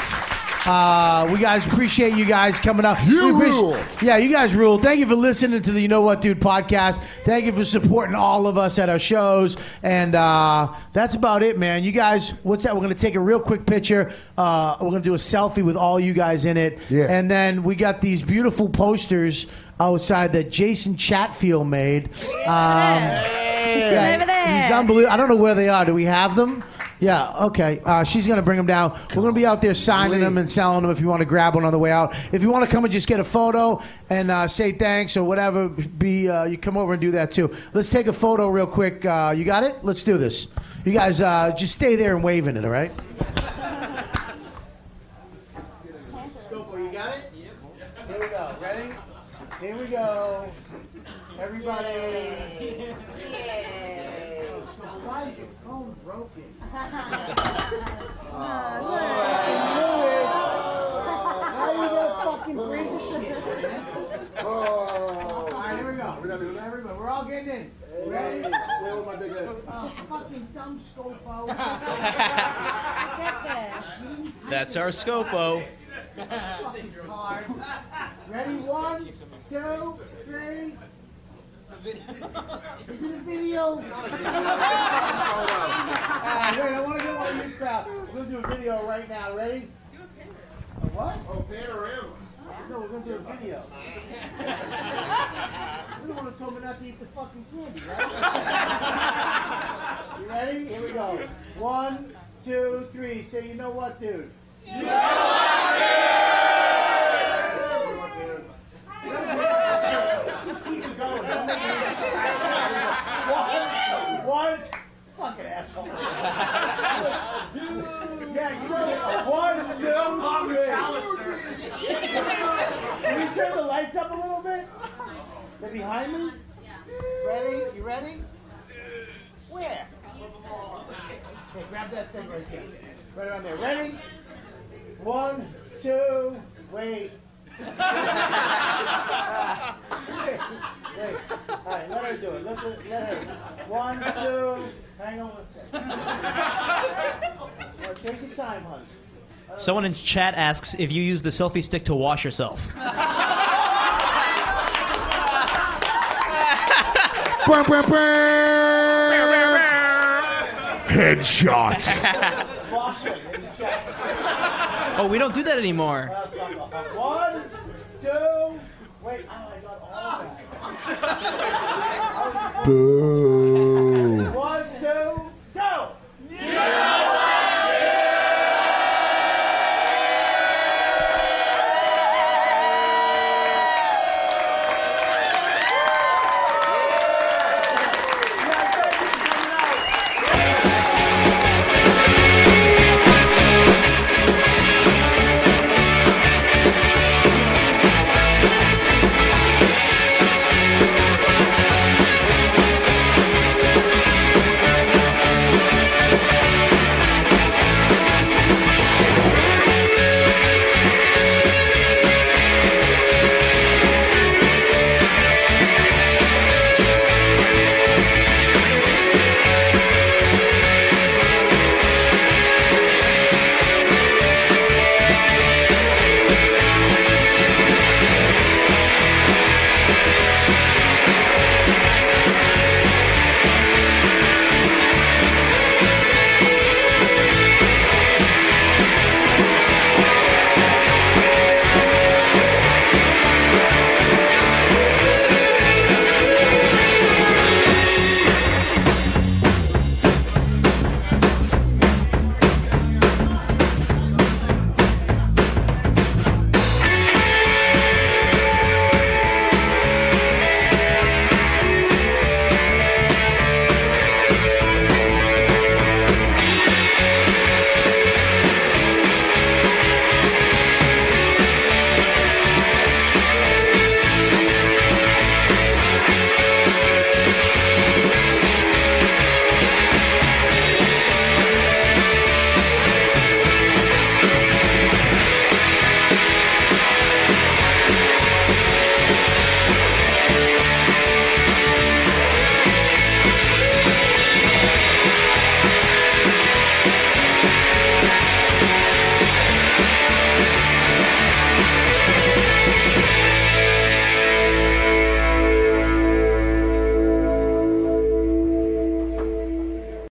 Uh, we guys appreciate you guys coming out. You rule. Yeah, you guys rule. Thank you for listening to the You Know What Dude podcast. Thank you for supporting all of us at our shows. And uh, that's about it, man. You guys, what's that? We're gonna take a real quick picture. Uh, we're gonna do a selfie with all you guys in it. Yeah. And then we got these beautiful posters outside that Jason Chatfield made. Um, He's sitting over there. He's unbelievable. I don't know where they are. Do we have them? Yeah, okay. Uh, she's going to bring them down. We're going to be out there signing them and selling them if you want to grab one on the way out. If you want to come and just get a photo and uh, say thanks or whatever, be uh, you come over and do that too. Let's take a photo real quick. Uh, you got it? Let's do this. You guys uh, just stay there and waving it, all right? you got it? Here we go. Ready? Here we go. Everybody. Why is your phone broken? All right, here we go. We're Everybody, we're all getting in. Ready? Oh, fucking dumb Scopo. That's our Scopo. Ready? One, two, three. Is it a video? Wait, I want to get one of you crowd. We're gonna do a video right now. Ready? A what? Oh, panorama. No, we're gonna do a video. You're the one who told me not to eat the fucking candy, right? you ready? Here we go. One, two, three. Say, you know what, dude? Just keep it going. Don't make it- One, one, fucking asshole. Yeah, you know, one, two, three. Can we turn the lights up a little bit? They're behind me? Ready? You ready? Where? Okay, grab that thing right there. Right around there. Ready? One, two, wait. Wait. Wait. All right, let her do it. Let, the, let her. One, two. Hang on one second. Now take your time, honey. Someone in chat asks if you use the selfie stick to wash yourself. Headshot. Oh, we don't do that anymore. One, two. Wait. Oh, I got all of that. Boo.